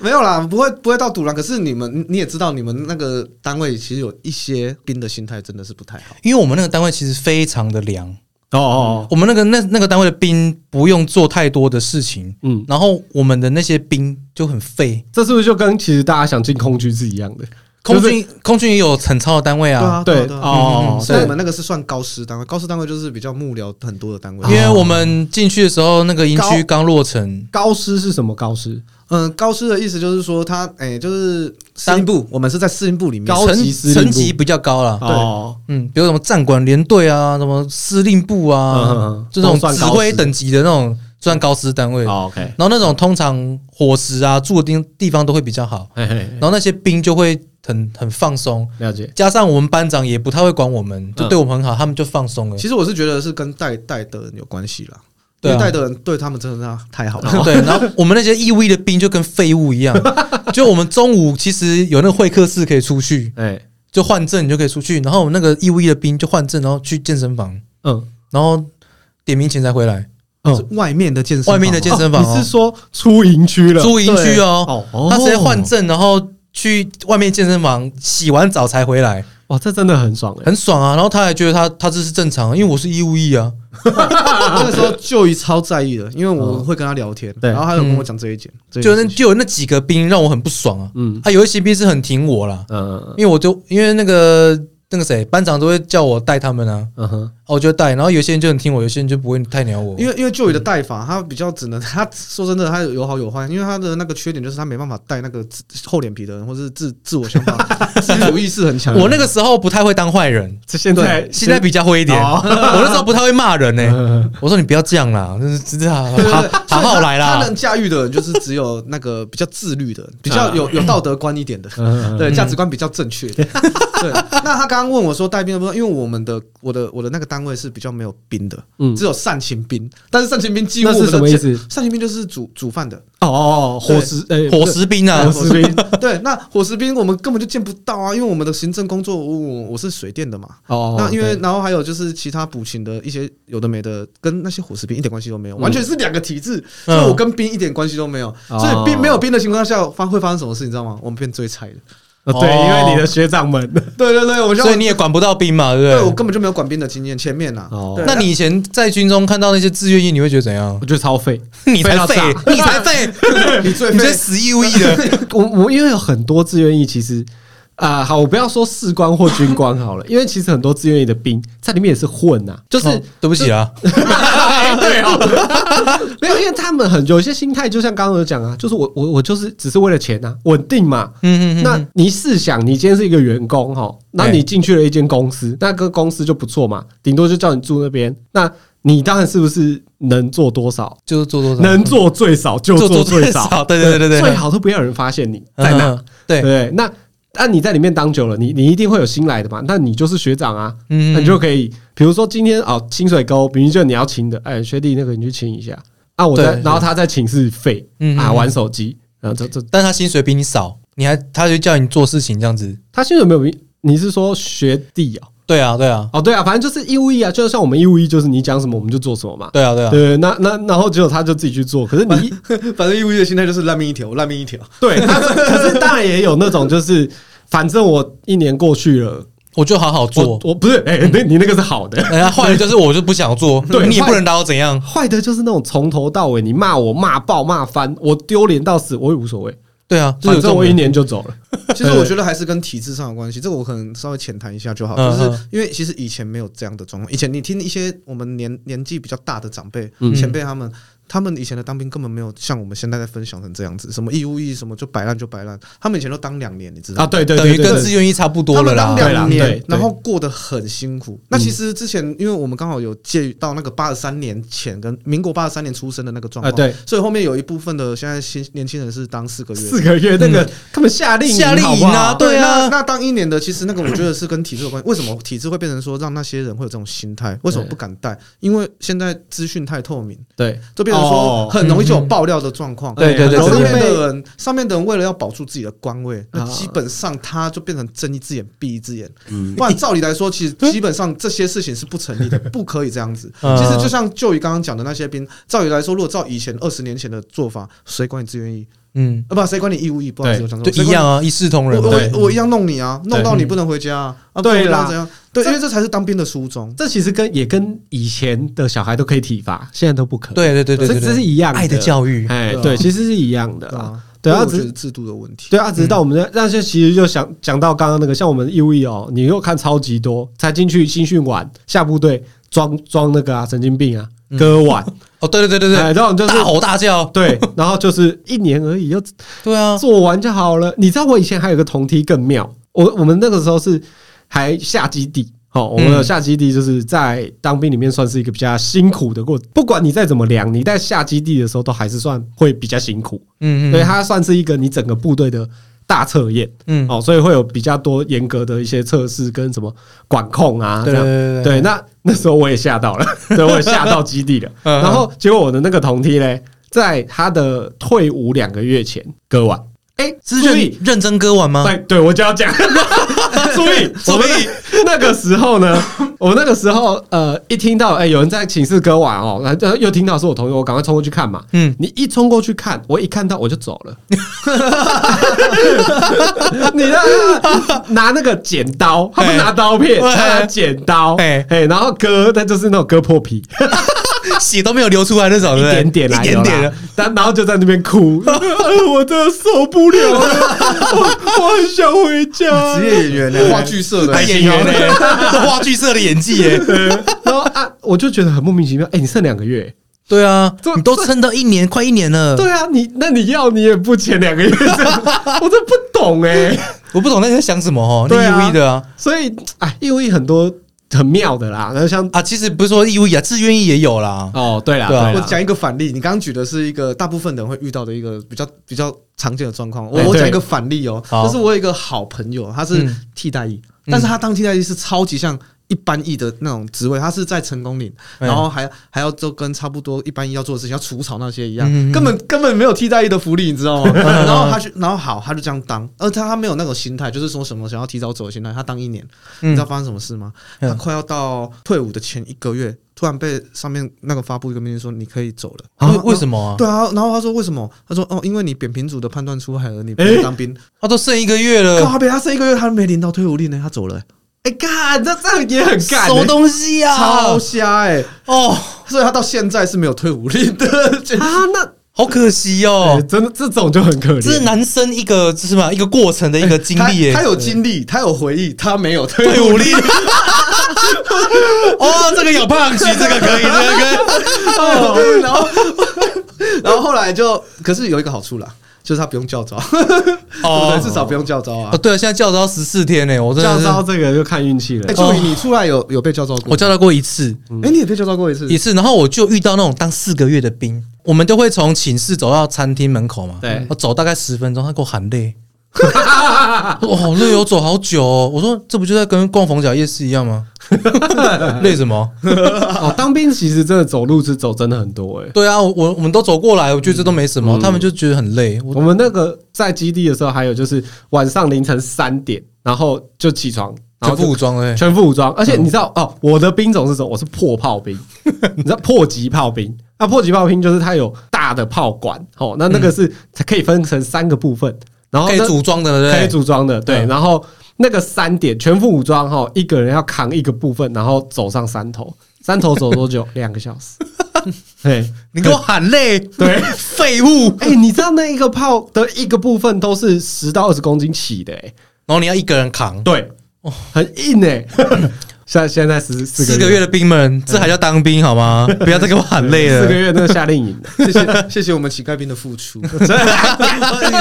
Speaker 3: 没有啦，不会不会到堵拦。可是你们你也知道，你们那个单位其实有一些兵的心态真的是不太好。
Speaker 2: 因为我们那个单位其实非常的凉，
Speaker 1: 哦哦，
Speaker 2: 我们那个那那个单位的兵不用做太多的事情，
Speaker 1: 嗯，
Speaker 2: 然后我们的那些兵就很废。
Speaker 1: 这是不是就跟其实大家想进空军是一样的？
Speaker 2: 空军、空军也有很超的单位啊，
Speaker 1: 对
Speaker 3: 对啊。
Speaker 1: 哦，
Speaker 3: 所以
Speaker 1: 对
Speaker 3: 我们那个是算高师单位，高师单位就是比较幕僚很多的单位
Speaker 2: 因。为我们进去的时候，那个营区刚落成，
Speaker 1: 啊高师是什么高师？
Speaker 3: 嗯，高师的意思就是说他，哎，就是司令部，我们是在司令部里面。
Speaker 1: 高级司
Speaker 2: 层
Speaker 1: 令部
Speaker 2: 层级比较高啦。
Speaker 1: 哦，
Speaker 2: 嗯，比如什么战管联队啊，什么司令部
Speaker 1: 嗯嗯
Speaker 2: 啊
Speaker 1: 嗯，
Speaker 2: 这种
Speaker 1: 都算
Speaker 2: 指
Speaker 1: 高
Speaker 2: 挥
Speaker 1: 师
Speaker 2: 等级的那种算高师单位。然
Speaker 1: 哦，OK，
Speaker 2: 后那种通常伙食啊、住的地地方都会比较好，
Speaker 1: 嘿嘿
Speaker 2: 然，后那些兵就会很很放松，
Speaker 1: 了解。
Speaker 2: 加上我们班长也不太会管我们，
Speaker 1: 嗯
Speaker 2: 就对我们很好，他们就放松了。
Speaker 3: 其实我是觉得是跟带带的人有关系啦，因
Speaker 2: 对啊
Speaker 3: 为带的人对他们真的是太好 了。
Speaker 2: 对，然后我们那些义务役的兵就跟废物一样， 就我们中午其实有那个会客室可以出去，
Speaker 1: 哎，
Speaker 2: 就换证你就可以出去，然后我们那个义务役的兵就换证，然后去健身房，
Speaker 1: 嗯，
Speaker 2: 然后点名前才回来，
Speaker 3: 是外面的健身房
Speaker 2: 哦外
Speaker 3: 吗，
Speaker 2: 面的健身房哦
Speaker 1: 你是说出营区了？
Speaker 2: 住营区哦，
Speaker 1: 哦哦
Speaker 2: 他直接换证，然后去外面健身房洗完澡才回来，
Speaker 1: 哇，这真的很爽哎！
Speaker 2: 很爽啊。然后他还觉得他他这是正常，因为我是义务役啊，
Speaker 3: 那个时候就超在意的，因为我
Speaker 2: 哦
Speaker 3: 会跟他聊天，
Speaker 1: 对
Speaker 3: 然后他有跟我讲这一点，这一
Speaker 2: 就
Speaker 3: 点
Speaker 2: 那就有那几个兵让我很不爽啊。
Speaker 1: 嗯
Speaker 2: 啊，有一些兵是很挺我啦，
Speaker 1: 嗯
Speaker 2: 因为我就因为那个那个谁班长都会叫我带他们啊，
Speaker 1: 嗯哼，
Speaker 2: 啊我就带。然后有些人就很听我，有些人就不会太鸟我。
Speaker 3: 因为因为旧宇的带法，他比较只能他说真的，他有好有坏，因为他的那个缺点就是他没办法带那个自厚脸皮的人，或是自自我 想法、自主意识很强。
Speaker 2: 我那个时候不太会当坏人，
Speaker 1: 这现在
Speaker 2: 现在比较会一点。
Speaker 1: 哦
Speaker 2: 我那时候不太会骂人呢、欸
Speaker 1: 嗯
Speaker 2: 我说你不要这样啦，真是这样，
Speaker 3: 对
Speaker 2: 爬爬好来
Speaker 3: 他
Speaker 2: 啦
Speaker 3: 能。驾驭的人就是只有那个比较自律 的，比较有有道德观一点的，
Speaker 1: 啊嗯
Speaker 3: 对价值观比较正确的。 对，那他刚刚问我说带兵的部分，因为我们的我的我的那个单位是比较没有兵的，
Speaker 1: 嗯
Speaker 3: 只有善勤兵，但是善勤兵几乎
Speaker 1: 那
Speaker 3: 我
Speaker 1: 是
Speaker 3: 们
Speaker 1: 什
Speaker 3: 的
Speaker 1: 么意
Speaker 3: 前
Speaker 1: 思？
Speaker 3: 善勤兵就是煮煮 饭的，
Speaker 1: 哦哦，哦伙食 呃
Speaker 2: 伙食兵啊
Speaker 1: 伙，食兵
Speaker 3: 对，那伙食兵我们根本就见不到啊，因为我们的行政工作，我我我是水电的嘛。
Speaker 1: 哦，
Speaker 3: 那因为
Speaker 1: 对
Speaker 3: 然后还有就是其他补勤的一些有的没的，跟那些伙食兵一点关系都
Speaker 1: 嗯
Speaker 3: 没有，完全是两个体制。所以我跟兵一点关系都没有，
Speaker 1: 哦
Speaker 3: 所以兵没有兵的情况下发会发生什么事，你知道吗？我们变最菜的。
Speaker 1: 呃对，因为你的学长们，
Speaker 3: 对对对，我就
Speaker 2: 所以你也管不到兵嘛，对
Speaker 3: 对我
Speaker 2: 不对？
Speaker 3: 根本就没有管兵的经验，前面啊 呐、
Speaker 1: 哦
Speaker 3: 对
Speaker 2: 那你以前在军中看到那些志愿役，你会觉得怎样
Speaker 1: 我？觉得超 废。
Speaker 2: 你才
Speaker 1: 废
Speaker 2: 废
Speaker 1: 到，
Speaker 2: 你才废，
Speaker 3: 你最
Speaker 2: 你
Speaker 3: 废
Speaker 2: 这死义务役 的。
Speaker 1: 我我因为有很多志愿役，其实啊、好，我不要说士官或军官好了， 因为其实很多志愿役的兵在里面也是混呐、就是、
Speaker 2: 哦对不起啊，
Speaker 1: 对哦， 没有，因为他们很有一些心态，就像刚刚有讲啊，就是我我我就是只是为了钱啊，稳定嘛。
Speaker 2: 嗯嗯嗯，
Speaker 1: 那你试想，你今天是一个员工哈，那你
Speaker 2: 对
Speaker 1: 进去了一间公司，那个公司就不错嘛，顶多就叫你住那边。那你当然是不是能做多少，
Speaker 2: 就是做多少
Speaker 1: 能做最少就
Speaker 2: 嗯做
Speaker 1: 做最
Speaker 2: 最
Speaker 1: 少，，
Speaker 2: 对对对对对，
Speaker 1: 最好都不要有人发现你在那。
Speaker 2: 嗯？对，
Speaker 1: 对，那那你在里面当久了，你你一定会有新来的嘛？那你就是学长啊，
Speaker 2: 嗯
Speaker 1: 那你就可以，比如说今天哦，清水沟明明就你要清的，哎，学弟那个你去清一下啊，我在，
Speaker 2: 对
Speaker 1: 然后他在寝室废
Speaker 2: 嗯
Speaker 1: 啊
Speaker 2: 嗯
Speaker 1: 玩手机，然后这这
Speaker 2: 但他薪水比你少，你还他就叫你做事情这样子。
Speaker 1: 他现在有没有明？你是说学弟哦？
Speaker 2: 对啊，对啊，
Speaker 1: 哦，对啊，反正就是义务役啊，就像我们义务役，就是你讲什么我们就做什么嘛。
Speaker 2: 对啊，对啊。
Speaker 1: 对，那那然后结果他就自己去做，可是你
Speaker 3: 反正义务役的心态就是烂命一条，烂命一条。
Speaker 1: 对，他是可是当然也有那种就是，反正我一年过去了，
Speaker 2: 我就好好
Speaker 1: 我
Speaker 2: 做，
Speaker 1: 我不是哎、那你那个是好的，
Speaker 2: 人家坏了就是我就不想做，
Speaker 1: 对
Speaker 2: 你也
Speaker 1: 坏
Speaker 2: 不能拿我怎样。
Speaker 1: 坏的就是那种从头到尾你骂我骂爆骂翻，我丢脸到死我也无所谓，
Speaker 2: 对啊，就是
Speaker 1: 反
Speaker 2: 有这
Speaker 1: 正
Speaker 2: 种
Speaker 1: 我一
Speaker 2: 人
Speaker 1: 年就走了。
Speaker 3: 其实我觉得还是跟体制上有关系，这个我可能稍微浅谈一下就好，
Speaker 2: 嗯
Speaker 3: 就是因为其实以前没有这样的状况，以前你听一些我们年年纪比较大的长辈、
Speaker 1: 嗯
Speaker 3: 前辈他们。他们以前的当兵根本没有像我们现在在分享成这样子，什么义务役什么就摆烂就摆烂，他们以前都当两年，你知道吗
Speaker 1: 啊，对对
Speaker 2: 等
Speaker 1: 对
Speaker 2: 于
Speaker 1: 对
Speaker 2: 跟志
Speaker 1: 对，
Speaker 2: 愿役差不多了
Speaker 3: 他
Speaker 2: 啦
Speaker 3: 们。
Speaker 1: 对
Speaker 3: 当
Speaker 1: 啦
Speaker 3: 两
Speaker 1: 对
Speaker 3: 年
Speaker 1: 对，
Speaker 3: 然后过得很辛苦。那其实之前，因为我们刚好有介于到那个八十三年前跟民国八十三年出生的那个状
Speaker 1: 啊
Speaker 3: 况，
Speaker 1: 对，
Speaker 3: 所以后面有一部分的现在新年轻人是当四个月的。
Speaker 1: 四个月那个他们夏令
Speaker 2: 嗯夏令
Speaker 1: 好不
Speaker 2: 营啊
Speaker 1: 好
Speaker 2: 对
Speaker 3: 那那当一年的，其实那个我觉得是跟体制有关。为什么体制会变成说让那些人会有这种心态？为什么不敢带？因为现在资讯太透明，
Speaker 1: 对
Speaker 3: 就变
Speaker 1: 哦
Speaker 3: 成说很容易就有爆料的状况。
Speaker 2: 嗯对对对
Speaker 3: 然后上
Speaker 2: 对
Speaker 3: 面
Speaker 1: 对
Speaker 3: 的人，上面的人为了要保住自己的官位，那
Speaker 1: 啊
Speaker 3: 基本上他就变成睁一只眼闭一只眼。
Speaker 2: 嗯
Speaker 3: 不然照理来说，其实基本上这些事情是不成立的，不可以这样子。
Speaker 2: 嗯
Speaker 3: 其实就像就宇刚刚讲的那些兵，照理来说，如果照以前二十年前的做法，谁管你自愿意？
Speaker 2: 嗯，
Speaker 3: 啊，不，谁管你义务役？不好意思，
Speaker 1: 对
Speaker 3: 我讲
Speaker 2: 就
Speaker 3: 错了，谁
Speaker 2: 一
Speaker 3: 管你
Speaker 2: 样啊，一视同
Speaker 3: 我
Speaker 2: 仁啊。
Speaker 1: 对
Speaker 3: 我我一样弄你啊，弄到你不能回家啊，啊
Speaker 1: 对啦
Speaker 3: 啦，不然怎样？对，
Speaker 1: 这
Speaker 3: 因为这才是当兵的初衷。
Speaker 1: 这其实跟也跟以前的小孩都可以体罚，现在都不可。
Speaker 2: 对对对对
Speaker 1: 这
Speaker 2: 对，
Speaker 1: 这是
Speaker 2: 对
Speaker 1: 一样
Speaker 2: 爱的教育。
Speaker 1: 哎，
Speaker 3: 对啊
Speaker 1: 对，其实是一样的
Speaker 3: 对
Speaker 1: 啦。
Speaker 3: 啊，
Speaker 1: 对啊
Speaker 3: 所以我
Speaker 1: 只
Speaker 3: 觉得嗯制度的问题。
Speaker 1: 对啊，只是到我们的那些其实就想讲到刚刚那个，像我们义务役哦，你又看超级多，才进去新训完下部队装 装那个啊神经病啊割腕，
Speaker 2: 哦，对
Speaker 3: 嗯
Speaker 2: 对对对
Speaker 1: 哎，这种就
Speaker 2: 对，
Speaker 1: 是
Speaker 2: 大吼大叫。
Speaker 1: 对，然后就是一年而已，就
Speaker 2: 对啊，
Speaker 1: 做完就好了。你知道我以前还有个同梯更妙，我我们那个时候是还下基地。哦，我们的
Speaker 2: 嗯
Speaker 1: 下基地就是在当兵里面算是一个比较辛苦的过程，不管你再怎么量，你在下基地的时候都还是算会比较辛苦，
Speaker 2: 嗯嗯，
Speaker 1: 所以它算是一个你整个部队的大测验
Speaker 2: 嗯，
Speaker 1: 哦，所以会有比较多严格的一些测试跟什么管控啊，这
Speaker 2: 对对
Speaker 1: 样
Speaker 2: 对
Speaker 1: 对，
Speaker 2: 对
Speaker 1: 那那时候我也吓 到了，对，我也吓到基地了。
Speaker 2: 嗯
Speaker 1: 然后结果我的那个同梯嘞，在他的退伍两个月前割腕，哎、
Speaker 2: 是
Speaker 1: 注意
Speaker 2: 认，认真割完吗？
Speaker 1: 对对，我就要讲， 注 意，我们那那个时候呢，我们那个时候呃，一听到哎、有人在寝室割腕哦，然后又听到是我同学，我赶快冲过去看嘛。
Speaker 2: 嗯，
Speaker 1: 你一冲过去看，我一看到我就走了。 你那拿那个剪刀，他不拿刀片，
Speaker 2: 哎
Speaker 1: 他拿剪刀，
Speaker 2: 哎
Speaker 1: 哎，然后割，那就是那种割破皮。
Speaker 2: 血都没有流出来那种，
Speaker 1: 一
Speaker 2: 对不对
Speaker 1: 点点啦，
Speaker 2: 一点点
Speaker 1: 有
Speaker 2: 的
Speaker 1: 啦，，但然后就在那边 哭，我真的受不了了，我我很想回 家。
Speaker 3: 职业演员呢，话哎剧社的
Speaker 2: 还，演员呢、 这话剧社的演技 耶、
Speaker 1: 然后啊，我就觉得很莫名其妙。哎，你剩两个月，
Speaker 2: 对啊
Speaker 1: 这，
Speaker 2: 你都撑到一年，快一年了。
Speaker 1: 对啊，你那你要你也不前两个月，这样我真不懂哎。
Speaker 2: 我不懂 那你在想什么哦，
Speaker 1: 对啊
Speaker 2: 那义务役的啊
Speaker 1: 所以哎，义务役很多很妙的啦，然后像
Speaker 2: 啊，其实不是说义务役啊，自愿役也有啦。
Speaker 1: 哦，对啦，
Speaker 2: 对啊
Speaker 1: 对
Speaker 3: 我
Speaker 1: 啦，
Speaker 3: 讲一个反例，你刚刚举的是一个大部分人会遇到的一个比较比较常见的状况。我
Speaker 1: 哎
Speaker 3: 我
Speaker 1: 对
Speaker 3: 讲一个反例哦，
Speaker 2: 好
Speaker 3: 就是我有一个好朋友，他是
Speaker 2: 嗯
Speaker 3: 替代役，但是他当替代役是超级像。一般役的那种职位，他是在成功岭，
Speaker 2: 嗯
Speaker 3: 然后还还要就跟差不多一般役要做的事情，要除草那些一样
Speaker 2: 嗯嗯嗯，嗯
Speaker 3: 根本根本没有替代役的福利，你知 道吗？然后他去，然后好，他就这样当，而他他没有那种心态，就是说什么想要提早走的心态，他当一年，你知道发生什么事吗？
Speaker 2: 嗯
Speaker 3: 他快要到退伍的前一个月，突然被上面那个发布一个命令说你可以走了。然
Speaker 2: 为
Speaker 3: 后
Speaker 2: 为什么啊？
Speaker 3: 对啊，然后他说为什么？他说哦，因为你扁平足的判断出来了，你不能当兵。
Speaker 2: 他啊都剩一个月
Speaker 3: 靠，
Speaker 2: 了，
Speaker 3: 他被他剩一个月，他没领到退伍令呢，他走了、欸
Speaker 1: 哎干，这这样也很干
Speaker 2: 什么
Speaker 1: 欸，
Speaker 2: 东西啊
Speaker 3: 超？瞎哎、
Speaker 2: 哦，
Speaker 3: 所以他到现在是没有退伍令 的。就
Speaker 1: 啊，那
Speaker 2: 好可惜
Speaker 1: 哦
Speaker 2: 哦，，
Speaker 1: 真的这种就很可
Speaker 2: 这是
Speaker 1: 怜。
Speaker 2: 男生一个这是什么一个过程的一个经
Speaker 3: 他
Speaker 2: 历耶
Speaker 3: 哎他。有经历，他有回忆，他没有退
Speaker 2: 对
Speaker 3: 伍。
Speaker 2: 武力，哦，这个有胖橘，这个 可以，这个可以。
Speaker 3: 然后， 然后后来就，可是有一个好处啦，就是他不用教招，对不
Speaker 2: 哦
Speaker 3: 对？至少不用教招啊
Speaker 2: 哦，。对了，现在教招十四天呢，我真
Speaker 1: 教
Speaker 2: 的是
Speaker 1: 招这个就看运气了
Speaker 3: 哎，。助理，你出来有有被教招过吗？
Speaker 2: 我教招过一次，
Speaker 3: 哎、哦你也被教招过一次？
Speaker 2: 一次，然后我就遇到那种当四个月的兵，我们都会从寝室走到餐厅门口嘛，
Speaker 1: 对
Speaker 2: 我走大概十分钟，他给我喊累， 我好累哦，走好久哦，我说这不就在跟逛逢甲夜市一样吗？ 累什么？
Speaker 1: 哦，当兵其实真的走路是走真的很多哎。
Speaker 2: 对啊，我我我们都走过来，我觉得这都没什么，
Speaker 1: 嗯
Speaker 2: 他们就觉得很累，我
Speaker 1: 我们那个在基地的时候，还有就是晚上凌晨三点，然后就起床，然
Speaker 2: 全
Speaker 1: 后
Speaker 2: 副
Speaker 1: 就
Speaker 2: 武装哎、
Speaker 1: 全副武装，而且你知道哦，我的兵种是什么？我是破炮 兵，你知道破级炮兵。那破级炮兵就是它有大的炮管哦，那那个是它可以分成三个部分，然后
Speaker 2: 可以
Speaker 1: 那
Speaker 2: 组装的，对
Speaker 1: 可
Speaker 2: 不
Speaker 1: 以
Speaker 2: 对？
Speaker 1: 组装的，对，
Speaker 2: 嗯
Speaker 1: 然后那个三点全副武装哈，一个人要扛一个部分，然后走上山头，山头走多久？两个小 时。对
Speaker 2: 你给我喊累，
Speaker 1: 对，
Speaker 2: 废物！
Speaker 1: 哎、你知道那一个炮的一个部分都是十到二十公斤起的、哎，
Speaker 2: 然后你要一个人扛
Speaker 1: 对，很硬哎、 现在现在十四嗯
Speaker 2: 四个月的兵们，这还叫当兵好 吗？不要再给我喊累
Speaker 1: 四个
Speaker 2: 了。
Speaker 1: 月那个夏令 营，
Speaker 3: 谢谢谢谢我们乞丐兵的付 出。你现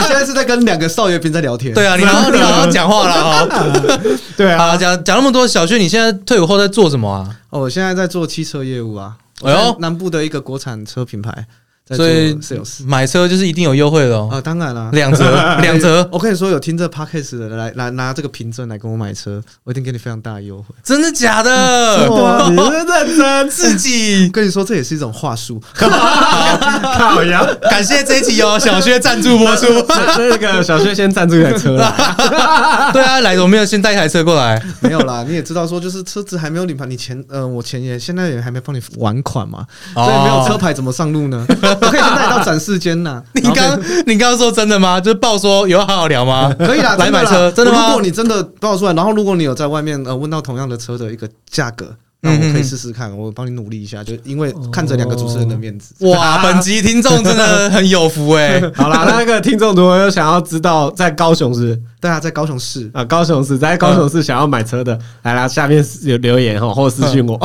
Speaker 3: 在是在跟两个少爷兵在聊天，
Speaker 2: 对啊，你好好你好好讲话了啊！
Speaker 1: 对啊，
Speaker 2: 啊，讲讲那么多，小薛，你现在退伍后在做什么啊？
Speaker 3: 哦，我现在在做汽车业务啊，
Speaker 2: 哎呦
Speaker 3: 我在南部的一个国产车品牌，在做
Speaker 2: 所以
Speaker 3: sales
Speaker 2: 买车就是一定有优惠的哦，
Speaker 3: 啊，当然啦、
Speaker 2: 两 折，两折，
Speaker 3: 我跟你说，有听这 podcast 的来来拿这个凭证来跟我买车，我一定给你非常大的优惠。
Speaker 2: 真的假的？
Speaker 1: 哇，你是认真
Speaker 2: 自己
Speaker 3: 跟你说，这也是一种话术。
Speaker 1: 烤羊。
Speaker 2: 感谢这一集哦，小薛赞助 播出。
Speaker 1: 那个小薛先赞助一台车 啦，
Speaker 2: 对啊，来，我没有先带一台车过来。
Speaker 3: 没有啦，你也知道说，就是车子还没有领牌，你钱呃，我钱也现在也还没帮你完款嘛，所以没有车
Speaker 2: 哦。
Speaker 3: 牌怎么上路呢？ 我可以先带你到展示间呐。
Speaker 2: 你
Speaker 3: 然后可以
Speaker 2: 刚你刚刚说真的吗？就是报说有要好好聊吗？
Speaker 3: 可以啦，
Speaker 2: 来
Speaker 3: 真的
Speaker 2: 买
Speaker 3: 啦
Speaker 2: 车，真的
Speaker 3: 如
Speaker 2: 吗
Speaker 3: 果？你真的报出来，然后如果你有在外面呃问到同样的车的一个价格，那
Speaker 2: 嗯
Speaker 3: 我可以试试看，我帮你努力一下，就因为看着两个主持人的面子。
Speaker 2: 哇，本集听众真的很有福哎。
Speaker 1: 好啦，那个听众如果有想要知道在高雄市
Speaker 3: 大家在高雄市，
Speaker 1: 啊，高雄市在高雄
Speaker 2: 嗯
Speaker 1: 市想要买车的，来啦，下面有留言哈，或私信我。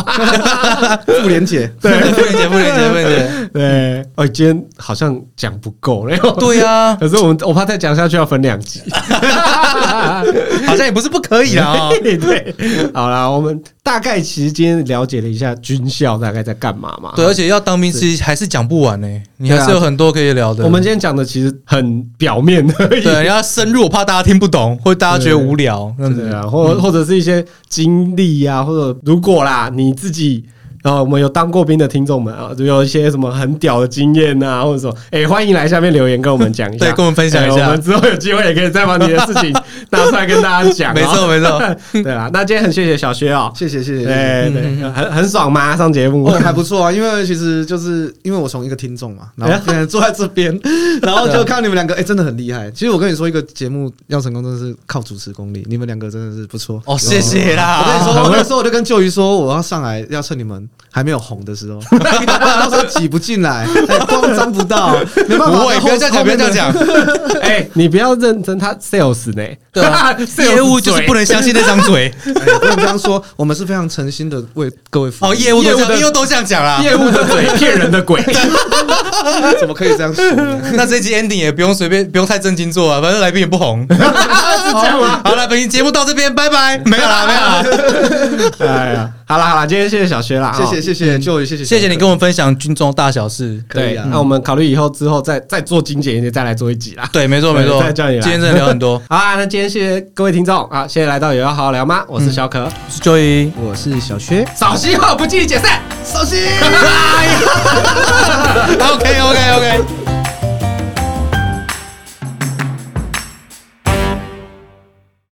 Speaker 3: 妇联姐，
Speaker 2: 嗯对，不能接，不能接，不能接。
Speaker 1: 对，哦，今天好像讲不够了，
Speaker 2: 对啊呀，
Speaker 1: 可是我们我怕再讲下去要分两集。
Speaker 2: 好像也不是不可以啦哦。
Speaker 1: 对，好啦，我们大概其实今天了解了一下军校大概在干嘛嘛。
Speaker 2: 对，而且要当兵其实还是讲不完呢、你还是有很多可以聊的。
Speaker 1: 我们今天讲的其实很表面的，
Speaker 2: 对，你要深入，我怕大家听不懂，或者大家觉得无聊。嗯这样
Speaker 1: 对
Speaker 2: 子
Speaker 1: 啊，或或者是一些经历啊，或者如果啦，你自己。然后我们有当过兵的听众们啊，就有一些什么很屌的经验啊，或者说，哎，欢迎来下面留言跟我们讲一下，
Speaker 2: 对跟我们分享一下
Speaker 1: 哎我们之后有机会也可以再把你的事情 拿出来跟大家讲、哦。
Speaker 2: 没错，，没 错。
Speaker 1: 对啦，那今天很谢谢小薛哦，
Speaker 3: 谢谢谢谢
Speaker 1: 对
Speaker 3: 谢
Speaker 2: 哎
Speaker 3: 谢。
Speaker 1: 对，很很爽吗？上节目
Speaker 3: 哦，还不错啊，因为其实就是因为我从一个听众嘛，
Speaker 2: 哎
Speaker 3: 然后现在坐在这边， 然后就看你们两个，哎、真的很厉害。其实我跟你说，一个节目要成功，真的是靠主持功力，你们两个真的是不错。
Speaker 2: 哦，谢谢
Speaker 3: 我跟你
Speaker 2: 啦。
Speaker 3: 说，那时候我就跟旧鱼说，我要上来要趁你们还没有红的 时候，到时候挤不进来，哎光沾不到，没办法。
Speaker 2: 不会，不要这样讲，不要这样
Speaker 3: 讲。
Speaker 2: 讲。
Speaker 1: 哎，你不要认真，他 sales 呢？
Speaker 2: 对 啊
Speaker 1: sales
Speaker 2: 业务 就是
Speaker 1: 嘴
Speaker 2: 不能相信那张嘴。
Speaker 3: 哎不能这样说，我们是非常诚心的为各位服务。
Speaker 2: 哦，业务都
Speaker 1: 业
Speaker 2: 这
Speaker 1: 务的
Speaker 2: 样，业务都这样讲啊啦。
Speaker 1: 业务的嘴骗人的 鬼。
Speaker 3: 怎么可以这样说呢？
Speaker 2: 那这一集 ending 也不用随便，不用太正经做啊，反正来宾也不红。
Speaker 1: 是这样吗？
Speaker 2: 好了，本期节目到这边，拜拜。没有 啦，没有啦。
Speaker 1: 哎呀，好啦好啦，今天谢谢小薛啦，
Speaker 3: 谢
Speaker 1: 哦
Speaker 3: 谢谢谢，就谢谢
Speaker 2: 嗯谢谢你跟我们分享军中大小事。
Speaker 3: 可以
Speaker 1: 对，
Speaker 3: 啊
Speaker 1: 那我们考虑以后之后再再做精简一点，再来做一集啦。
Speaker 2: 对，没 错
Speaker 1: 对
Speaker 2: 没错，
Speaker 1: 再
Speaker 2: 今
Speaker 1: 叫你来
Speaker 2: 天真的聊很多。
Speaker 1: 好啦，那今天谢谢各位听众啊，谢谢来到有要好好聊吗？我是小可，
Speaker 2: 嗯 Joy，
Speaker 3: 我是小薛，
Speaker 1: 扫兴后不记解散，扫兴。
Speaker 2: OK OK OK。